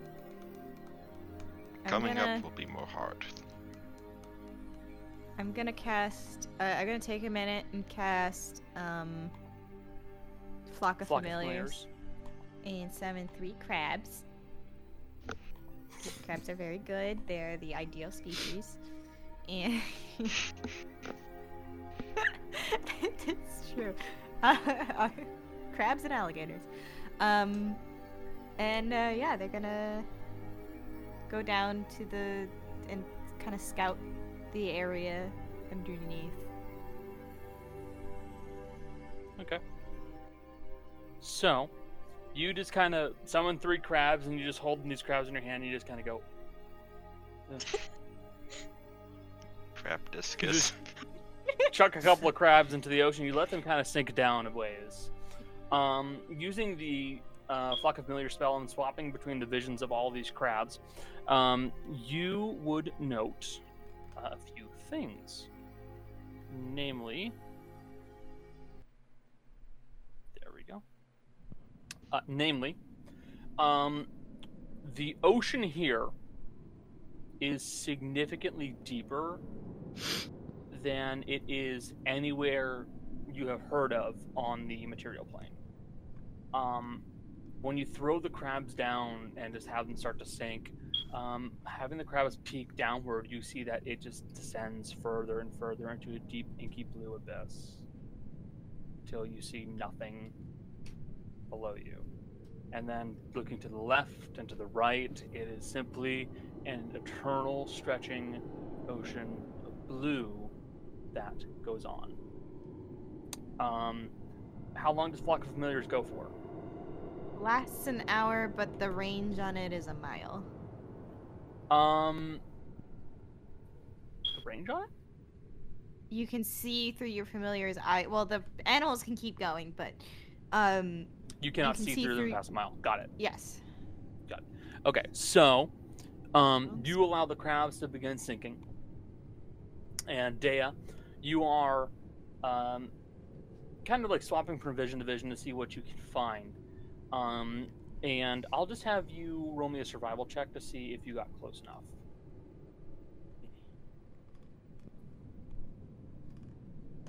B: I'm
F: coming
B: gonna-
F: up will be more hard.
B: I'm gonna cast. Uh, I'm gonna take a minute and cast um, flock of
D: Flock of
B: familiars, and summon three crabs. 'Cause crabs are very good. They're the ideal species. And that's true. Uh, crabs and alligators. Um, and uh, yeah, they're gonna go down to the and kind of scout the area underneath.
D: Okay. So, you just kind of summon three crabs, and you just hold these crabs in your hand, and you just kind of go.
F: Crab discus.
D: chuck a couple of crabs into the ocean. You let them kind of sink down a ways. Um, using the uh, flock of familiar spell and swapping between the visions of all these crabs, um, you would note a few things. Namely, there we go. Uh, namely, um, the ocean here is significantly deeper than it is anywhere you have heard of on the material plane. Um, when you throw the crabs down and just have them start to sink, um, having the crabs peek downward, you see that it just descends further and further into a deep, inky blue abyss till you see nothing below you. And then looking to the left and to the right, it is simply an eternal stretching ocean of blue that goes on. Um, how long does Flock of Familiars go for?
B: Lasts an hour, but the range on it is a mile.
D: Um, the range on it?
B: You can see through your familiar's eye. Well, the animals can keep going, but um,
D: You cannot
B: can
D: see,
B: see
D: through them
B: through-
D: past a mile. Got it.
B: yes.
D: Got it. Okay, so
B: Oh,
D: um, you allow the crabs to begin sinking. And Dea, you are um, kind of like swapping from vision to vision to see what you can find. Um, and I'll just have you roll me a survival check to see if you got close enough.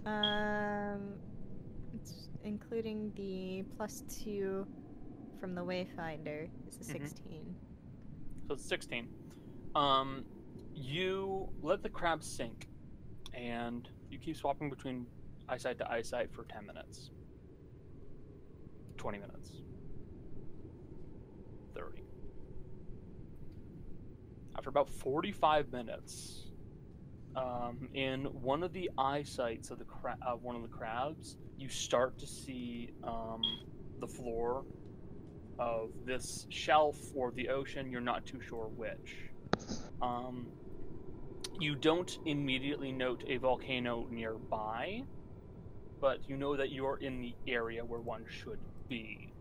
B: Um, it's including the plus two from the Wayfinder is a
D: Mhm.
B: 16.
D: So it's 16. Um, you let the crab sink, and you keep swapping between eyesight to eyesight for 10 minutes, 20 minutes, 30. After about 45 minutes, um, in one of the eyesights of the cra- uh, one of the crabs, you start to see um, the floor of this shelf or the ocean. You're not too sure which. Um, you don't immediately note a volcano nearby, but you know that you're in the area where one should be.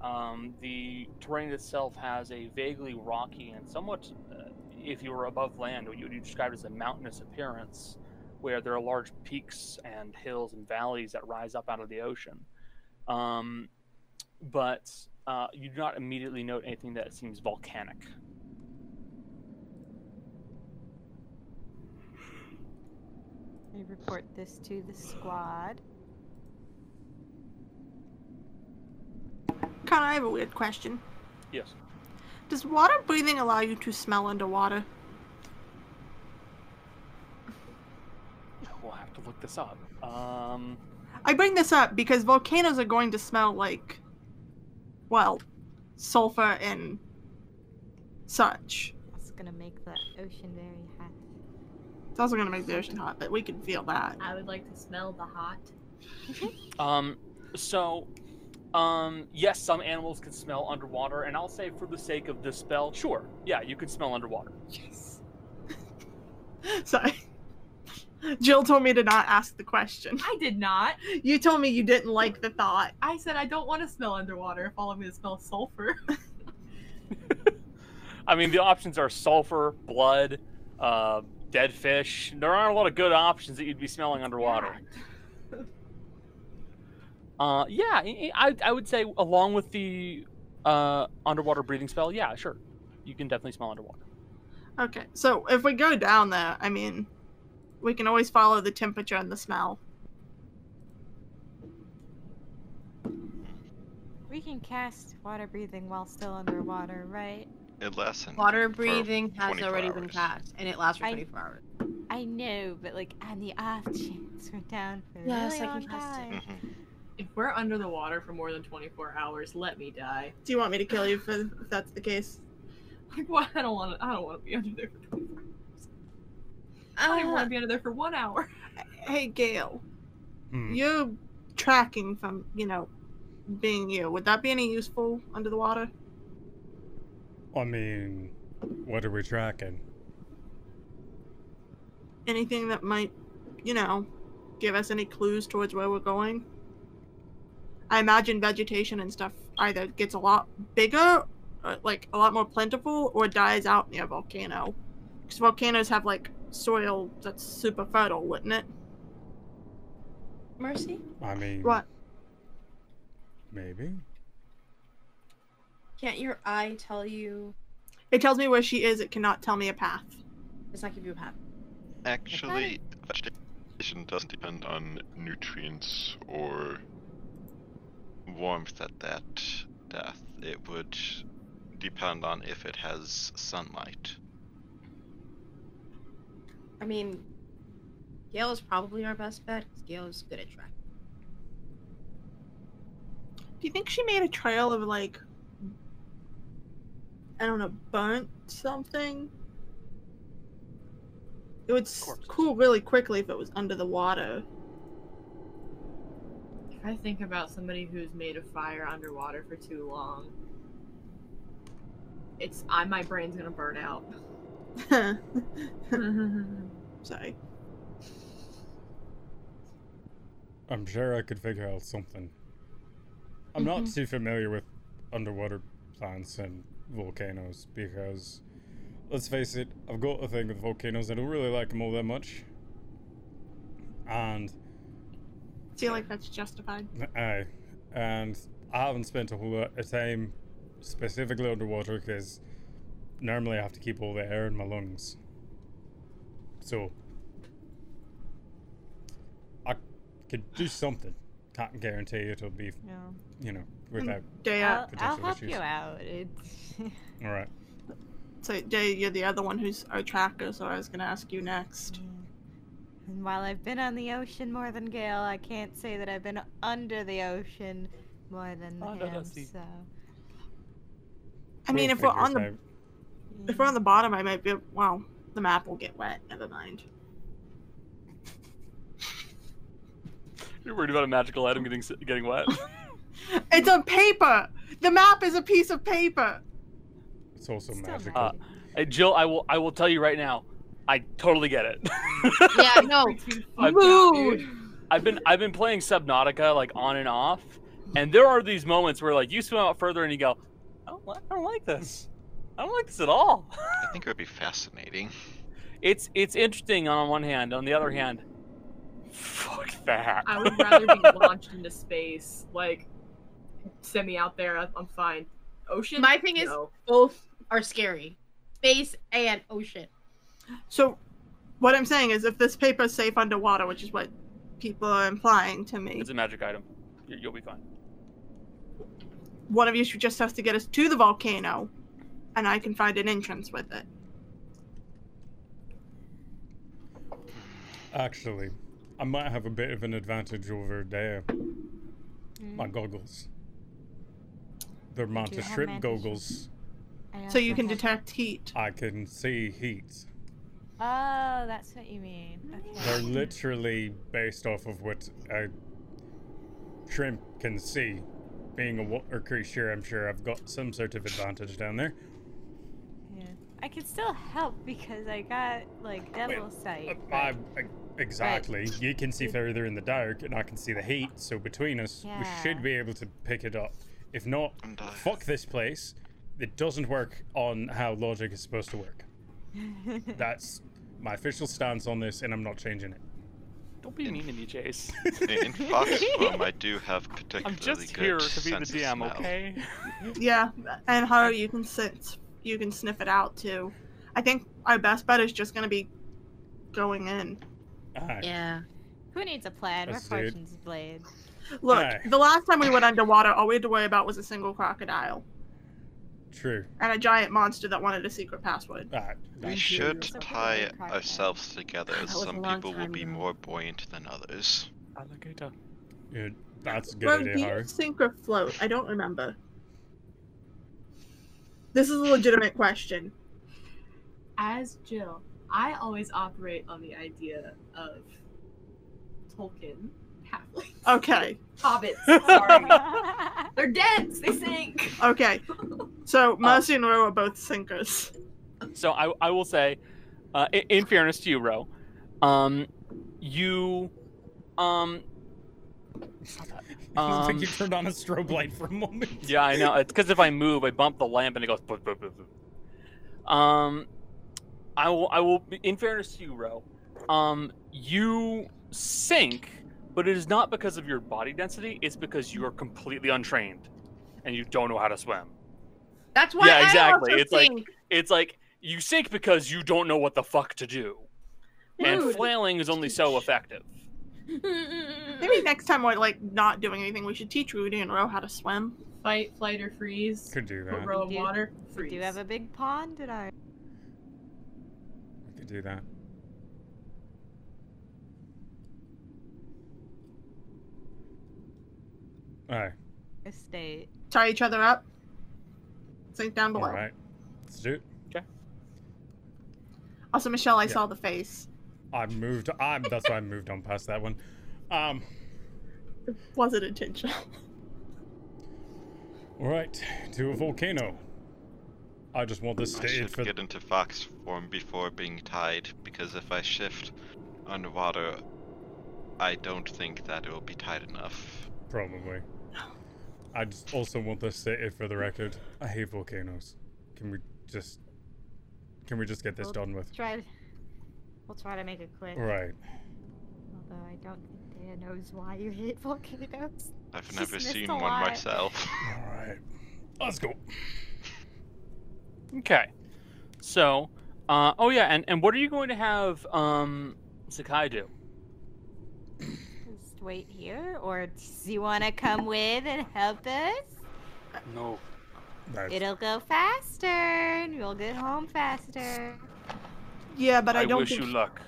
D: Um, the terrain itself has a vaguely rocky and somewhat, uh, if you were above land, what you would describe as a mountainous appearance, where there are large peaks and hills and valleys that rise up out of the ocean. Um, but uh, you do not immediately note anything that seems volcanic.
B: I report this to the squad.
C: Kind of have a weird question.
D: Yes.
C: Does water breathing allow you to smell underwater?
D: We'll have to look this up. Um,
C: I bring this up because volcanoes are going to smell like, well, sulfur and such.
B: It's gonna make the ocean very hot.
C: It's also going to make the ocean hot, but we can feel that.
H: I would like to smell the hot.
D: um, so, um, yes, some animals can smell underwater, and I'll say for the sake of this spell, sure, yeah, you can smell underwater.
C: Yes. Sorry. Jill told me to not ask the question.
H: I did not.
C: You told me you didn't like the thought.
H: I said I don't want to smell underwater if all I'm going to smell is sulfur.
D: I mean, the options are sulfur, blood, uh, dead fish. There aren't a lot of good options that you'd be smelling underwater. Uh, yeah, I, I I would say along with the uh, underwater breathing spell, yeah, sure, you can definitely smell underwater.
C: Okay, so if we go down there, I mean, we can always follow the temperature and the smell.
B: We can cast water breathing while still underwater, right?
F: It lasts an
E: Water
F: for
E: breathing has
F: 24
E: already been
F: hours.
E: cast, and it lasts for
B: I-
E: 24 hours.
B: I know, but like on the off chance we're down for a
E: Yes,
B: really
E: I can
B: long
E: cast it.
B: time.
F: Mhm.
H: if we're under the water for more than 24 hours, let me die.
C: Do you want me to kill you if, if that's the case?
H: Like, why? I don't want to. I don't want to be under there for 24 hours. I
C: Uh,
H: want to be under there for one hour.
C: Hey, Gail,
I: Hmm.
C: you're tracking from, you know, being you. Would that be any useful under the water?
I: I mean, what are we tracking?
C: Anything that might, you know, give us any clues towards where we're going? I imagine vegetation and stuff either gets a lot bigger, or, like a lot more plentiful, or dies out near a volcano. Because volcanoes have like soil that's super fertile, wouldn't it?
N: Mercy?
I: I mean,
C: What?
I: Maybe.
E: Can't your eye tell you?
C: It tells me where she is. It cannot tell me a path.
E: Does not give you a path.
F: Actually, vegetation doesn't depend on nutrients or warmth at that depth. It would depend on if it has sunlight.
E: I mean, Gale is probably our best bet. 'cause Gale is good at track.
C: Do you think she made a trail of like I don't know, burnt something? It would s- cool really quickly if it was under the water.
H: If I think about somebody who's made a fire underwater for too long, it's I my brain's gonna burn out.
B: Mm-hmm.
C: Sorry.
I: I'm sure I could figure out something. I'm
D: Mm-hmm.
I: not too familiar with underwater plants and volcanoes because, let's face it, I've got a thing with volcanoes. I don't really like them all that much. And
C: Feel like that's justified.
I: Aye. And I haven't spent a whole lot of time specifically underwater because normally I have to keep all the air in my lungs. So I could do something. Can't guarantee it'll be,
B: No.
I: you know,
C: Mm,
I: without
C: uh,
B: I'll,
I: potential
B: Mm. I'll help
I: issues.
B: you out. It's
I: All right.
C: So Jay, you're the other one who's our tracker, so I was gonna ask you next.
B: Mm. and while I've been on the ocean more than Gail, I can't say that I've been under the ocean more than
C: Under the
B: him.
C: sea.
B: So
C: I mean,
I: We'll
C: if we're
I: figure
C: on
I: it
C: the
I: out.
C: if we're on the bottom, I might be. Well, the map will get wet. Never mind.
D: You're worried about a magical item getting s- getting wet.
C: It's on paper. The map is a piece of paper.
I: It's also magical.
D: Uh, hey, Jill, I will I will tell you right now, I totally get it.
E: yeah, no.
D: I've-
E: Mood.
D: I've been I've been playing Subnautica like on and off, and there are these moments where like you swim out further and you go, I don't, li- I don't like this. I don't like this at all.
F: I think it would be fascinating.
D: It's it's interesting on one hand. On the other hand, fuck that.
H: I would rather be launched into space. Like, send me out there. I- I'm fine. Ocean.
E: My thing is,
H: No.
E: both are scary. Space and ocean.
C: So, what I'm saying is, if this paper's safe underwater, which is what people are implying to me,
D: It's a magic item. You- You'll be fine.
C: one of you should just has to get us to the volcano, and I can find an entrance with it.
I: Actually, I might have a bit of an advantage over there. My goggles. They're Manta
C: have
I: Shrimp
C: mantis.
I: goggles.
C: So you can detect heat.
I: I can see heat.
B: Oh, that's what you mean. Okay.
I: They're literally based off of what a shrimp can see. Being a water creature, I'm sure I've got some sort of advantage down there.
B: Yeah. I can still help because I got like devil sight.
I: I, I, exactly. You can see further in the dark, and I can see the heat. So between us, we
B: Yeah.
I: should be able to pick it up. If not, fuck this place. It doesn't work on how logic is supposed to work. That's my official stance on this, and I'm not changing it.
D: Don't be mean to me, Jace.
F: In Fox form, I do have particularly
D: I'm just
F: good
D: here to be the
F: sense of
D: DM,
F: smell.
D: okay?
C: Yeah, and how you can sense, you can sniff it out too. I think our best bet is just gonna be going in.
I: Aye.
E: Yeah.
B: Who needs a plaid? We're
I: Let's do it.
B: fortune's blade.
C: Look,
I: Aye.
C: the last time we went underwater, all we had to worry about was a single crocodile
I: True.
C: and a giant monster that wanted a secret password.
I: Alright.
F: We should tie ourselves together. Some people will be more buoyant than others.
D: Alligator.
I: Yeah, That's a good
C: Ron, do you
I: idea, Harry.
C: sink or float? I don't remember. This is a legitimate question.
H: As Jill, I always operate on the idea of Tolkien halflings.
C: Okay.
H: Hobbits. Sorry. They're dense. They sink.
C: Okay.
H: Oh.
C: So Mercy and Ro are both sinkers.
D: So I, I will say, uh, in, in fairness to you, Ro, um, you, um,
A: I don't
D: um,
A: think you turned on a strobe light for a moment.
D: yeah, I know. It's because if I move, I bump the lamp and it goes. boop, boop, boop, boop. Um, I will. I will. In fairness to you, Ro, um, you sink, but it is not because of your body density. It's because you are completely untrained, and you don't know how to swim.
E: That's why
D: yeah,
E: I
D: exactly.
E: also
D: it's like
E: think-
D: it's like you sink because you don't know what the fuck to do, and
C: Dude.
D: flailing is only so effective.
C: Maybe next time we're like not doing anything, we should teach Rudy and Ro how to swim.
H: Fight, flight, or freeze.
I: Could do
H: Put
I: that.
H: row of
B: do-
H: water.
B: We
H: Freeze.
B: do have a big pond in our
I: I could do that. Alright,
B: estate.
C: Tie each other up. Sink down below.
I: alright. Let's do it.
C: Also, Michelle, I
I: Yeah.
C: saw the face.
I: I moved I that's why I moved on past that one. Um
C: Was it intentional?
I: Alright, to a volcano. I just want this
F: I
I: stated
F: should
I: for
F: get into fox form before being tied, because if I shift underwater, I don't think that it will be tight enough.
I: probably. I just also want this stated for the record. I hate volcanoes. Can we just can we just get this
B: Well,
I: done with?
B: Try. We'll try to make it quick.
I: Right.
B: Although I don't think Dea knows why you hate volcanoes.
F: I've
B: She's
F: never
B: missed
F: seen
B: a
F: one
B: lot.
F: myself.
I: Alright. Let's go.
D: Okay. So, uh, oh yeah, and, and what are you going to have um, Sakai do?
B: Just wait here, or do you want to come with and help us?
D: No.
I: That's
B: It'll go faster, and you'll get home faster.
C: Yeah, but I, don't
D: wish
C: think
D: you luck.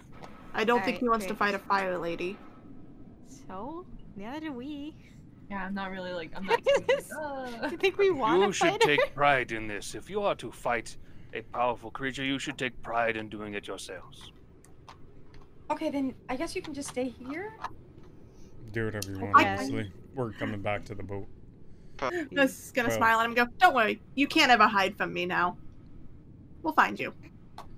C: I don't think
B: Alright,
C: he wants to
B: great.
C: fight a fire lady.
B: So, neither do we.
H: Yeah, I'm not really like I'm
B: do
H: not.
B: you think we want
D: You
B: to
D: should
B: fight? her?
D: take pride in this. If you are to fight a powerful creature, you should take pride in doing it yourselves.
K: Okay, then I guess you can just stay here.
I: Do whatever you want,
C: I-
I: honestly. We're coming back to the boat.
C: This is gonna
I: Well.
C: smile at him and go, Don't worry, you can't ever hide from me now. We'll find you.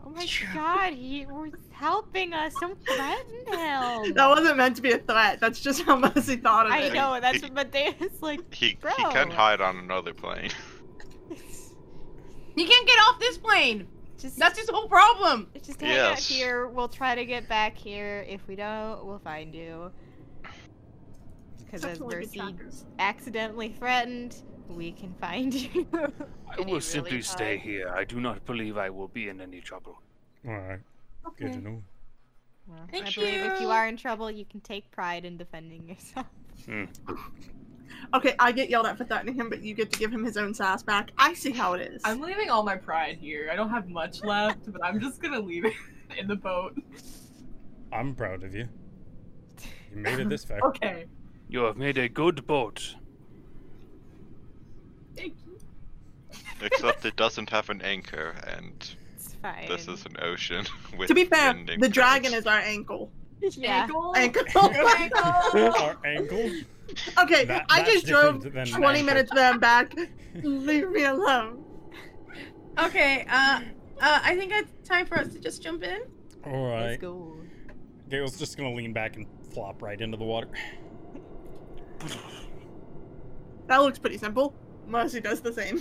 B: Oh my god, he was helping us. Don't threaten him.
C: That wasn't meant to be a threat, that's just how Mercy thought of
B: Oh, I
C: it.
B: know, that's what Mateus like.
F: He
B: Bro.
F: he can hide on another plane.
E: You can't get off this plane.
B: Just,
E: That's his whole problem.
B: just hang
F: Yes.
B: out here. We'll try to get back here. If we don't, we'll find you. Because as
C: Definitely good
B: Mercy
C: trackers.
B: accidentally threatened, we can find you.
D: I will simply stay here. I do not believe I will be in any trouble.
I: Alright. Good to know.
B: Well,
E: Thank
B: I believe if you
E: you.
B: are in trouble, you can take pride in defending yourself.
D: Hmm.
C: Okay, I get yelled at for threatening him, but you get to give him his own sass back. I see how it is.
H: I'm leaving all my pride here. I don't have much left, but I'm just gonna leave it in the boat.
I: I'm proud of you. You made it this far.
H: Okay.
D: You have made a good boat.
H: Thank you.
F: Except it doesn't have an anchor, and
B: It's fine.
F: this is an ocean with
C: to be fair,
F: wind and
C: the dragon
F: currents.
C: is our ankle.
B: yeah.
H: Ankle?
C: Ankle.
I: Our ankle?
C: okay,
I: That-
C: I
I: that's
C: just drove
I: different than
C: 20
I: ankle.
C: minutes there and back. Leave me alone.
E: Okay. Uh, uh, I think it's time for us to just jump in.
I: Alright.
B: Let's go.
I: Gail's just gonna lean back and flop right into the water.
C: That looks pretty simple. Mercy does the same.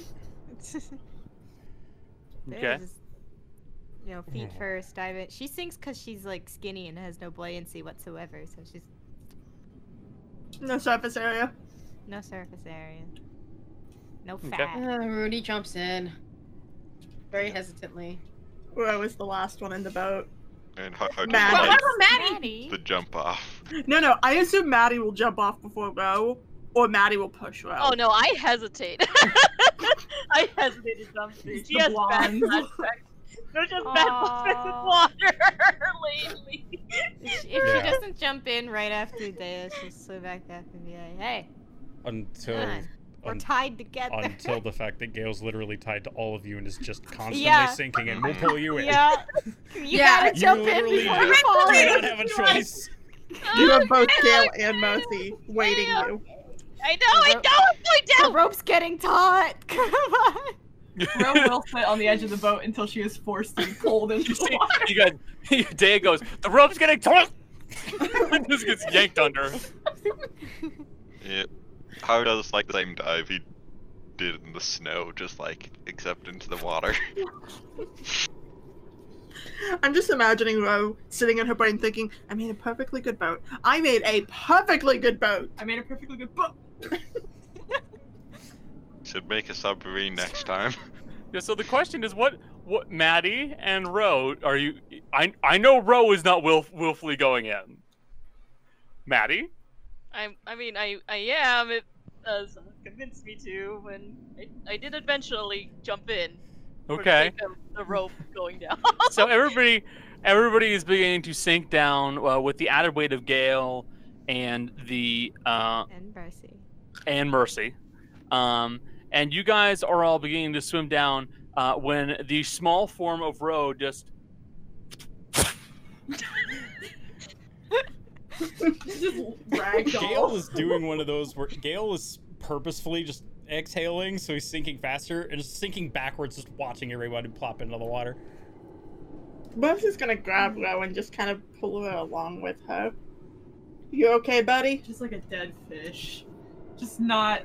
B: There's
D: Okay.
B: just, You know, feet
I: Yeah.
B: first, dive in. She sinks because she's like skinny and has no buoyancy whatsoever, so she's
C: No surface area.
B: no surface area, no
D: Okay.
B: fat.
E: Uh, Rudy jumps in, very hesitantly.
C: Where I was the last one in the boat.
F: And how, how do you
C: Mad.
E: But
C: Nice.
E: what
F: like
E: about Maddie?
B: Maddie,
F: the jump off?
C: No, no, I assume Maddie will jump off before Ro, or Maddie will push Ro.
G: Oh no, I hesitate. I hesitate to jump.
H: It's
G: She
H: the
G: has bad
H: blondes.
G: flashbacks. They're just battles with water lately.
B: If she
I: Yeah.
B: doesn't jump in right after this, she'll swim back up and be like, hey,
I: until
B: God, we're
I: un-
B: tied together.
I: until the fact that Gale's literally tied to all of you and is just constantly
B: Yeah.
I: sinking, and we'll pull you in.
B: Yeah. You
C: Yeah.
B: gotta
C: You
B: jump in
C: literally
B: before
C: do.
B: you fall.
C: You
I: don't have a choice.
C: You have both Gale and Mothi waiting you.
G: I know, I know, I'm
B: going down! The rope's getting taut! Come on!
H: Ro will sit on the edge of the boat until she is forced to be pulled into the water.
D: You got Dea goes, the rope's getting torn just gets yanked under.
F: Yeah. How does like the same dive he did in the snow, just like except into the water?
C: I'm just imagining Ro sitting in her brain thinking, I made a perfectly good boat. I made a perfectly good boat.
H: I made a perfectly good boat.
F: Should make a submarine next time.
D: Yeah, so the question is what what Maddie and Ro are you I I know Ro is not will, willfully going in. Maddie?
G: I'm, I mean, I, I am. It does convince me to when I, I did eventually jump in. for the
D: Okay.
G: sake of The rope going down.
D: so everybody everybody is beginning to sink down uh, with the added weight of Gale and the uh,
B: And Mercy.
D: and Mercy. Um, and you guys are all beginning to swim down uh, when the small form of Ro just
H: just ragdoll.
I: Gale is doing one of those where Gale is purposefully just exhaling, so he's sinking faster and just sinking backwards, just watching everybody plop into the water.
C: Mothi's gonna grab Ro and just kind of pull her along with her. You okay, buddy?
H: Just like a dead fish. Just not.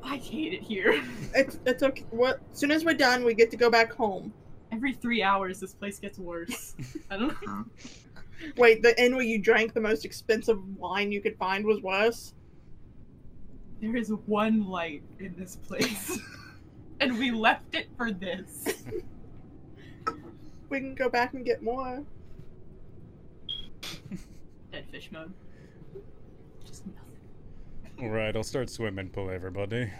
H: I hate it here.
C: It's it's okay. What? As soon as we're done, we get to go back home.
H: Every three hours, this place gets worse. I don't know.
C: Wait, the inn where you drank the most expensive wine you could find was worse.
H: There is one light in this place, and we left it for this.
C: We can go back and get more.
H: Dead fish mode. Just nothing.
I: All right, I'll start swimming pull everybody.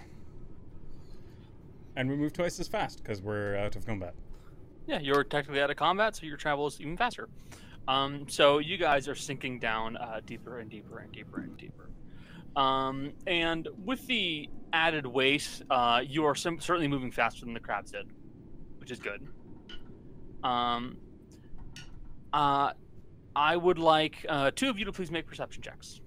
I: And we move twice as fast because we're out of combat.
D: Yeah, you're technically out of combat, so your travel is even faster. Um, so you guys are sinking down uh, deeper and deeper and deeper and deeper. Um, and with the added weight, uh, you are sim- certainly moving faster than the crabs did, which is good. Um, uh, I would like uh, two of you to please make perception checks.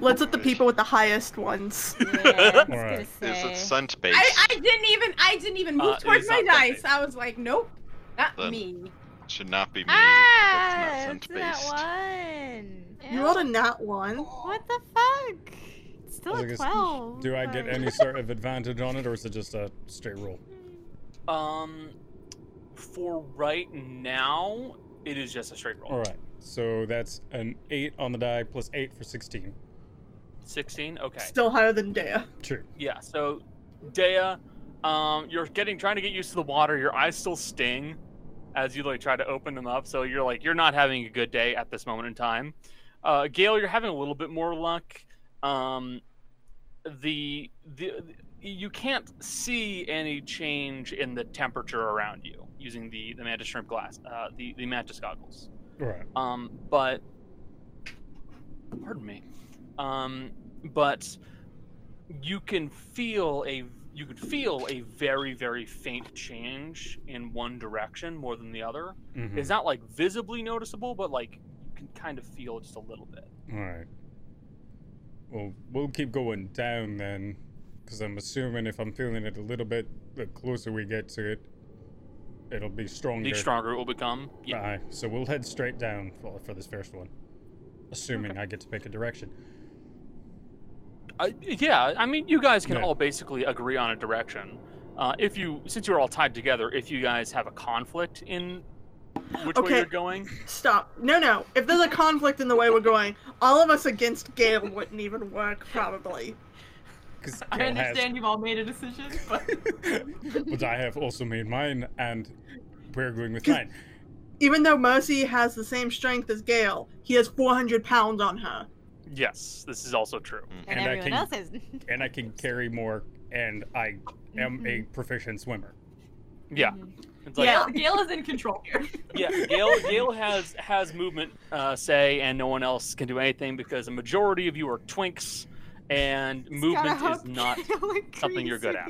C: Let's let the people with the highest ones.
B: Yeah,
F: All right.
B: I was gonna
F: Is it
B: say.
F: scent
E: I,
F: based?
E: I didn't even I didn't even
F: Uh,
E: move
F: it
E: towards
F: is
E: my
F: not that
E: dice. I was like, nope, not
F: Then-
E: me.
F: Should not be me.
B: Ah,
F: that's
B: it's
F: not scent
B: that
F: based.
B: one.
C: You rolled a nat one.
B: What the fuck? It's still a 12.
I: do I get
B: but-
I: any sort of advantage on it, or is it just a straight roll?
D: Um, for right now, it is just a straight roll.
I: All right, so that's an eight on the die plus eight for sixteen.
D: 16? Okay.
C: Still higher than Dea.
I: True.
D: Yeah, so Dea, um, you're getting trying to get used to the water. Your eyes still sting as you like try to open them up. So you're like you're not having a good day at this moment in time. Uh, Gail, you're having a little bit more luck. Um, the, the you can't see any change in the temperature around you using the the mantis shrimp glass, uh, the the mantis goggles.
I: All right.
D: Um, but pardon me. Um, but you can feel a you could feel a very very faint change in one direction more than the other.
I: Mhm.
D: It's not like visibly noticeable, but like you can kind of feel just a little bit.
I: All right. Well, we'll keep going down then, because I'm assuming if I'm feeling it a little bit, the closer we get to it, it'll be stronger.
D: The stronger it will become. Yeah.
I: Aye. So we'll head straight down for, for this first one, assuming I get to pick a direction.
D: Uh, yeah, I mean, you guys can
I: Yeah.
D: all basically agree on a direction. Uh, if you, since you're all tied together, if you guys have a conflict in which way
C: Okay.
D: you're going,
C: Stop. No, no. If there's a conflict in the way we're going, all of us against Gale wouldn't even work, probably.
I: Because
H: I understand you've all made a decision, but
I: but I have also made mine, and we're going with mine.
C: Even though Mercy has the same strength as Gale, he has 400 pounds on her.
D: yes, this is also true.
B: And, everyone
I: can,
B: else is. Mm-hmm.
I: and I can carry more, and I am a proficient swimmer.
D: Yeah. It's like,
H: Gail, Gail is in control here.
D: yeah, Gail, Gail has has movement uh, say, and no one else can do anything because a majority of you are twinks, and movement is not something you're good at.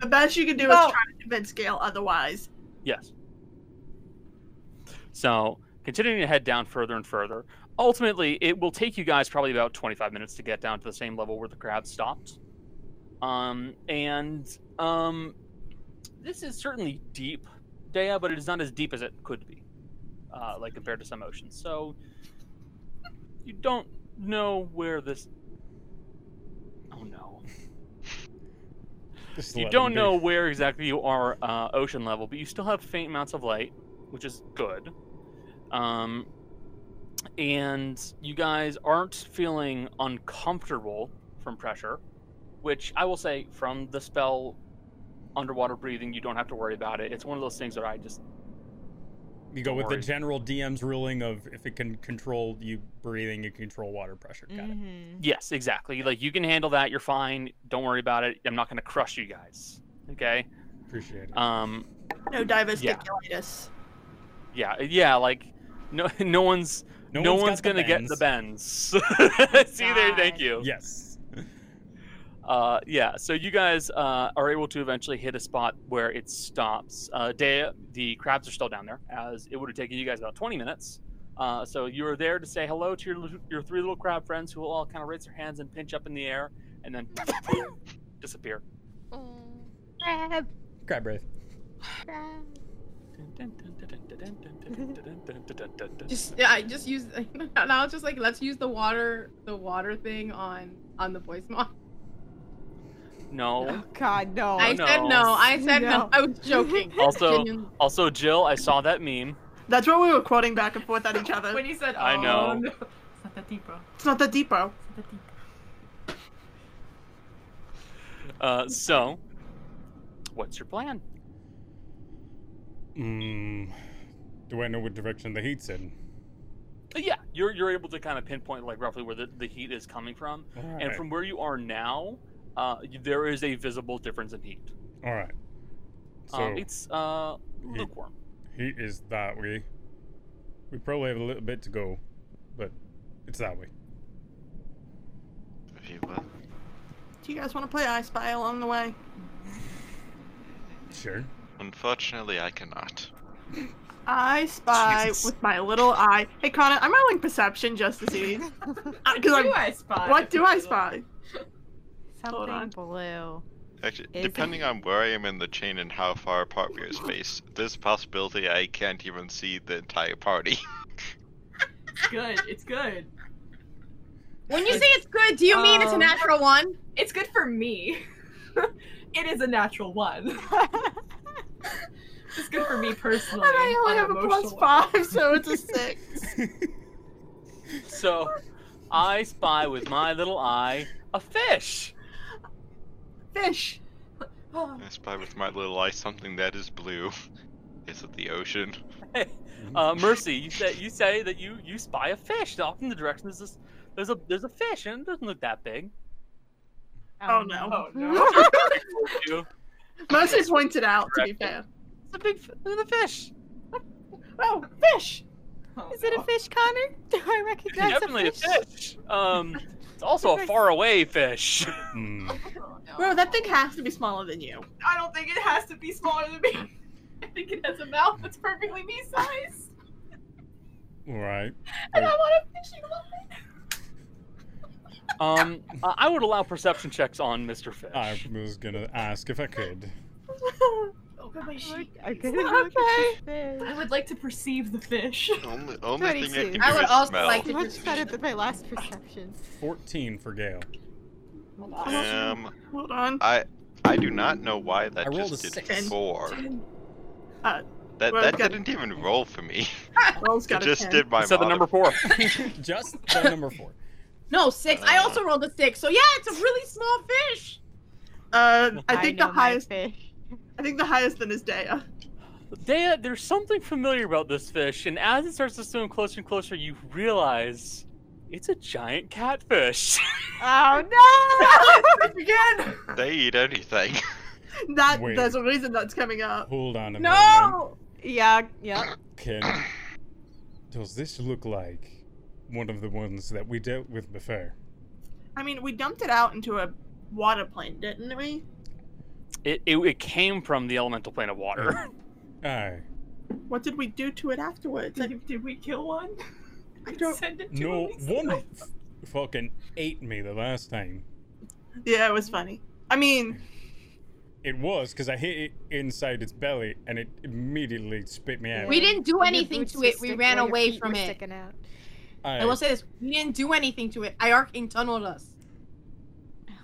C: The best you can do is try to convince Gale otherwise.
D: Yes. So, continuing to head down further and further, ultimately, it will take you guys probably about 25 minutes to get down to the same level where the crab stopped. Um, and um, this is certainly deep, Dea, but it is not as deep as it could be, uh, like compared to some oceans. So, you don't know where this. Oh no.
I: Just
D: you
I: let
D: don't
I: him be.
D: know where exactly you are uh, ocean level, but you still have faint amounts of light, which is good. Um, and you guys aren't feeling uncomfortable from pressure, which I will say from the spell underwater breathing, you don't have to worry about it. It's one of those things that I just
I: You go
D: Don't
I: with
D: worry.
I: the general DM's ruling of if it can control you breathing, it can control water pressure. Got it.
D: Yes, exactly. Like you can handle that. You're fine. Don't worry about it. I'm not going to crush you guys. Okay.
I: Appreciate it.
D: Um,
C: No diverticulitis.
D: Yeah. yeah, yeah. Like no, no one's
I: No
D: no,
I: one's
D: one's,
I: got the
D: going to get the bends. Mm-hmm. See there. Thank you.
I: Yes.
D: Uh, yeah. So you guys uh, are able to eventually hit a spot where it stops. Uh, Dea, the crabs are still down there, as it would have taken you guys about 20 minutes. Uh, so you are there to say hello to your lit- your three little crab friends, who will all kind of raise their hands and pinch up in the air, and then disappear.
B: Crab.
I: Crab breath.
E: Just yeah, I just use and I was just like, let's use the water the water thing on on the voice mod.
D: No.
B: God no.
E: I
D: no.
E: said no. I said no.
C: No.
E: I was joking.
D: Also,
E: Genuinely.
D: also, Jill, I saw that meme.
C: That's what we were quoting back and forth at each other. When
H: you said,
D: I know.
H: It's not that deep, bro.
C: It's not that deep, bro.
D: Uh, so, what's your plan?
I: Mm, do I know what direction the heat's in?
D: But Uh, yeah, you're you're able to kind of pinpoint like roughly where the, the heat is coming from, and
I: Alright.
D: from where you are now, uh, y- there is a visible difference in heat.
I: All right. So
D: um, it's uh,
I: heat-
D: lukewarm.
I: Heat is that way. We probably have a little bit to go, but it's that way.
F: If you will.
C: Do you guys want to play I Spy along the way?
I: Sure.
F: Unfortunately, I cannot.
C: I spy with my little eye. Hey, Connor, I'm rolling perception just to see. what
H: do I spy
C: What
H: with
C: do
H: my
C: I
H: little
C: spy? Hold
B: Something
C: on.
B: blue.
F: Actually,
B: Is-
F: depending on where I am in the chain and how far apart we are spaced, there's a possibility I can't even see the entire party.
H: It's good. It's good. Um,
E: When you say it's good, do you mean it's a natural one?
H: It's good for me. it is a natural one. it's good for me personally.
C: And I
H: on
C: only have a
H: an
C: plus
H: emotional
C: five, so it's a six.
D: So, I spy with my little eye a fish.
C: Fish.
H: level.
F: I spy with my little eye something that is blue. Is it the ocean?
D: Uh, Mercy, you say you say that you you spy a fish off in the direction. There's this, there's a there's a fish and it doesn't look that big.
C: Oh, no.
D: You-
C: Mostly points it out, to be fair.
D: It's a big f- look at the fish.
C: Oh, fish!
B: Is it a fish, Connor? Do I recognize
D: Definitely
B: a
D: a
B: fish?
D: fish. Um, it's also a far away fish.
I: Mm,
C: Bro, that thing has to be smaller than you.
H: I don't think it has to be smaller than me. I think it has a mouth that's perfectly me size.
I: All right.
H: And I want a fishing line.
D: Um, I I would allow perception checks on Mr. Fish.
I: I was gonna ask if I could.
H: Look at my sheet.
B: I
H: It's
B: couldn't
H: not
B: look at the
H: okay. I would like to perceive the fish.
F: Only, only thing I can do
B: I would
F: is
B: also
F: smell.
B: like to much better than my last perception.
I: 14 for Gale.
C: Oh.
F: Um,
C: Hold on.
F: I I do not know why that
I: I rolled
F: just
I: a
F: did
I: six.
F: four.
C: Uh,
F: That
C: Well,
F: that
C: I've got-
F: didn't even roll for me.
C: Roll's
F: It
C: got a
F: just
C: 10.
F: did my.
D: So the
F: mod-
D: number four.
I: Just the number four.
E: No, six. I also rolled a six. So yeah, it's a really small fish.
C: Uh, I
B: I
C: think
B: know
C: the
B: my
C: highest.
B: fish.
C: I think the highest then is Dea.
D: Dea, there's something familiar about this fish, and as it starts to swim closer and closer, you realize it's a giant catfish.
B: Oh no!
C: Again!
F: They eat anything.
C: That
I: Wait.
C: there's a reason that's coming up.
I: Hold on a moment.
C: No.
B: Yeah. Yeah.
I: Can, does this look like one of the ones that we dealt with before?
C: I mean, we dumped it out into a water plane, didn't we?
D: It, it, it came from the elemental plane of
K: Er.
D: water.
I: Mm. Aye.
C: What did we do to it afterwards? I,
K: Did, did we kill one?
C: I don't.
K: Send it to
I: No,
K: him.
I: one f- fucking ate me the last time.
C: Yeah, it was funny. I mean,
I: It was because I hit it inside its belly and it immediately spit me out.
E: We didn't do
B: Your
E: anything
B: boots
E: to
B: were
E: it. We
B: stick-
E: ran
B: well, your
E: away
B: feet
E: from
B: were
E: it.
B: Sticking out.
E: I will say this: we didn't do anything to it. Iarking tunneled us,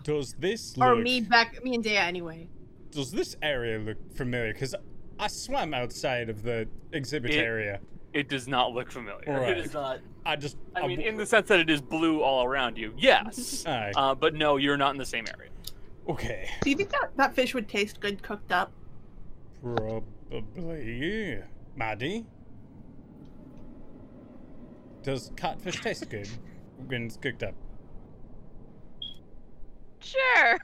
I: Does this
E: or
I: look?
E: me back, me and Dea anyway.
I: Does this area look familiar? Because I swam outside of the exhibit
D: It-
I: area.
D: It does not look familiar.
I: Alright.
D: It is uh,
I: not. I just.
D: I mean,
I: w-
D: in the sense that it is blue all around you, yes.
I: Aye.
D: Uh, but no, you're not in the same area.
I: okay.
C: do you think that that fish would taste good cooked up?
I: Probably, yeah. Maddie? Does catfish taste good when it's cooked up?
G: Sure.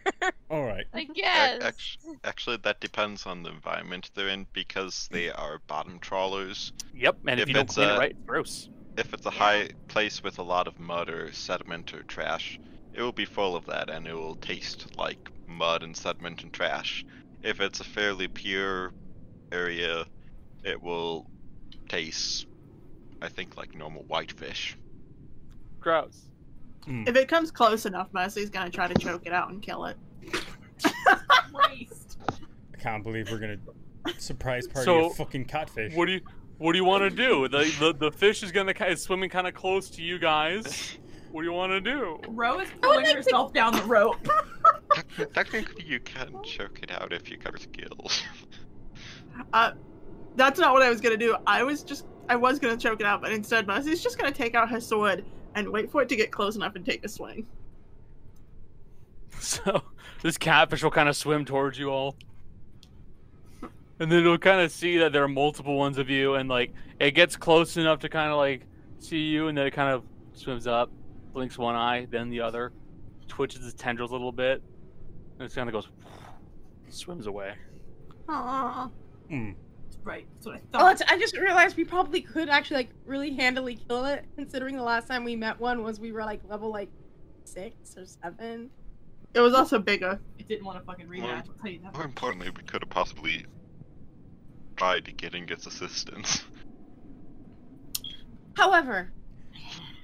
I: Alright.
G: I guess.
F: Actually, actually, that depends on the environment they're in because they are bottom trawlers.
D: Yep, and if you don't
F: it's
D: clean it
F: a-
D: right, it's gross.
F: If it's a high place with a lot of mud or sediment or trash, it will be full of that and it will taste like mud and sediment and trash. If it's a fairly pure area, it will taste, I think, like normal whitefish.
D: Gross.
K: Mm.
C: If it comes close enough, Mercy's gonna try to choke it out and kill it.
I: I can't believe we're gonna surprise party
D: So,
I: a fucking catfish.
D: What do you What do you want to do? The, the the fish is gonna ki- is swimming kind of close to you guys. What do you want to do?
K: Ro is pulling herself down the rope.
F: Technically, you can choke it out if you cover skills.
C: Uh, that's not what I was gonna do. I was just, I was gonna choke it out, but instead Mercy's just gonna take out her sword and wait for it to get close enough and take a swing.
D: So this catfish will kind of swim towards you all, and then it'll kind of see that there are multiple ones of you, and like it gets close enough to kind of like see you, and then it kind of swims up, blinks one eye, then the other, twitches its tendrils a little bit, and it kind of goes, swims away.
C: Aww.
I: Mm.
K: Right. That's what I thought.
E: Oh, it's, I just realized we probably could actually like really handily kill it, considering the last time we met one was we were like level like six or seven.
C: It was also bigger.
K: It didn't want to fucking rematch. I'll tell you that.
F: More importantly, we could have possibly tried getting its assistance.
E: However,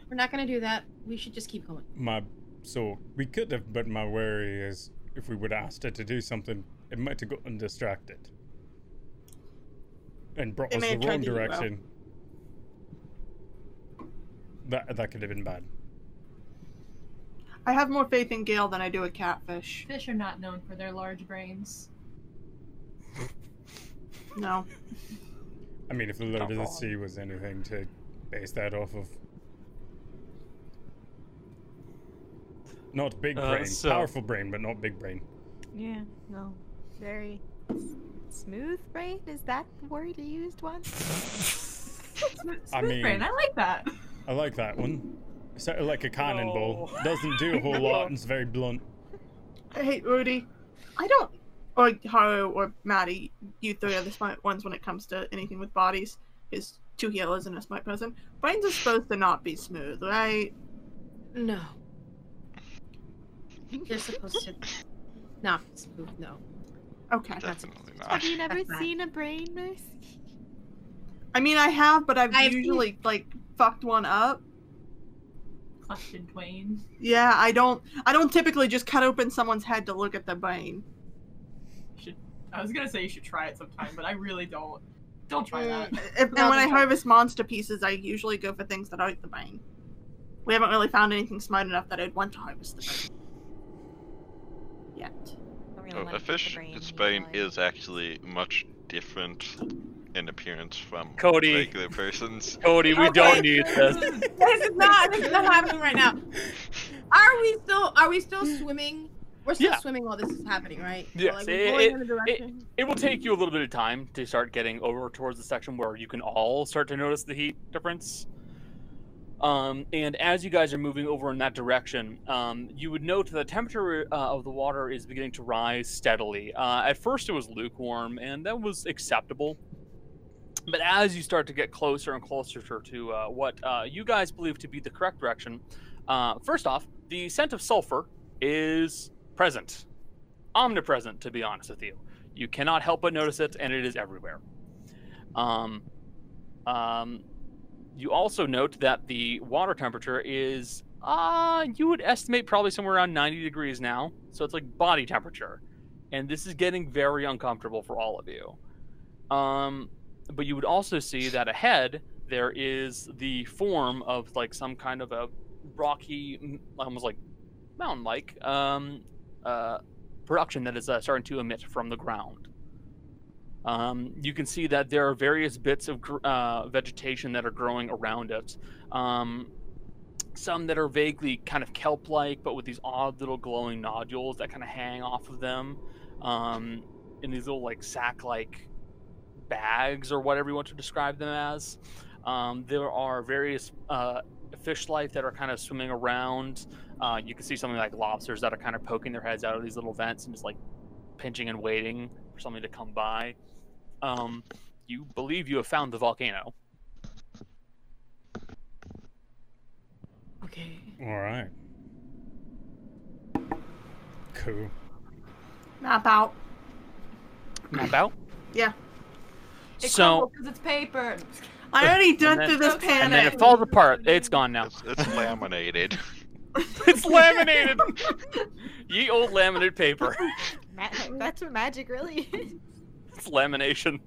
E: we're not gonna do that. We should just keep going.
I: My so we could have, but my worry is if we would have asked it to do something, it might have gotten distracted and brought
C: It
I: us
C: may
I: the
C: have tried
I: wrong
C: to eat well.
I: direction. That that could have been bad.
C: I have more faith in Gale than I do a catfish.
H: Fish are not known for their large brains.
C: No.
I: I mean, if the Lord of the Sea was anything to base that off of. Not big
D: Uh,
I: brain.
D: so-
I: Powerful brain, but not big brain.
B: Yeah. No. Very s- smooth brain. Is that the word you used once?
I: I mean,
K: Brain, I like that.
I: I like that one. Sort of like a cannonball. Doesn't do a whole lot and it's very blunt.
C: I hate Rudy. I don't, or Haru or Maddie, you three are the smart ones when it comes to anything with bodies, because two healers and a smart person. Brains are supposed to not be smooth, right?
E: No. They're supposed to not be smooth. No.
C: Okay.
F: Definitely not.
B: Have you never
E: That's bad.
B: seen a brain, Mercy?
C: I mean, I have, but I've,
E: I've seen-
C: usually, like, fucked one up.
K: Question Dwayne.
C: Yeah, I don't, I don't typically just cut open someone's head to look at their brain.
K: Should, I was gonna say you should try it sometime, but I really don't. Don't try
H: Mm.
K: that.
C: Mm, If, and when I harvest monster pieces, I usually go for things that aren't the brain. We haven't really found anything smart enough that I'd want to harvest the brain. Yet.
F: Oh, a fish, its brain is actually much different in appearance from
D: Cody.
F: regular persons.
D: Cody,
K: Oh,
D: we don't need this.
E: This is not. This is not happening right now. Are we still? Are we still swimming? We're still
D: Yeah.
E: swimming while this is happening, right? So,
D: Yes,
E: like, we're
D: it-
E: going
D: it-
E: in a direction.
D: It will take you a little bit of time to start getting over towards the section where you can all start to notice the heat difference. Um, and as you guys are moving over in that direction, um, you would note that the temperature uh, of the water is beginning to rise steadily. Uh, at first, it was lukewarm, and that was acceptable. But as you start to get closer and closer to, to uh, what uh, you guys believe to be the correct direction, uh, first off, the scent of sulfur is present, omnipresent, to be honest with you. You cannot help but notice it, and it is everywhere. Um, um, you also note that the water temperature is, uh, you would estimate probably somewhere around 90 degrees now, so it's like body temperature. And this is getting very uncomfortable for all of you. Um, but you would also see that ahead there is the form of like some kind of a rocky, m- almost like mountain-like um, uh, production that is uh, starting to emit from the ground. Um, you can see that there are various bits of gr- uh, vegetation that are growing around it. Um, some that are vaguely kind of kelp like, but with these odd little glowing nodules that kind of hang off of them um, in these little like sack like bags or whatever you want to describe them as. Um, there are various uh, fish life that are kind of swimming around. Uh, you can see something like lobsters that are kind of poking their heads out of these little vents and just like pinching and waiting for something to come by. Um, you believe you have found the volcano.
H: Okay.
I: All right. Cool.
K: Map out.
D: Map out.
C: Yeah.
K: It
D: So-
K: because it's paper.
C: I already done
D: And
C: through
D: then-
C: this
D: And then
C: panic.
D: it falls apart. It's gone now.
F: It's laminated.
D: it's laminated. Ye old laminated paper.
B: Ma- that's what magic really is.
D: It's lamination.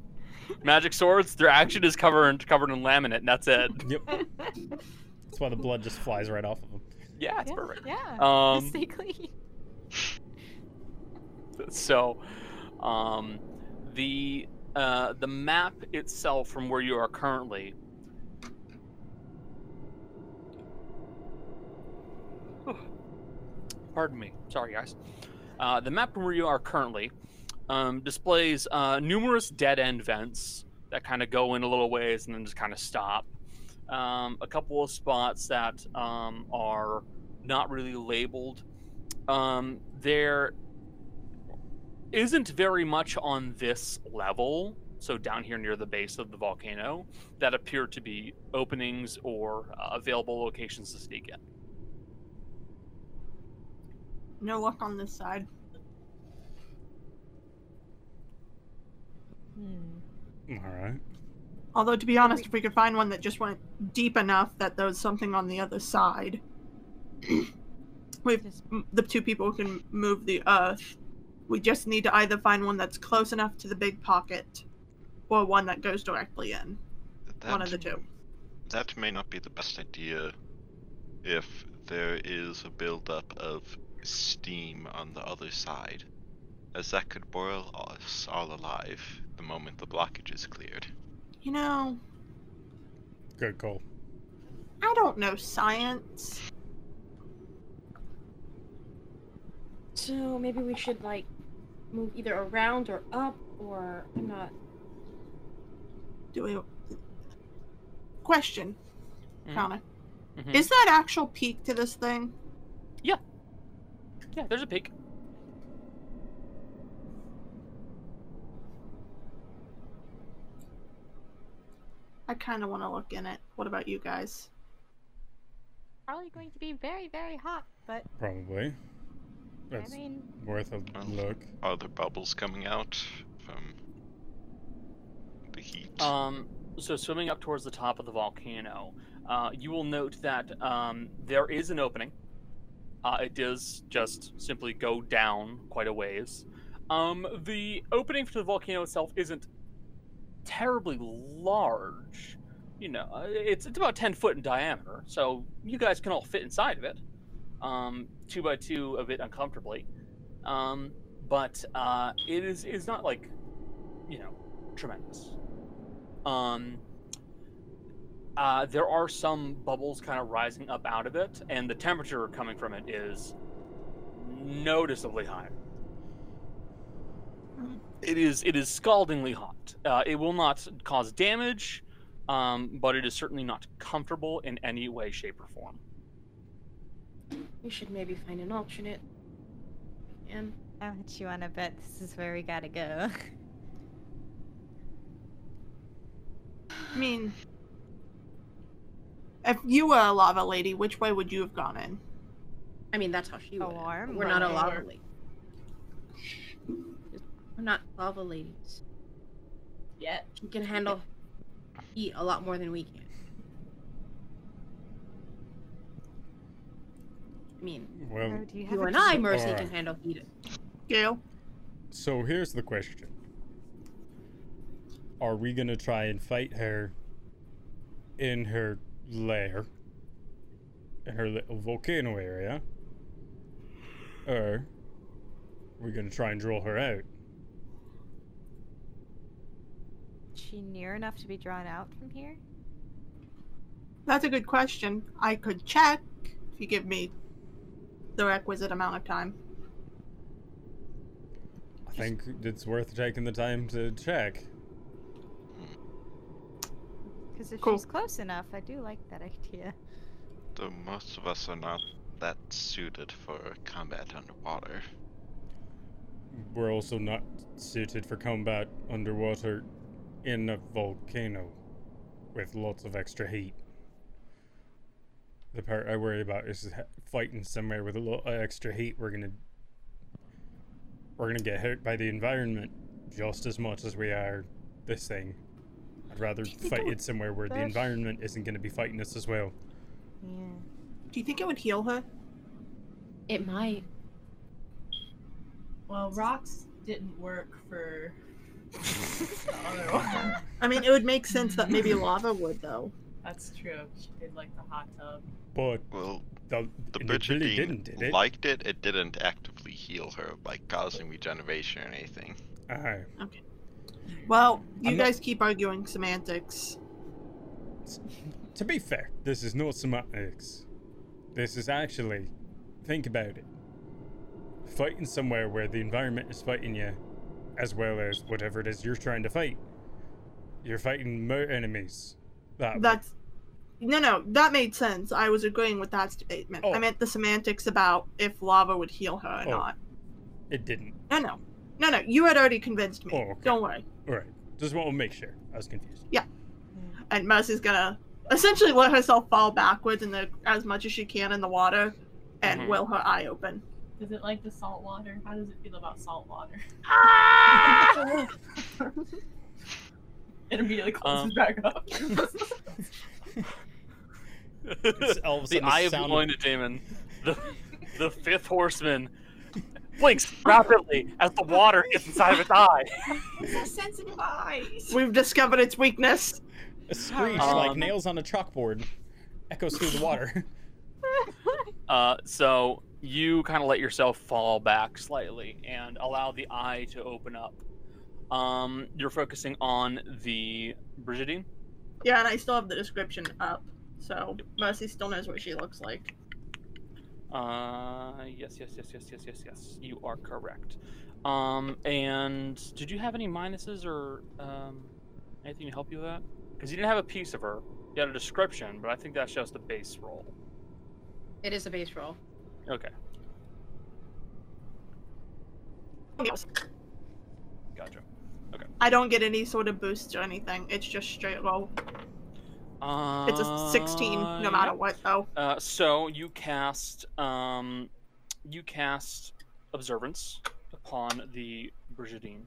D: Magic swords, their action is covered covered in laminate, and that's it.
I: Yep. That's why the blood just flies right off of them.
D: Yeah, it's perfect.
B: Yeah.
D: Um,
B: Stay clean.
D: so um, the uh, the map itself from where you are currently pardon me sorry guys uh, the map from where you are currently um, displays uh, numerous dead end vents that kind of go in a little ways and then just kind of stop um, a couple of spots that um, are not really labeled um, there isn't very much on this level, so down here near the base of the volcano, that appear to be openings or uh, available locations to sneak in.
C: No luck on this side.
I: All right.
C: Although, to be honest, if we could find one that just went deep enough that there was something on the other side, we the two people can move the earth. We just need to either find one that's close enough to the big pocket, or one that goes directly in. One of the
F: That-
C: two.
F: That may not be the best idea if there is a buildup of steam on the other side, as that could boil us all alive the moment the blockage is cleared.
C: You know,
I: Good call.
C: I don't know science.
N: So maybe we should like move either around or up or I'm not.
C: Do we? Question, Connor.
D: Mhm.
C: Is that actual peak to this thing?
D: Yeah, there's a peak.
C: I kind of want to look in it. What about you guys?
B: Probably going to be very, very hot, but
I: Probably. That's
B: mean-
I: worth a look.
F: Are there bubbles coming out from the heat?
D: Um, so swimming up towards the top of the volcano, uh, you will note that um, there is an opening. Uh, it does just simply go down quite a ways. Um, the opening to the volcano itself isn't terribly large. You know, uh, it's it's about ten foot in diameter, so you guys can all fit inside of it, um, two by two, a bit uncomfortably. Um, but uh, it is is not like, you know, tremendous. Um, uh, there are some bubbles kind of rising up out of it, and the temperature coming from it is noticeably high. It is it is scaldingly hot. Uh, it will not cause damage, uh, um, but it is certainly not comfortable in any way, shape, or form.
E: You should maybe find an alternate.
B: And how much you wanna bet this is where we gotta go?
C: I mean, if you were a lava lady, which way would you have gone in?
E: I mean, that's how she would.
B: Alarm
E: We're not a
B: mode.
E: lava lady. We're not lava ladies.
H: Yet.
E: We can handle heat a lot more than we can. I mean,
I: Well,
E: you,
I: Oh, have a
E: and I,
I: key?
E: Mercy,
I: Alright.
E: can handle heat.
C: Gail?
I: So here's the question. Are we gonna try and fight her in her lair? In her little volcano area? Or we're gonna try and draw her out?
B: Is she near enough to be drawn out from here?
C: That's a good question. I could check if you give me the requisite amount of time.
I: I think it's worth taking the time to check.
B: Because if
C: Cool.
B: she's close enough, I do like that idea.
F: Though most of us are not that suited for combat underwater.
I: We're also not suited for combat underwater in a volcano with lots of extra heat. The part I worry about is ha- fighting somewhere with a lot of extra heat. We're gonna we're gonna get hurt by the environment just as much as we are this thing. I'd rather fight it somewhere where the
C: Bush?
I: environment isn't gonna be fighting us as well.
C: Do you think it would heal her?
E: It might.
H: Well, rocks didn't work for the other one.
C: I mean, it would make sense that maybe lava would, though.
H: That's true. She did like the hot tub.
I: But
F: well,
I: the,
F: the
I: it
F: Bridget
I: really
F: Dean
I: didn't, did it?
F: liked it. It didn't actively heal her by causing regeneration or anything.
I: Aye.
C: Okay. Well, you
I: I'm not-
C: guys keep arguing semantics.
I: To be fair, this is not semantics. This is actually, think about it. Fighting somewhere where the environment is fighting you, as well as whatever it is you're trying to fight. You're fighting more enemies. That way.
C: That's no, no, that made sense. I was agreeing with that statement. I meant the semantics about if lava would heal her or
I: Oh.
C: not.
I: it didn't.
C: No, no, no, no. You had already convinced me.
I: Oh, okay.
C: Don't worry.
I: All right. Just want to make sure. I was confused.
C: Yeah. And Mercy's gonna essentially let herself fall backwards in the as much as she can in the water, and
I: Mm-hmm.
H: Mhm.
C: will her eye open.
H: Does it like the salt water? How does it feel about salt water? it immediately closes
D: Um,
H: back up.
I: all of a
D: the
I: sudden the
D: eye of
I: sound of-
D: Belinda Damon, the, the fifth horseman, blinks rapidly as the water gets inside of its eye.
H: sensitive eyes.
C: We've discovered its weakness.
I: A screech like
D: Um,
I: nails on a chalkboard echoes through the water.
D: Uh, so you kind of let yourself fall back slightly and allow the eye to open up. Um, you're focusing on the Brigidine.
C: Yeah, and I still have the description up, so Mercy still knows what she looks like.
D: Uh, yes, yes, yes, yes, yes, yes, yes. You are correct. Um, and did you have any minuses or um, anything to help you with that? Because you didn't have a piece of her. You had a description, but I think that's just a base roll.
E: It is a base roll.
D: Okay, gotcha. Okay.
C: I don't get any sort of boosts or anything. It's just straight roll.
D: Uh,
C: It's a 16, no matter
D: yep.
C: what, though.
D: Uh, so you cast um, you cast observance upon the Brigidine,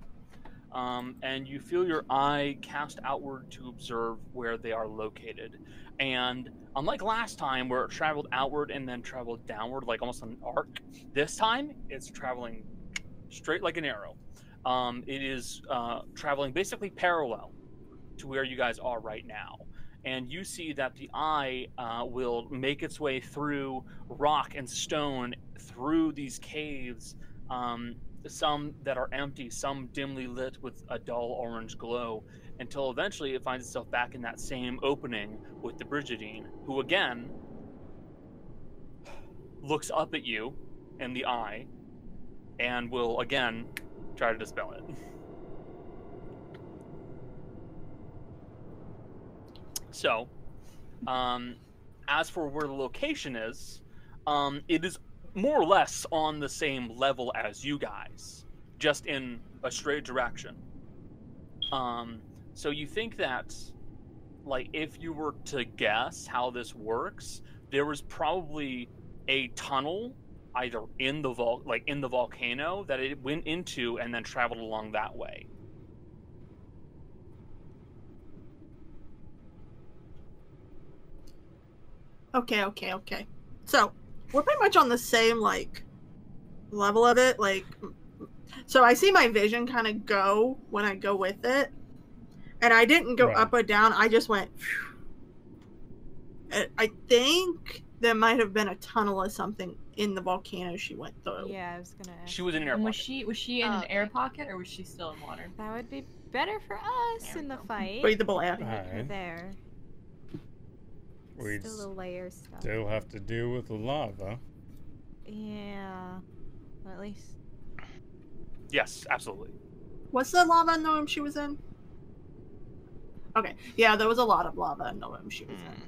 D: um, and you feel your eye cast outward to observe where they are located. And unlike last time, where it traveled outward and then traveled downward, like almost an arc, this time it's traveling straight like an arrow. Um, it is uh, traveling basically parallel to where you guys are right now. And you see that the eye uh, will make its way through rock and stone, through these caves, um, some that are empty, some dimly lit with a dull orange glow, until eventually it finds itself back in that same opening with the Brigidine, who again looks up at you in the eye and will again try to dispel it. So, um, as for where the location is, um, it is more or less on the same level as you guys, just in a straight direction. Um, so you think that, like, if you were to guess how this works, there was probably a tunnel either in the vol- like in the volcano that it went into and then traveled along that way.
C: Okay, okay, okay. So we're pretty much on the same like level of it. Like, so I see my vision kind of go when I go with it, and I didn't go
I: Right.
C: up or down. I just went. phew. I- I think there might have been a tunnel or something in the volcano she went through.
B: Yeah, I was gonna. Oh,
D: She was in an air
H: And was
D: pocket.
H: she was she in an air pocket or was she still in water?
B: That would be better for us in the fight.
C: Breathable air.
B: if we get her
I: Alright.
B: There.
I: We
B: Still the layer stuff.
I: still have to deal with the lava.
B: Yeah. Well, at least.
D: Yes, absolutely.
C: What's the lava in the room she was in? Okay, yeah, there was a lot of lava in the room she
D: Hmm.
C: was in.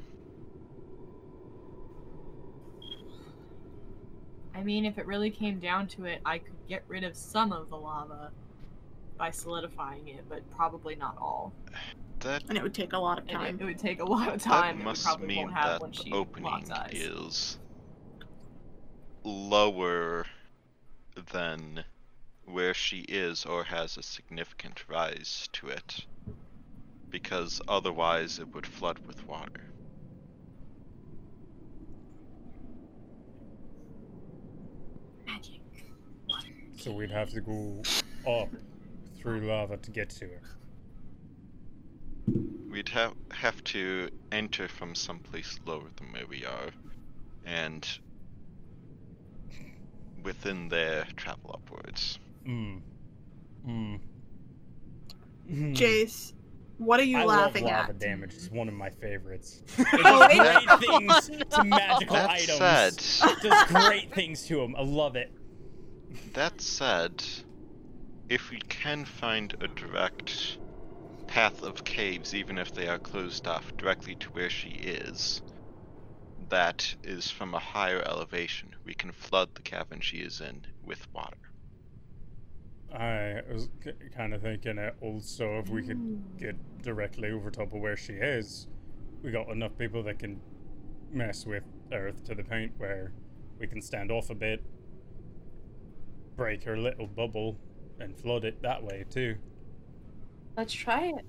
H: I mean, if it really came down to it, I could get rid of some of the lava by solidifying it, but probably not all.
F: That
C: And it would take a lot of
H: And it-
C: time.
H: It, would take a lot of
F: That
H: time. and we
F: must
H: probably
F: mean
H: won't have
F: that
H: when she
F: the opening
H: locks eyes.
F: is lower than where she is or has a significant rise to it. Because otherwise it would flood with water.
H: Magic.
I: So we'd have to go up through lava to get to it.
F: We'd have have to enter from someplace lower than where we are, and within there travel upwards.
I: Mm. Mm.
C: Jace, what are you
I: I
C: laughing
I: love lava
C: at?
I: damage. It's one of my favorites.
C: Oh, really?
I: It does great things
C: Oh, no.
I: to magical
F: That
I: items.
F: said-
I: It does great things to them. I love it.
F: That said, if we can find a direct path of caves, even if they are closed off directly to where she is, that is from a higher elevation, we can flood the cavern she is in with water.
I: I was k- kind of thinking it also if we could get directly over top of where she is, we got enough people that can mess with Earth to the point where we can stand off a bit, break her little bubble, and flood it that way too.
C: Let's try it.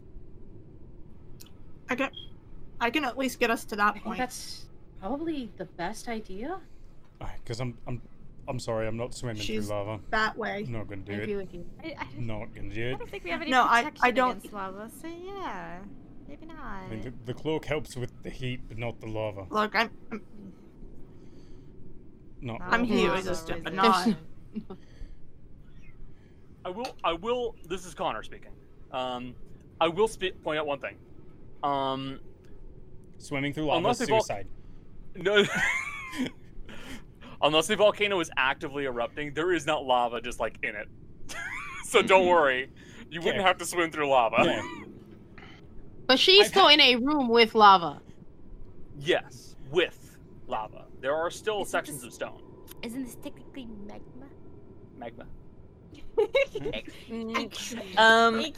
C: I can, I can at least get us to that point. That's probably the best idea.
I: Because I'm, I'm, I'm sorry, I'm not swimming
C: She's
I: through lava.
C: that way.
I: Not gonna do
C: I
I: it.
C: agree with you.
B: I, I
I: Not gonna do it.
B: don't think we have any
C: No, I- I
B: protection
C: don't-
B: against lava, so yeah, maybe not.
I: I mean, the, the cloak helps with the heat, but not the lava.
C: Look, I'm, I'm,
I: Not
C: I'm
I: lava.
C: heat resistant, but not.
D: I will. I will. This is Connor speaking. Um, I will spe- point out one thing. Um,
I: Swimming through lava is
D: Unless the vol-
I: suicide.
D: no. Unless the volcano is actively erupting, there is not lava just like in it. so don't worry, you wouldn't
I: Okay.
D: have to swim through lava.
E: But she's still in a room with lava.
D: Yes, with lava. There are still sections of stone.
B: Isn't this technically magma?
D: Magma.
P: Um, actually,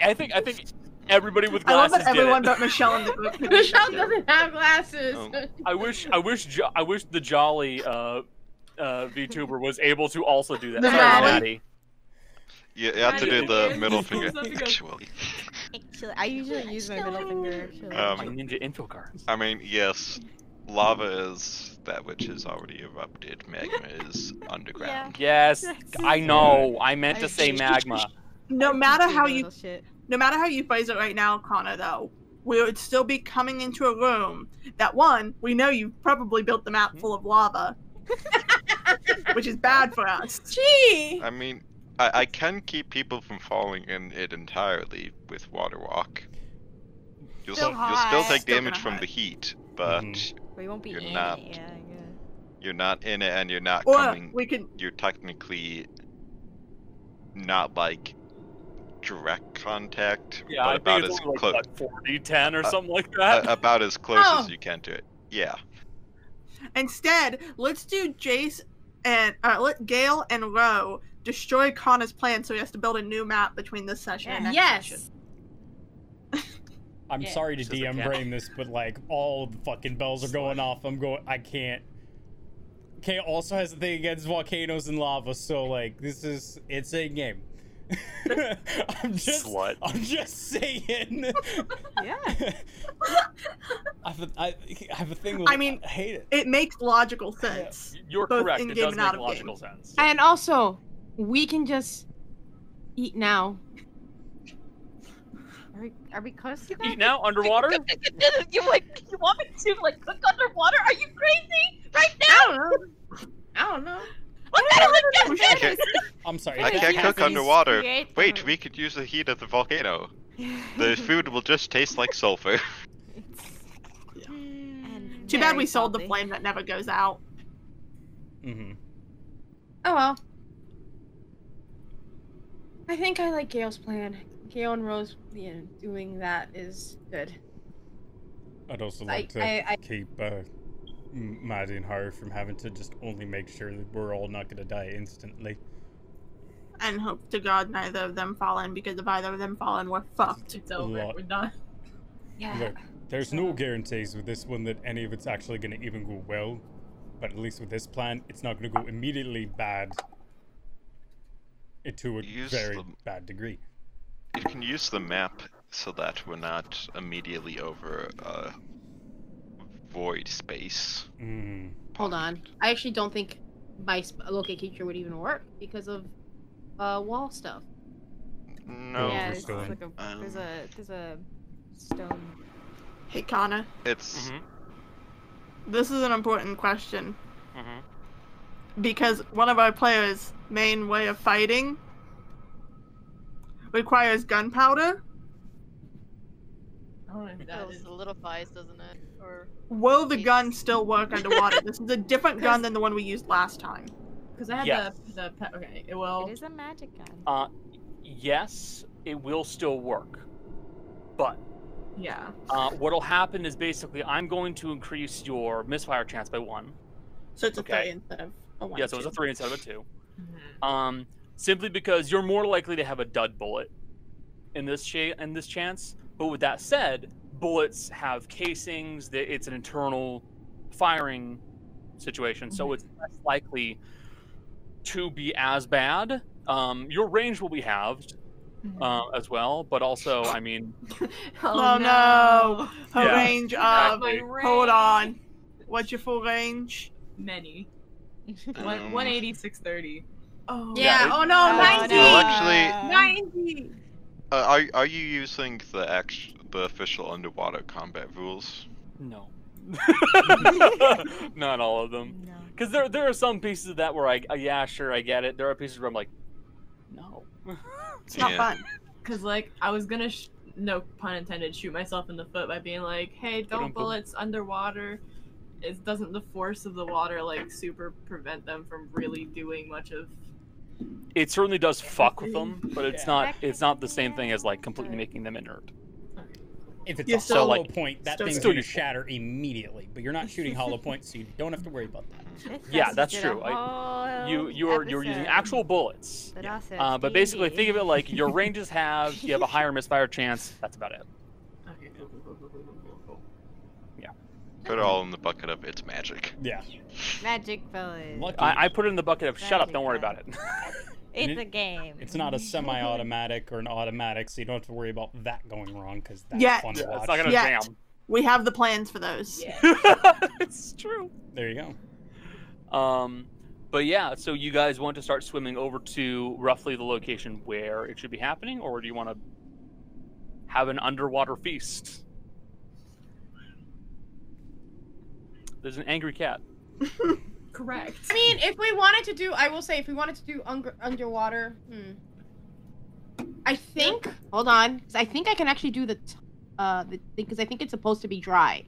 D: I think I think everybody with
C: I love
D: glasses
C: that everyone
D: did it.
C: but Michelle in the group. can
E: Michelle
C: do it.
E: doesn't have glasses.
D: Um, I wish I wish jo- I wish the jolly uh, uh, VTuber was able to also do that.
F: The
D: Sorry,
F: Maddie.
D: Maddie.
F: You you have to do the middle finger, actually.
B: Actually, I usually use my middle finger. Actually.
F: Um,
D: My ninja info cards.
F: I mean, yes, lava is that which has already erupted, magma is underground.
D: Yes, I know. I meant to say magma.
C: No matter how you, no matter how you phrase it right now, Connor, though, we would still be coming into a room that one we know you've probably built the
D: Hmm?
C: map full of lava, which is bad for us. Gee.
F: I mean, I, I can keep people from falling in it entirely with water walk. You'll
B: Still
F: still, you'll still
B: hot.
F: take
B: Still
F: damage
B: gonna
F: from the heat, but
B: We won't be
F: You're
B: in
F: not.
B: it. Yeah, I guess.
F: you're not in it and you're not
C: Or
F: coming.
C: we can-
F: You're technically not like direct contact,
D: Yeah,
F: but
D: I
F: about
D: think it's
F: as
D: only
F: close.
D: like, what, 40, 10 or
F: uh,
D: something like
F: a-
D: that.
F: about as close
C: Oh.
F: as you can to it. Yeah.
C: Instead, let's do Jace and uh, let Gale and Roe destroy Connor's plan, so he has to build a new map between this session and next session.
E: Yes.
A: I'm
C: Yeah.
A: sorry to
D: This is a
A: DM
D: cat.
A: brain this, but like all the fucking bells are going off. I'm going. I can't. Okay. Also has a thing against volcanoes and lava, so like this is it's a game. I'm just.
D: Slut.
A: I'm just saying.
M: Yeah.
A: I have a, I, I have a thing. With,
C: I mean,
A: I hate it.
C: It makes logical sense.
D: You're
C: both
D: correct. It
C: in-game
D: does
C: and
D: make
C: out of game.
D: logical sense.
M: And also, we can just eat now.
B: Are we, are we close to
D: Eat
B: that?
D: now underwater.
G: you like you want me to like cook underwater? Are you crazy right now?
E: I don't know. I don't know.
G: What the hell is
F: I
G: that?
F: can't,
A: I'm sorry.
F: I
A: this
F: can't
A: is-
F: cook underwater.
B: create
F: Wait, we could use the heat of the volcano. The food will just taste like sulfur.
B: And
C: Too bad
B: very
C: we sold the
B: salty.
C: flame that never goes out.
A: Mm-hmm.
M: Oh well. I think I like Gail's plan. Gail and Rose yeah, doing that is good.
I: I'd also
M: I-
I: like to
M: I- I-
I: keep uh, M- Maddie and Harry from having to just only make sure that we're all not going to die instantly.
C: And hope to God neither of them fall in, because if either of them fall in, we're fucked.
H: It's
I: over. lot. We're
H: done.
I: Look, there's no guarantees with this one that any of it's actually going to even go well, but at least with this plan, it's not going to go immediately bad eh, to a
F: Use
I: very
F: the-
I: bad degree.
F: You can use the map so that we're not immediately over a void space.
I: Mm.
E: Hold on. I actually don't think my sp- locate creature would even work because of uh, wall stuff.
F: No,
B: yeah,
F: we're
B: there's,
F: still in.
B: like a, there's
F: Um,
B: a there's a stone.
C: Hey, Connor,
F: It's
C: this is an important question
F: Mm-hmm.
D: Mhm.
C: because one of our players' main way of fighting requires gunpowder.
H: I don't know if that
G: It
H: is.
G: solidifies, doesn't it? Or
C: Will the gun still work underwater? this is a different gun than the one we used last time.
H: Because I had
D: Yes.
H: the the pe- okay. it- Well,
B: It is a magic gun.
D: Uh, yes, it will still work, but
H: yeah.
D: uh, what'll happen is basically I'm going to increase your misfire chance by one.
C: So it's a
D: Okay.
C: three instead of a one.
D: yeah, so it's
C: two.
D: a
C: Mm-hmm.
D: three instead of a two. Um, simply because you're more likely to have a dud bullet in this cha- in this chance. But with that said, bullets have casings. That it's an internal firing situation, so it's less likely to be as bad. Um, your range will be halved
C: Mm-hmm.
D: uh, as well, but also, I mean,
C: Oh, no! Her
D: Yeah,
C: range of.
H: My
C: Hold
H: range.
C: on. What's your full range?
H: Many.
F: Um,
C: Mm.
H: One one eighty six thirty.
C: Oh.
E: Yeah.
D: it-
E: oh no.
M: Uh,
E: Ninety.
F: Well, actually,
E: Ninety.
F: uh, are are you using the act the official underwater combat rules?
D: no, not all of them. Because there there are some pieces of that where I, I yeah sure I get it. There are pieces where I'm like, no.
C: It's not
F: Yeah.
C: fun.
H: Cause like I was gonna, sh- no pun intended, shoot myself in the foot by being like, hey,
D: Ba-dum-bum.
H: don't bullets underwater. It doesn't the force of the water like super prevent them from really doing much of.
D: It certainly does fuck with them, but it's
I: Yeah.
D: not it's not the same thing as like completely making them inert.
A: If it's
C: You're
A: a
C: still,
A: hollow
D: like,
A: point, that
C: still
A: thing's
D: still
A: gonna
D: useful.
A: shatter immediately. But you're not shooting hollow points, so you don't have to worry about that.
B: This
D: Yeah,
B: just
D: that's
B: did a
D: true.
B: whole
D: You you're you're using
B: episode.
D: actual bullets.
B: But also
D: Uh, but basically,
B: D&D.
D: think of it like your ranges have you have a higher misfire chance. That's about it.
H: Okay, cool, cool, cool, cool, cool, cool, cool.
F: Put it all in the bucket of it's magic.
I: Yeah.
B: magic bullet.
I: Lucky
D: I, I put it in the bucket of shut up, don't worry about
B: Magic
D: it.
B: It's
I: it-
B: a game.
I: it's not a semi automatic or an automatic, so you don't have to worry about that going wrong because that's
C: Yet.
I: fun to
D: it's
I: watch.
D: not gonna
C: Yet.
D: jam.
C: We have the plans for those.
D: it's true.
I: There you go.
D: Um, but yeah, so you guys want to start swimming over to roughly the location where it should be happening, or do you want to have an underwater feast? There's an angry cat.
H: Correct.
E: I mean, if we wanted to do, I will say, if we wanted to do un- underwater, hmm. I think. Hold on, 'cause I think I can actually do the, t- uh, the because I think it's supposed to be dry.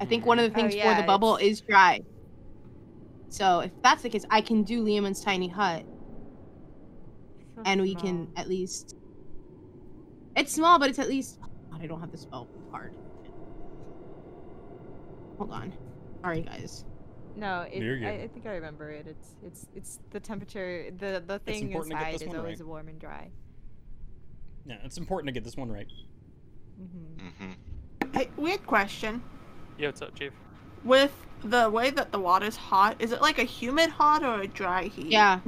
E: I think one of the
B: Oh,
E: things for
B: yeah,
E: the bubble is dry. So if that's the case, I can do Liamon's tiny hut. and we can at least. It's small, but it's at least. God, I don't have the spell card. Hold on. Sorry, guys.
B: No, it,
E: You're good.
B: I, I think I remember it. It's it's it's the temperature. The the thing
A: important to get
B: inside
A: this
B: is
A: one
B: always
A: right.
B: warm and dry.
A: Yeah, it's important to get this one right.
B: Mm-hmm.
F: Mm-hmm.
C: Hey, weird question.
D: Yeah, what's up, Chief?
C: With the way that the water's hot, is it like a humid hot or a dry heat?
E: Yeah.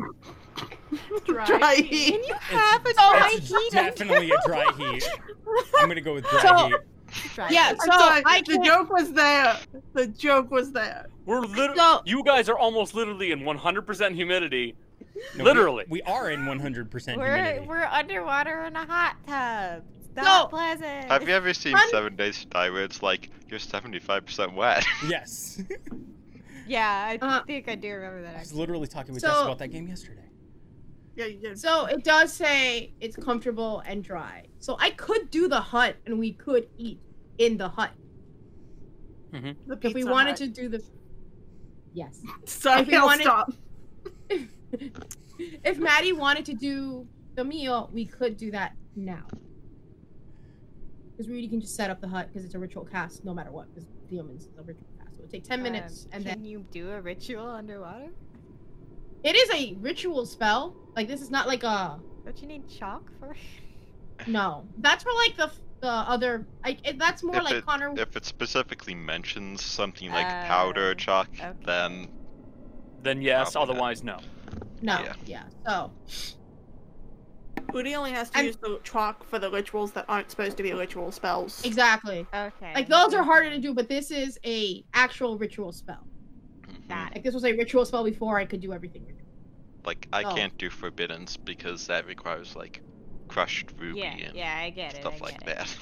C: dry, heat.
B: Can you
C: have
B: a
A: it's definitely a dry heat. I'm gonna go with dry
C: So-
A: heat.
E: Yeah,
C: I'm
E: so
C: sorry,
E: I
C: the
E: can't-
C: joke was there. The joke was there.
D: We're literally.
C: So-
D: you guys are almost literally in 100% humidity.
A: No, we-
D: literally.
A: We, are in 100%
B: We're
A: humidity.
B: we're underwater in a hot tub. It's not pleasant.
F: Have you ever seen
B: Run-
F: Seven Days to Die where it's like you're 75% wet?
A: Yes.
B: Yeah, I think I do remember that.
A: I was
B: Actually.
A: literally talking with
E: So-
A: Jess about that game yesterday.
C: Yeah, you did.
E: So it does say it's comfortable and dry. So I could do the hut, and we could eat in the hut
A: Mm-hmm.
C: The
E: if we
C: Pizza
E: wanted
C: Hut.
E: to do the. Yes.
C: Sorry,
E: if we
C: I'll
E: wanted-
C: stop.
E: If Maddie wanted to do the meal, we could do that now. Because Rudy can just set up the hut because it's a ritual cast, no matter what. Because demons is a ritual cast, so it would take ten
B: Um,
E: minutes, and
B: can
E: then
B: you do a ritual underwater?
E: it is a ritual spell. Like this is not like a
B: Don't you need chalk for?
E: no. That's for like the f- the other. Like it, that's more
F: if,
E: like
F: it,
E: Connor.
F: if it specifically mentions something like
B: Oh,
F: powder or chalk, then
D: Then yes, otherwise no.
E: no,
F: yeah.
E: yeah. So
C: Udi only has to use the chalk for the rituals that aren't supposed to be ritual spells.
E: exactly.
B: Okay.
E: Like those are harder to do, but this is a actual ritual spell.
B: Mm-hmm.
E: Like this was a ritual spell before I could do everything. ritual.
F: like I
E: Oh.
F: can't do forbiddance because that requires like crushed ruby
B: Yeah,
F: and
B: yeah, I get it.
F: stuff
B: I
F: like
B: get it.
F: that.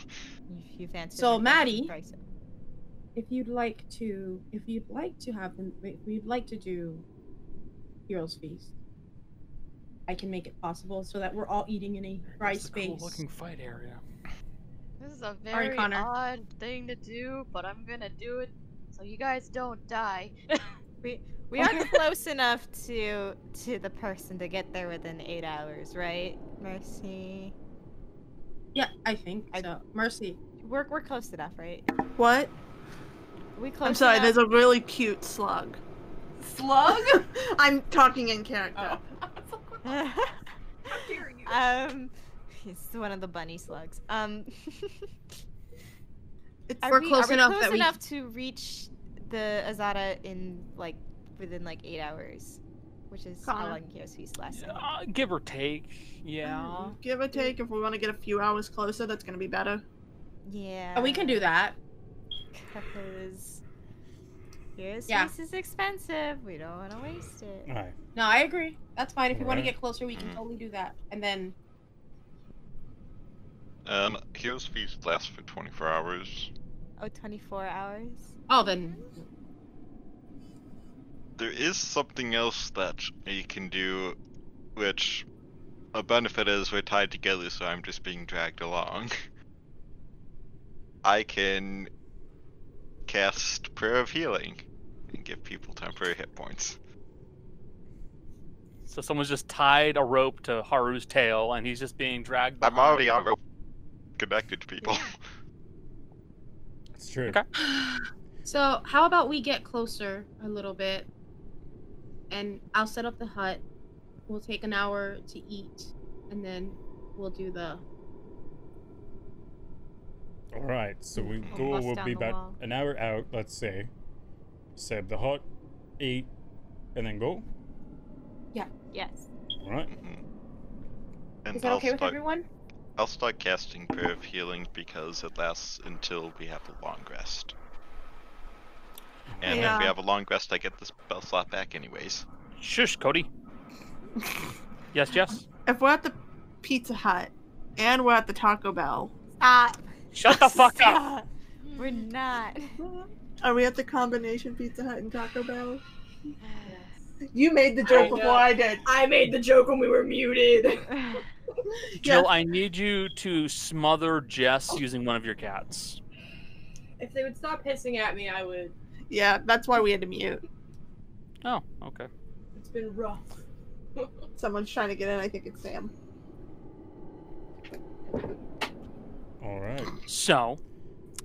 B: If you fancy.
E: So
B: like,
E: Maddie,
B: price it.
M: if you'd like to if you'd like to have them if you'd like to do heroes feast i can make it possible so that we're all eating in a dry
D: It's a
M: space
D: cool looking fight area.
G: This is a
E: right,
G: very
E: Connor.
G: odd thing to do, but I'm gonna do it so you guys don't die.
B: we We are close enough to to the person to get there within eight hours, right? Mercy.
E: Yeah, I think so. Mercy.
B: We're we're close enough, right?
C: What?
B: We close.
C: I'm sorry,
B: enough?
C: there's a really cute slug.
H: Slug?
C: I'm talking in
B: Oh.
C: character.
B: um, it's one of the bunny slugs. Um,
C: It's-
B: are
E: We're
B: we,
E: close
B: are we
E: enough
B: close
E: that we-
B: enough to reach the Azada in like within like eight hours, which is how
C: Connor.
B: long Kyo's feast lasts.
D: Uh, give or take, yeah.
C: Give or take, if we want to get a few hours closer, that's gonna be better.
B: Yeah.
E: And we can do that.
B: Because Kyo's
E: Yeah.
B: feast is expensive. We don't want to waste it.
I: Alright.
E: No, I agree. That's fine. If we want to
I: Alright.
E: get closer, we can totally do that. And then
F: Um, Heroes Feast lasts for 24 hours.
B: Oh, 24 hours. Mm-hmm.
E: oh, then
F: There is something else that you can do, which a benefit is we're tied together, so I'm just being dragged along. I can cast Prayer of Healing and give people temporary hit points.
D: So someone's just tied a rope to Haru's tail, and he's just being dragged.
F: I'm
D: behind.
F: already on rope connected to people.
I: It's true.
D: Okay.
E: So how about we get closer a little bit, and I'll set up the hut. We'll take an hour to eat, and then we'll do the.
I: All right, so we
B: I'll
I: go.
B: bust
I: We'll
B: down
I: be
B: the
I: about
B: wall.
I: an hour out, let's say. Seb the hut, eat, and then go.
B: Yes.
I: All right.
F: And
E: Is that
F: I'll
E: okay with
F: start-
E: everyone?
F: I'll start casting Prayer of Healing because it lasts until we have a long rest. And if we
C: Yeah.
F: have a long rest, I get the spell slot back anyways.
D: Shush, Cody. yes, yes.
C: If we're at the Pizza Hut and we're at the Taco Bell,
B: Ah,
D: Shut the fuck up.
B: we're not.
C: are we at the combination Pizza Hut and Taco Bell? You made the joke
K: I know.
C: before I did.
K: I made the joke when we were muted.
D: Jill, I need you to smother Jess
F: Oh.
D: using one of your cats.
H: If they would stop hissing at me, I would.
C: Yeah, that's why we had to mute.
D: Oh, okay.
H: It's been rough.
C: Someone's trying to get in. I think it's Sam.
I: All right.
D: So,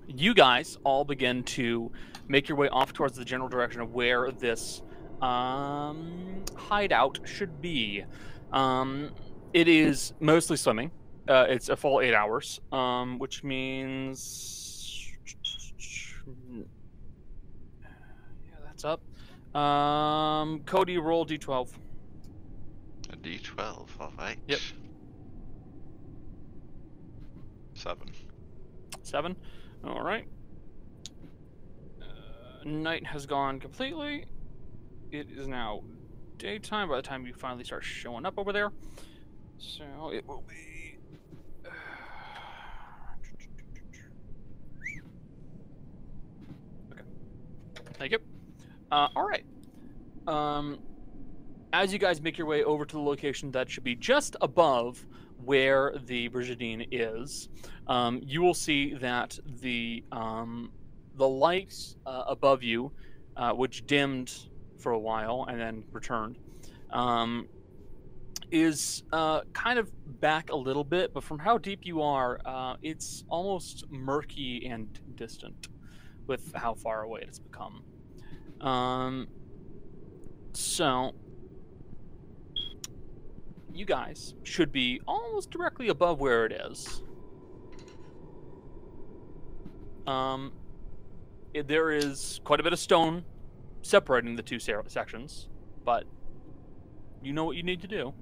D: you guys all begin to make your way off towards the general direction of where this um, hideout should be. Um, it is mostly swimming. Uh, it's a full eight hours, um, which means yeah, that's up. Um, Cody, roll d12.
F: A d12, alright.
D: Yep.
F: Seven.
D: Seven. All right. Uh, night has gone completely. It is now daytime by the time you finally start showing up over there. So it will be. Okay. Thank you. Uh, all right. Um, as you guys make your way over to the location that should be just above where the Brigidine is, um, you will see that the um, the lights uh, above you, uh, which dimmed for a while and then returned, um, is uh, kind of back a little bit. But from how deep you are, uh, it's almost murky and distant with how far away it's become. Um, so you guys should be almost directly above where it is. Um, it- there is quite a bit of stone separating the two se- sections, but you know what you need to do.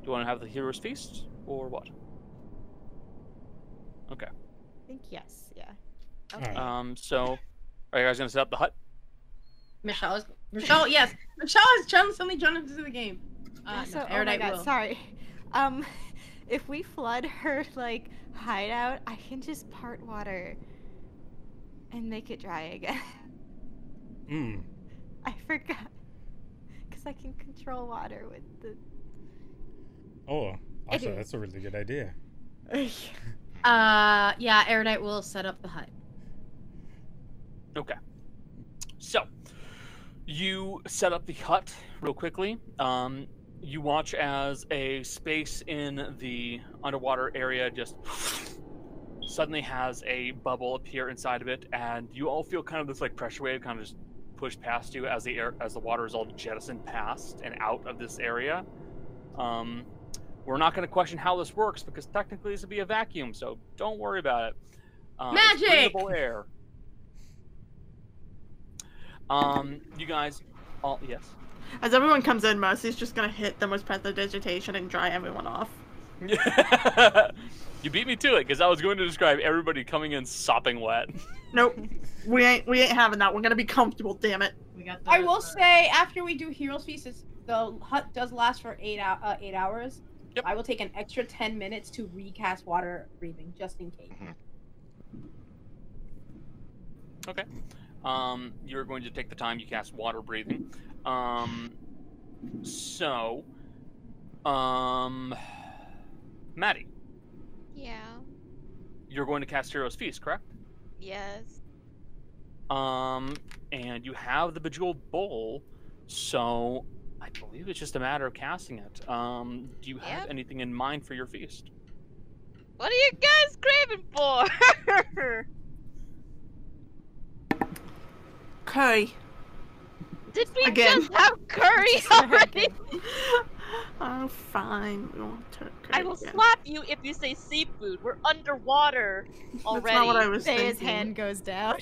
D: Do you want to have the hero's feast or what? Okay.
B: I think yes, yeah.
D: Um. So, are you guys gonna set up the hut?
E: Michelle is Michelle. Yes, Michelle has jumped, suddenly jumped into the game. Uh,
B: Also,
E: no,
B: oh my
E: Aerodite
B: god,
E: will.
B: sorry. Um, if we flood her like hideout, I can just part water and make it dry again.
I: Mm.
B: I forgot because I can control water with the.
I: Oh, actually,
B: Anyway.
I: that's a really good idea.
E: Uh, yeah, Aerodite will set up the hut.
D: Okay. So, you set up the hut real quickly. Um, you watch as a space in the underwater area just suddenly has a bubble appear inside of it, and you all feel kind of this like pressure wave kind of just push past you as the air as the water is all jettisoned past and out of this area. Um, we're not going to question how this works because technically this would be a vacuum, so don't worry about it. Um, it's
E: Magic!
D: breathable air. Um, you guys, all yes,
C: As everyone comes in, Mercy's just gonna hit them with prestidigitation and dry everyone off.
D: you beat me to it because I was going to describe everybody coming in sopping wet.
C: Nope, we ain't we ain't having that. We're gonna be comfortable, damn it.
H: We got
E: I will say after we do Heroes Feast, it's- the hut does last for eight ou- uh, eight hours. I will take an extra ten minutes to recast water breathing just in case.
D: Okay. Um, you're going to take the time you cast water breathing. Um, so, um, Maddie,
G: Yeah.
D: you're going to cast Hero's Feast, correct?
G: Yes.
D: Um, and you have the Bejeweled Bowl, so I believe it's just a matter of casting it. Um, do you have anything in mind for your feast?
G: What are you guys craving for?
C: Curry.
G: Did we
C: Again.
G: just have curry already?
C: Oh, fine. We want to curry
G: I will
C: again.
G: slap you if you say seafood. We're underwater already.
C: not what I was
B: Daya's hand goes down.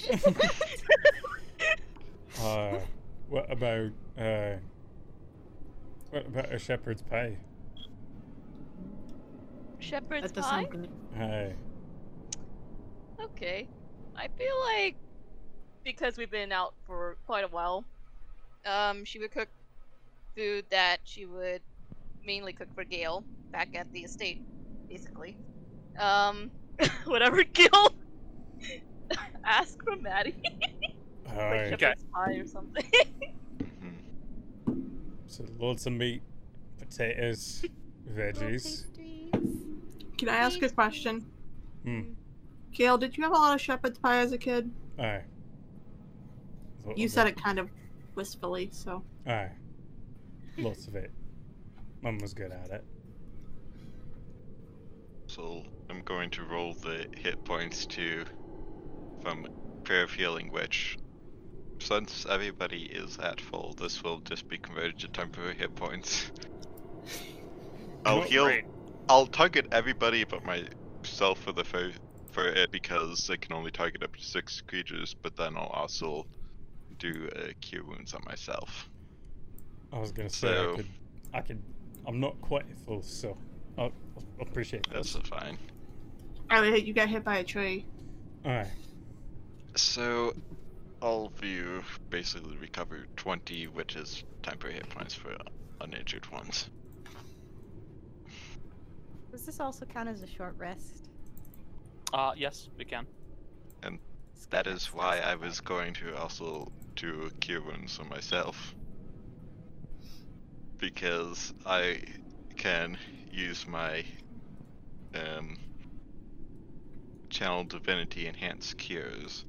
I: Uh, what about uh, what about a shepherd's pie?
G: Shepherd's
E: That does
G: pie.
E: sound good.
I: Hey,
G: Okay. I feel like because we've been out for quite a while, um, she would cook food that she would mainly cook for Gail back at the estate, basically. Um, whatever Gail ask for Maddie,
I: Alright.
G: like
I: Okay.
G: shepherd's pie or something.
I: so loads of meat, potatoes, veggies.
C: Can I ask a question?
I: Hmm.
C: Gail, did you have a lot of shepherd's pie as a kid?
I: Aye. Lot
C: You
I: of
C: said it kind of wistfully, so.
I: Aye. Lots of it. Mum was good at it.
F: Crystal, I'm going to roll the hit points too from Prayer of Healing, which, since everybody is at full, this will just be converted to temporary hit points. I'll
J: Oh,
F: heal.
J: great.
F: I'll target everybody but myself for the fir- for it because it can only target up to six creatures, but then I'll also do uh, cure wounds on myself.
I: I was gonna say I
F: So-
I: could, I could. I'm not quite at full, so I I appreciate that.
F: That's fine.
C: Oh, yeah, you got hit by a tree.
I: All right.
F: So, all of you basically recover 20, which is temporary hit points for uninjured ones.
B: Does this also count as a short rest?
D: Uh, yes, we can.
F: And that is why I was going to also do cure wounds for myself. Because I can use my um, channel divinity enhanced cures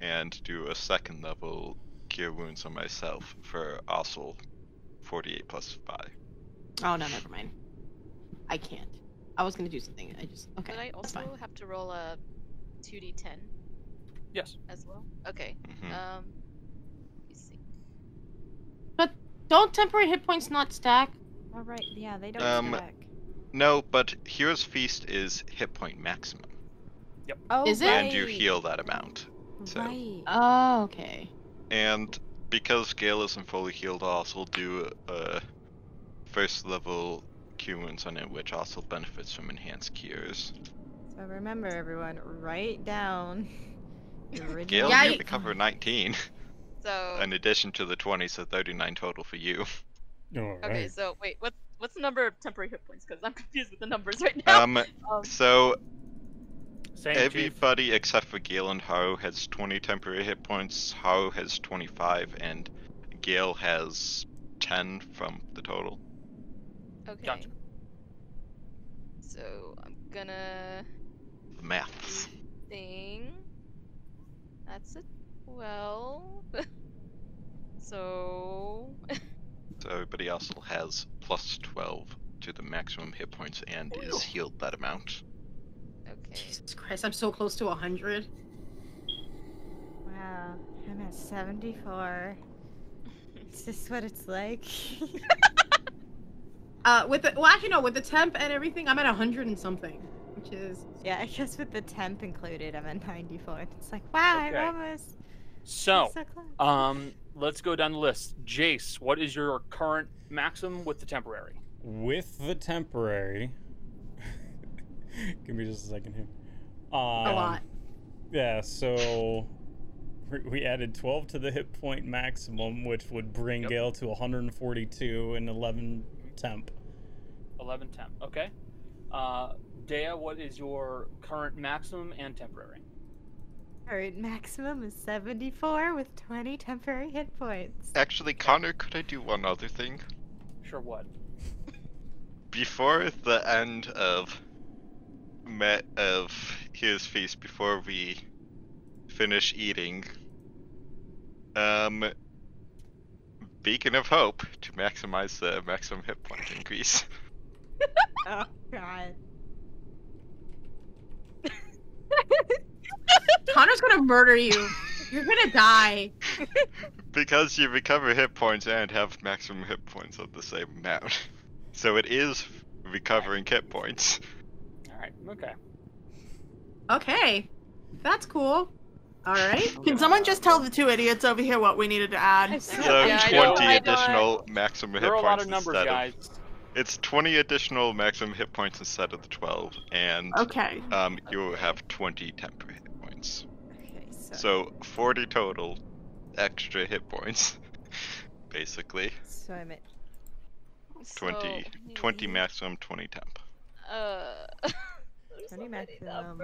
F: and do a second level cure wounds on myself for also 48 plus 5.
N: Oh no, never mind. I can't. I was gonna do something. I just okay.
G: But I
N: that's
G: also have to roll a 2d10
D: Yes.
G: as well. Okay.
F: Mhm.
G: Um,
N: But don't temporary hit points not stack.
B: All right. Yeah, they don't
F: Um,
B: stack.
F: No, but Hero's Feast is hit point maximum.
B: Oh,
N: Is it?
F: And you heal that amount. So.
N: Right. Oh, okay.
F: And because Gale isn't fully healed, I'll also do a first level cure wounds on it, which also benefits from enhanced cures.
B: So remember, everyone, write down. your
F: Gale,
B: original-
F: you recover 19.
G: So-
F: In addition to the 20, so 39 total for you.
G: okay, so wait, what's what's the number of temporary hit points? Because I'm confused with the numbers right now.
F: Um, so
D: Same, Chief.
F: everybody except for Gale and Haro has 20 temporary hit points. Haro has 25, and Gale has 10 from the total.
G: Okay. So I'm gonna
F: The maths.
G: thing. That's a twelve. so
F: So everybody else has plus 12 to the maximum hit points and is healed that amount.
E: Jesus Christ, I'm so close to 100.
B: Wow, I'm at 74. Is this what it's like?
E: Uh, with the well, actually no, with the temp and everything, I'm at 100 and something, which is
B: yeah, I guess with the temp included, I'm at 94. It's like, wow,
D: Okay.
B: I'm almost.
D: So,
B: so close.
D: um, let's go down the list. Jace, what is your current maximum with the temporary?
I: With the temporary, give me just a second here. Um,
E: lot.
I: Yeah, so we- we added 12 to the hit point maximum, which would bring Gale to 142 and 11 temp.
D: 11 temp. Okay. Uh, Dea, what is your current maximum and temporary?
B: Alright, maximum is 74 with 20 temporary hit points.
F: Actually, Connor, could I do one other thing?
D: Sure, what?
F: Before the end of met of his feast, before we finish eating, um, beacon of hope to maximize the maximum hit point increase.
B: Oh, God.
E: Connor's gonna murder you. You're gonna die.
F: Because you recover hit points and have maximum hit points of the same amount. So it is recovering hit points.
D: Alright, okay.
E: Okay. That's cool. Alright.
C: Can someone just tell the two idiots over here what we needed to add?
F: So 20 additional maximum hit
D: There are a
F: points.
D: lot of numbers,
F: instead
D: guys.
F: It's 20 additional maximum hit points instead of the 12, and
C: Okay.
F: um, you have 20 temporary hit points.
B: Okay, so.
F: So 40 total extra hit points, basically.
B: So I'm at
F: 20,
G: So,
F: 20 maximum, 20 temp.
G: uh.
B: 20 maximum.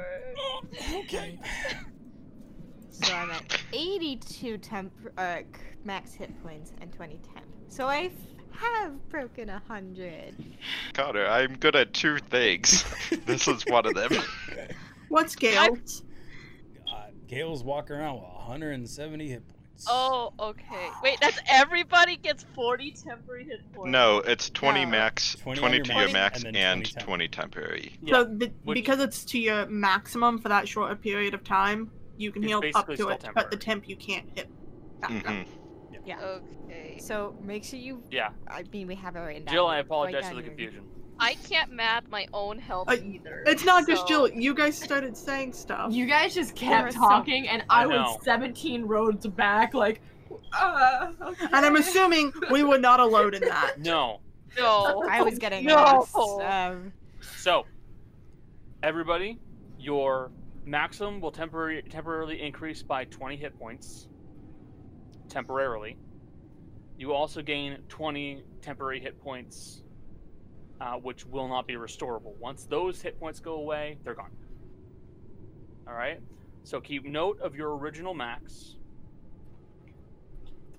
B: Okay. um, so I'm at 82 temp, uh, c- max hit points and 20 temp. So I f- have broken 100.
F: Connor, I'm good at two things. this is one of them.
C: What's Gale?
I: Gale's walking around with 170 hit points.
G: Oh, okay. Wait, that's everybody gets 40 temporary hit points.
F: No, it's 20 max, 20,
I: 20 on your
F: to your
I: max,
F: max,
I: and
F: and,
I: then
F: 20, temporary.
C: So be- because it's to your maximum for that shorter period of time, you can
F: It's
C: heal up
F: basically
C: to
F: still
C: it, but the temp you can't hit. Back up.
F: Mhm.
B: Yeah.
G: Okay.
B: So make sure you.
D: Yeah.
B: I mean, we have it written down.
D: Jill, I
B: Write
D: apologize
B: down
D: for the
B: your-
D: confusion.
G: I can't math my own health
C: Uh,
G: either.
C: It's not just
G: so-
C: Jill. You guys started saying stuff.
H: You guys just
C: Or
H: kept
C: so-
H: talking, and I,
C: I know.
H: was 17 roads back, like, uh, okay.
C: And I'm assuming we were not alone in that.
D: No.
G: No.
B: I was getting
C: No.
B: lost. Um,
D: So, everybody, your maximum will temporarily temporarily increase by 20 hit points. Temporarily, you also gain 20 temporary hit points, uh, which will not be restorable. Once those hit points go away, they're gone. All right. So keep note of your original max,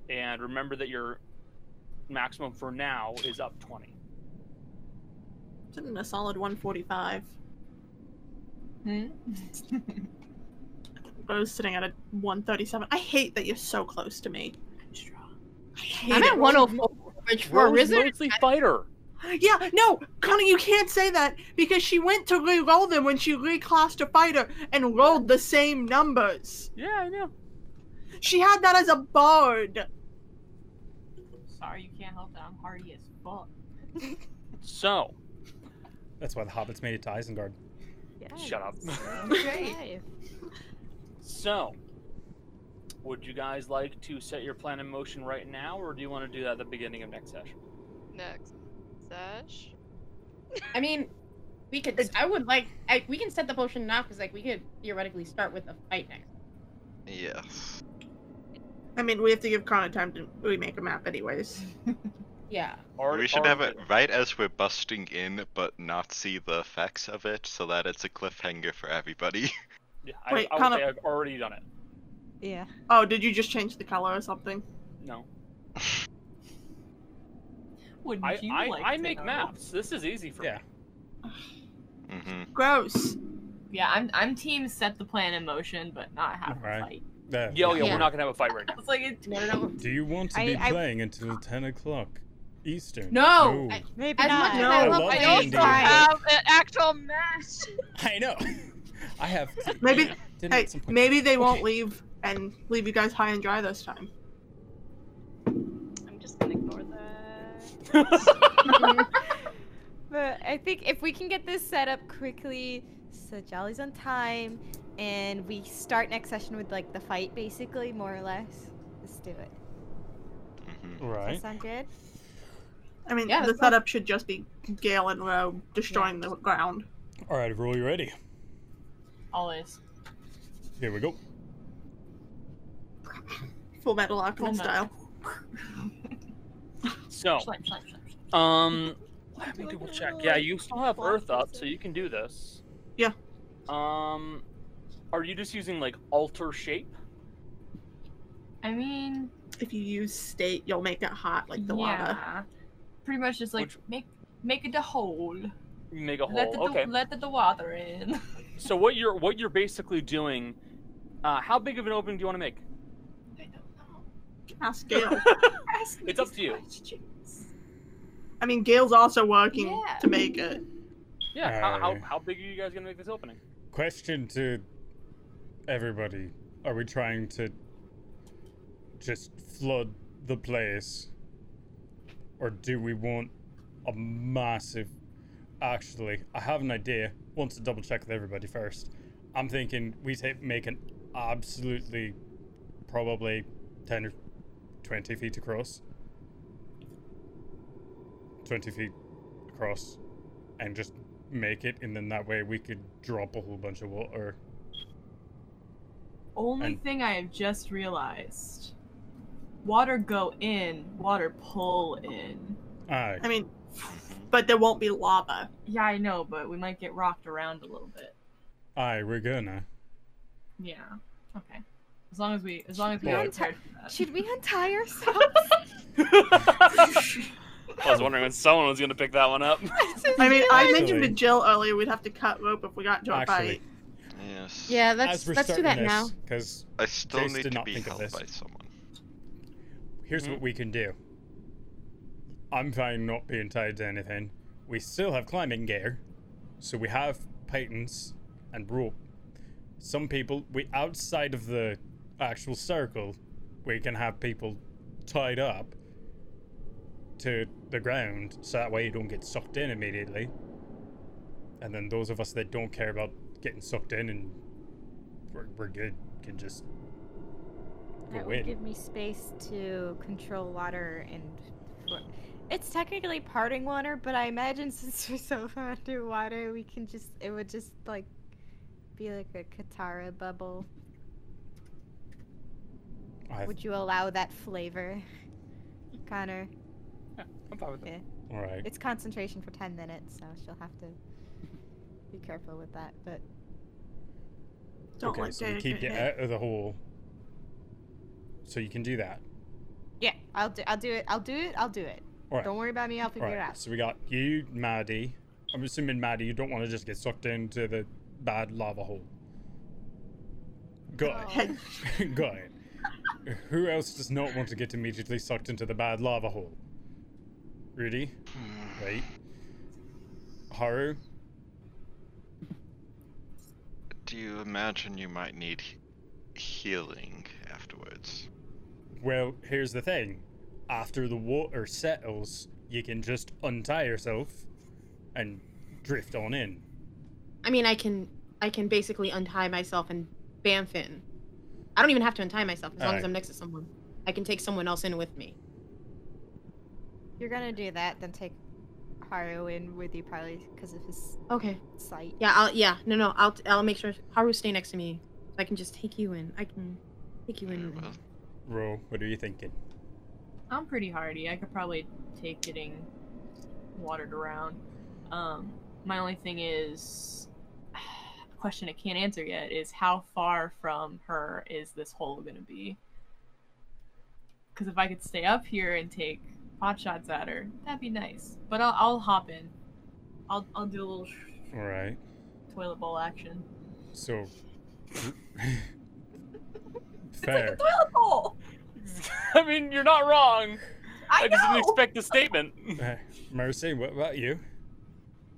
D: and remember that your maximum for now is up 20.
C: Sitting in a solid 145.
H: Hmm?
C: I was sitting at a 137. I hate that you're so close to me. I hate
E: I'm
C: it.
E: at 104, which for a
D: Rose
E: wizard.
D: Mosley fighter.
C: Yeah, no, Connor, you can't say that because she went to re-roll them when she reclassed a fighter and rolled the same numbers.
D: Yeah, I know.
C: She had that as a bard.
H: Sorry, you can't help that. I'm hardy as fuck.
D: So,
I: That's why the hobbits made it to Isengard.
D: shut up.
F: Mm-hmm.
H: Great.
D: so, would you guys like to set your plan in motion right now, or do you want to do that at the beginning of next session?
G: Next. Sash?
E: I mean, we could. I would like. I, we can set the potion now because, like, we could theoretically start with a fight next.
F: Yes.
C: I mean, we have to give Connor time to remake a map, anyways.
E: Yeah.
F: we should have it right as we're busting in, but not see the effects of it, so that it's a cliffhanger for everybody.
D: Yeah,
C: Wait,
D: I, I would
C: Connor-
D: say I've already done it.
B: Yeah.
C: Oh, did you just change the color or something?
D: No.
H: Wouldn't
D: I,
H: you
D: I,
H: like
D: I
H: to
D: make
H: know?
D: maps. This is easy for me.
C: Gross.
H: Yeah, I'm I'm team set the plan in motion, but not have a fight.
I: Yeah.
D: Yo, yo, we're not gonna have a fight right now.
H: It's like it, no, no,
I: Do you want to
H: I-
I: be
H: I-
I: playing until 10 o'clock Eastern?
H: No! I-
B: Maybe
I: As
B: not.
I: much as I No, love I
G: I
I: Indeed.
G: also have an actual match.
I: I know. I have.
C: Maybe
I: Dinner
C: hey,
I: at some point.
C: maybe they won't
I: Okay.
C: leave and leave you guys high and dry this time.
G: I'm just gonna ignore that.
B: But I think if we can get this set up quickly, so Jolly's on time, and we start next session with like the fight, basically, more or less. Let's do it. Does
I: Right.
B: that sound good?
C: I mean,
B: Yeah,
C: the
B: that's fine.
C: setup should just be Gale and Roe destroying the ground.
I: All right, roll. You ready?
H: always.
I: Here we go.
C: Full Metal Alchemist
H: Full
C: style.
D: So,
H: Slime, slime, slime, slime.
D: um, let me double check. Yeah, you still have Earth up, so you can do this.
C: Yeah.
D: Um, are you just using like alter shape?
H: I mean,
C: If you use state, you'll make it hot like the lava.
H: yeah. Pretty much just like make make it a hole.
D: You make a hole.
H: Let the,
D: okay.
H: let the, the water in.
D: So what you're what you're basically doing? Uh, how big of an opening do you want to make?
C: Ask Gale.
D: It's up to you.
C: I mean, Gale's also working
H: Yeah.
C: to make it.
D: Yeah. How, how,
I: Alright.
D: how big are you guys gonna make this opening?
I: Question to everybody: Are we trying to just flood the place, or do we want a massive? Actually, I have an idea. Want to double check with everybody first. I'm thinking we take make an absolutely, probably ten or twenty feet across. Twenty feet across, and just make it, and then that way we could drop a whole bunch of water.
H: Only
I: And-
H: thing I have just realized: water go in, water pull in.
I: Aye.
C: I mean, but there won't be lava.
H: Yeah, I know, but we might get rocked around a little bit.
I: Aye, we're gonna.
H: Yeah. Okay. As long as we, as long as we
B: Yeah.
H: are
B: Unti-
H: prepared for that.
B: Should we untie ourselves?
D: I was wondering when someone was gonna pick that one up.
C: I mean, I
I: Actually-
C: mentioned to Jill earlier we'd have to cut rope if we got into a
I: Actually,
C: fight.
F: yes.
E: Yeah,
I: as we're starting this, because
F: I still
I: Jace
F: need
I: did
F: to
I: not
F: be
I: think of
F: held
I: this.
F: by someone.
I: here's what we can do. I'm fine not being tied to anything. We still have climbing gear, so we have patents and rope. Some people, we outside of the actual circle, we can have people tied up to the ground, so that way you don't get sucked in immediately. And then those of us that don't care about getting sucked in and we're, we're good can just
B: That
I: go
B: would
I: in.
B: give me space to control water and. fl- It's technically parting water, but I imagine since we're so far underwater, we can just. It would just, like, be like a Katara bubble.
I: I-
B: Would you allow that flavor, Connor?
D: Yeah, I'm fine with
B: it.
I: All right.
B: It's concentration for 10 minutes, so she'll have to be careful with that, but.
C: Don't
I: okay,
C: let
I: so we
C: Derek
I: keep
C: get
I: you
C: hit.
I: out of the hole. So you can do that.
B: Yeah, I'll do. I'll do it. I'll do it. I'll do it.
I: All right.
B: Don't worry about me. I'll figure
I: All
B: it
I: right,
B: out.
I: So we got you, Maddie. I'm assuming Maddie, you don't want to just get sucked into the bad lava hole.
B: Oh.
I: Got it. got it. Who else does not want to get immediately sucked into the bad lava hole? Rudy, right? Haru,
F: Do you imagine you might need he- healing afterwards?
I: Well, here's the thing. After the water settles, you can just untie yourself and drift on in.
E: I mean, I can I can basically untie myself and bamf in. I don't even have to untie myself as long as
I: Aye.
E: I'm next to someone. I can take someone else in with me.
B: You're gonna do that, then take Haru in with you probably because of his
E: Okay.
B: sight.
E: Yeah, I'll yeah, no no, I'll I'll make sure Haru stay next to me. So I can just take you in. I can take you in.
I: Ro, what are you thinking?
H: I'm pretty hardy. I could probably take getting watered around. Um, my only thing is a question I can't answer yet is how far from her is this hole gonna be? Because if I could stay up here and take pot shots at her, that'd be nice. But I'll, I'll hop in. I'll I'll do a little sh-
I: All right.
H: toilet bowl action.
I: So
H: It's like
I: fair.
H: a toilet bowl.
D: I mean, you're not wrong.
H: I,
D: just didn't
C: know!
D: expect the statement.
I: Uh, Mercy, what about you?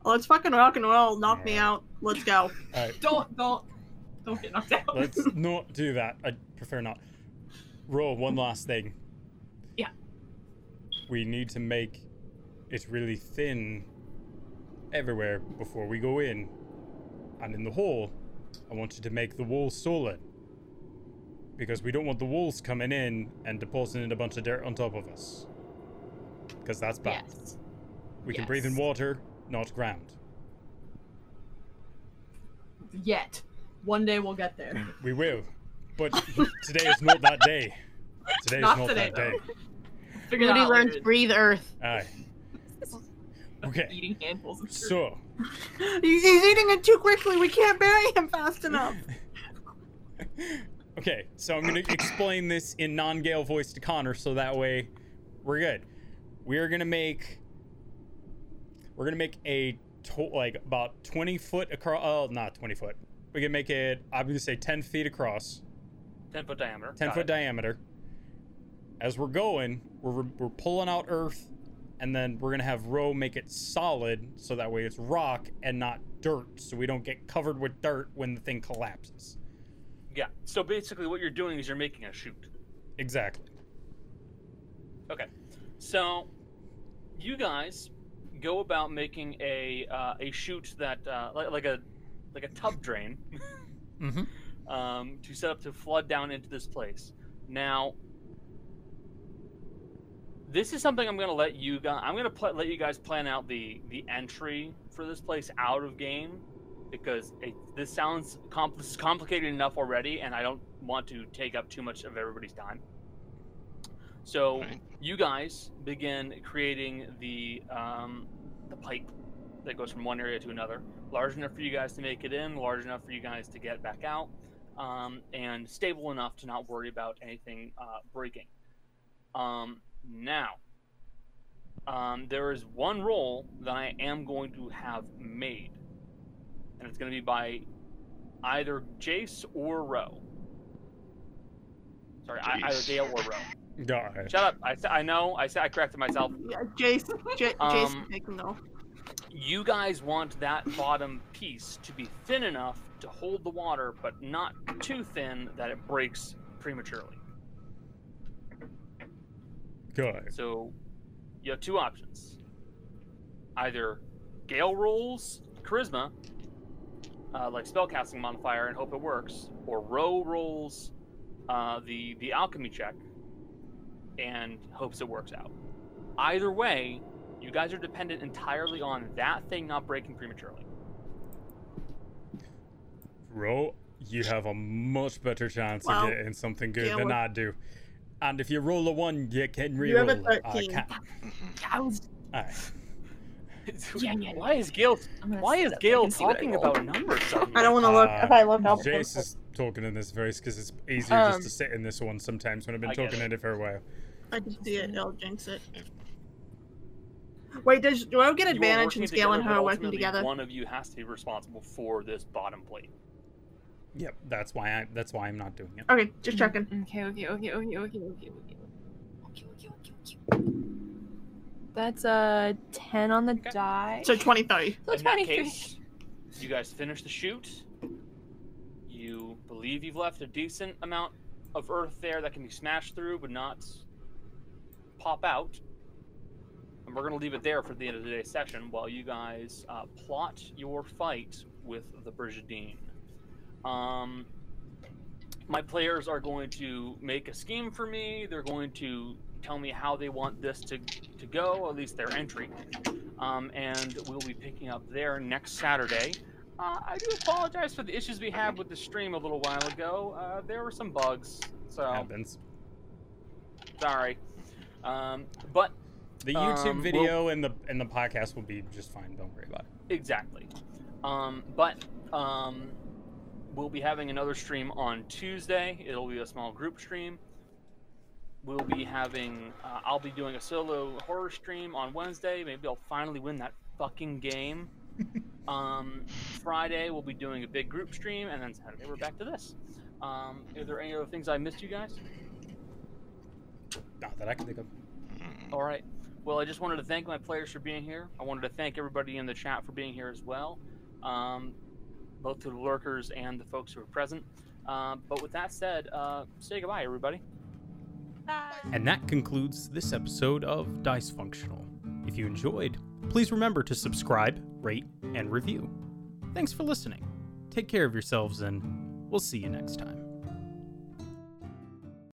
C: Let's fucking rock and roll. Knock me out. Let's go.
I: All right.
H: Don't don't don't get knocked out.
I: Let's not do that. I prefer not. Ro, one last thing.
H: Yeah.
I: We need to make it really thin everywhere before we go in. And in the hall, I want you to make the walls solid. Because we don't want the walls coming in and depositing a bunch of dirt on top of us. Because that's bad. We can breathe in water, not ground.
H: Yet. One day we'll get there.
I: We will. But today is not that day. Today is
H: Not
I: not
H: today,
I: that day.
H: Figure it
E: Rudy
H: out
E: learns
H: later.
E: breathe earth.
I: Aye. Okay,
H: Eating handfuls of fruit.
I: so
C: He's he's eating it too quickly. We can't bury him fast enough.
I: okay, so I'm gonna explain this in non-Gale voice to Connor, so that way we're good. We're gonna make we're gonna make a to- like about 20 foot across. Oh, not 20 foot. We're gonna make it. I'm gonna say 10 feet across.
D: 10 foot diameter.
I: 10
D: Got
I: foot
D: it.
I: diameter. As we're going, we're, we're pulling out earth, and then we're going to have Roe make it solid so that way it's rock and not dirt, so we don't get covered with dirt when the thing collapses.
D: Yeah. So basically, what you're doing is you're making a shoot.
I: Exactly.
D: Okay. So you guys go about making a uh, a chute that uh, like, like a like a tub drain
A: Mm-hmm.
D: um, to set up to flood down into this place. Now, this is something I'm going to let you guys. I'm going to pl- let you guys plan out the the entry for this place out of game because it, this sounds compl- this is complicated enough already, and I don't want to take up too much of everybody's time. So you guys begin creating the um, the pipe that goes from one area to another, large enough for you guys to make it in, large enough for you guys to get back out, um, and stable enough to not worry about anything uh, breaking. Um, now, um, there is one roll that I am going to have made, and it's going to be by either Jace or Roe. Sorry, I either
F: Jace.
D: Dale or Roe.
I: Got it.
D: Shut up. I, s- I know. I said I corrected myself.
C: Yeah, Jason, J- Jason
D: Um,
C: taking though.
D: You guys want that bottom piece to be thin enough to hold the water, but not too thin that it breaks prematurely.
I: Got it.
D: So you have two options. Either Gale rolls charisma, uh, like spellcasting modifier, and hope it works, or Row rolls uh, the the alchemy check and hopes it works out. Either way, you guys are dependent entirely on that thing not breaking prematurely.
I: Roll, you have a much better chance
D: Wow.
I: of getting something good
D: Yeah,
I: than
D: well-
I: I do. And if you roll a one, you can
D: You have
I: re-roll. uh,
D: a
I: it. I
D: 13.
I: can.
H: I was.
I: Alright.
D: Why is Gail? Why is Gail talking about numbers?
C: I don't want to look. If I look up,
I: Jace is talking in this voice because it's easier
C: Um,
I: just to sit in this one sometimes when I've been
C: I get
I: talking
C: it.
I: in it for a while.
C: I just see it. It'll jinx it. Wait, does Rogue get
D: You are
C: advantage
D: working
C: since Gale and her are
D: together, but
C: working
D: ultimately
C: together?
D: One of you has to be responsible for this bottom plate.
I: Yep, that's why I that's why I'm not doing it.
C: Okay, just checking.
H: Mm-hmm. Okay, okay, okay, okay, okay, okay, okay. That's a ten on the die.
C: So twenty-three.
H: So
D: In that
H: twenty-three.
D: case, you guys finish the shoot. You believe you've left a decent amount of earth there that can be smashed through, but not pop out. And we're gonna leave it there for the end of today's session while you guys uh, plot your fight with the Brigidine. Um, my players are going to make a scheme for me. They're going to tell me how they want this to, to go, at least their entry. Um, and we'll be picking up there next Saturday. Uh, I do apologize for the issues we had with the stream a little while ago. Uh, there were some bugs, so
I: Happens.
D: sorry. Um, but
I: The YouTube
D: um, we'll-
I: video and the and the podcast will be just fine. Don't worry about it.
D: Exactly. Um, but um, we'll be having another stream on Tuesday. It'll be a small group stream. We'll be having. Uh, I'll be doing a solo horror stream on Wednesday. Maybe I'll finally win that fucking game. um, Friday we'll be doing a big group stream, and then Saturday we're back to this. Um, are there any other things I missed, you guys?
I: Not that I can think of.
D: All right. Well, I just wanted to thank my players for being here. I wanted to thank everybody in the chat for being here as well, um, both to the lurkers and the folks who were present. Um, but with that said, uh, say goodbye, everybody.
A: And that concludes this episode of Dysfunctional. If you enjoyed, please remember to subscribe, rate, and review. Thanks for listening. Take care of yourselves, and we'll see you next time.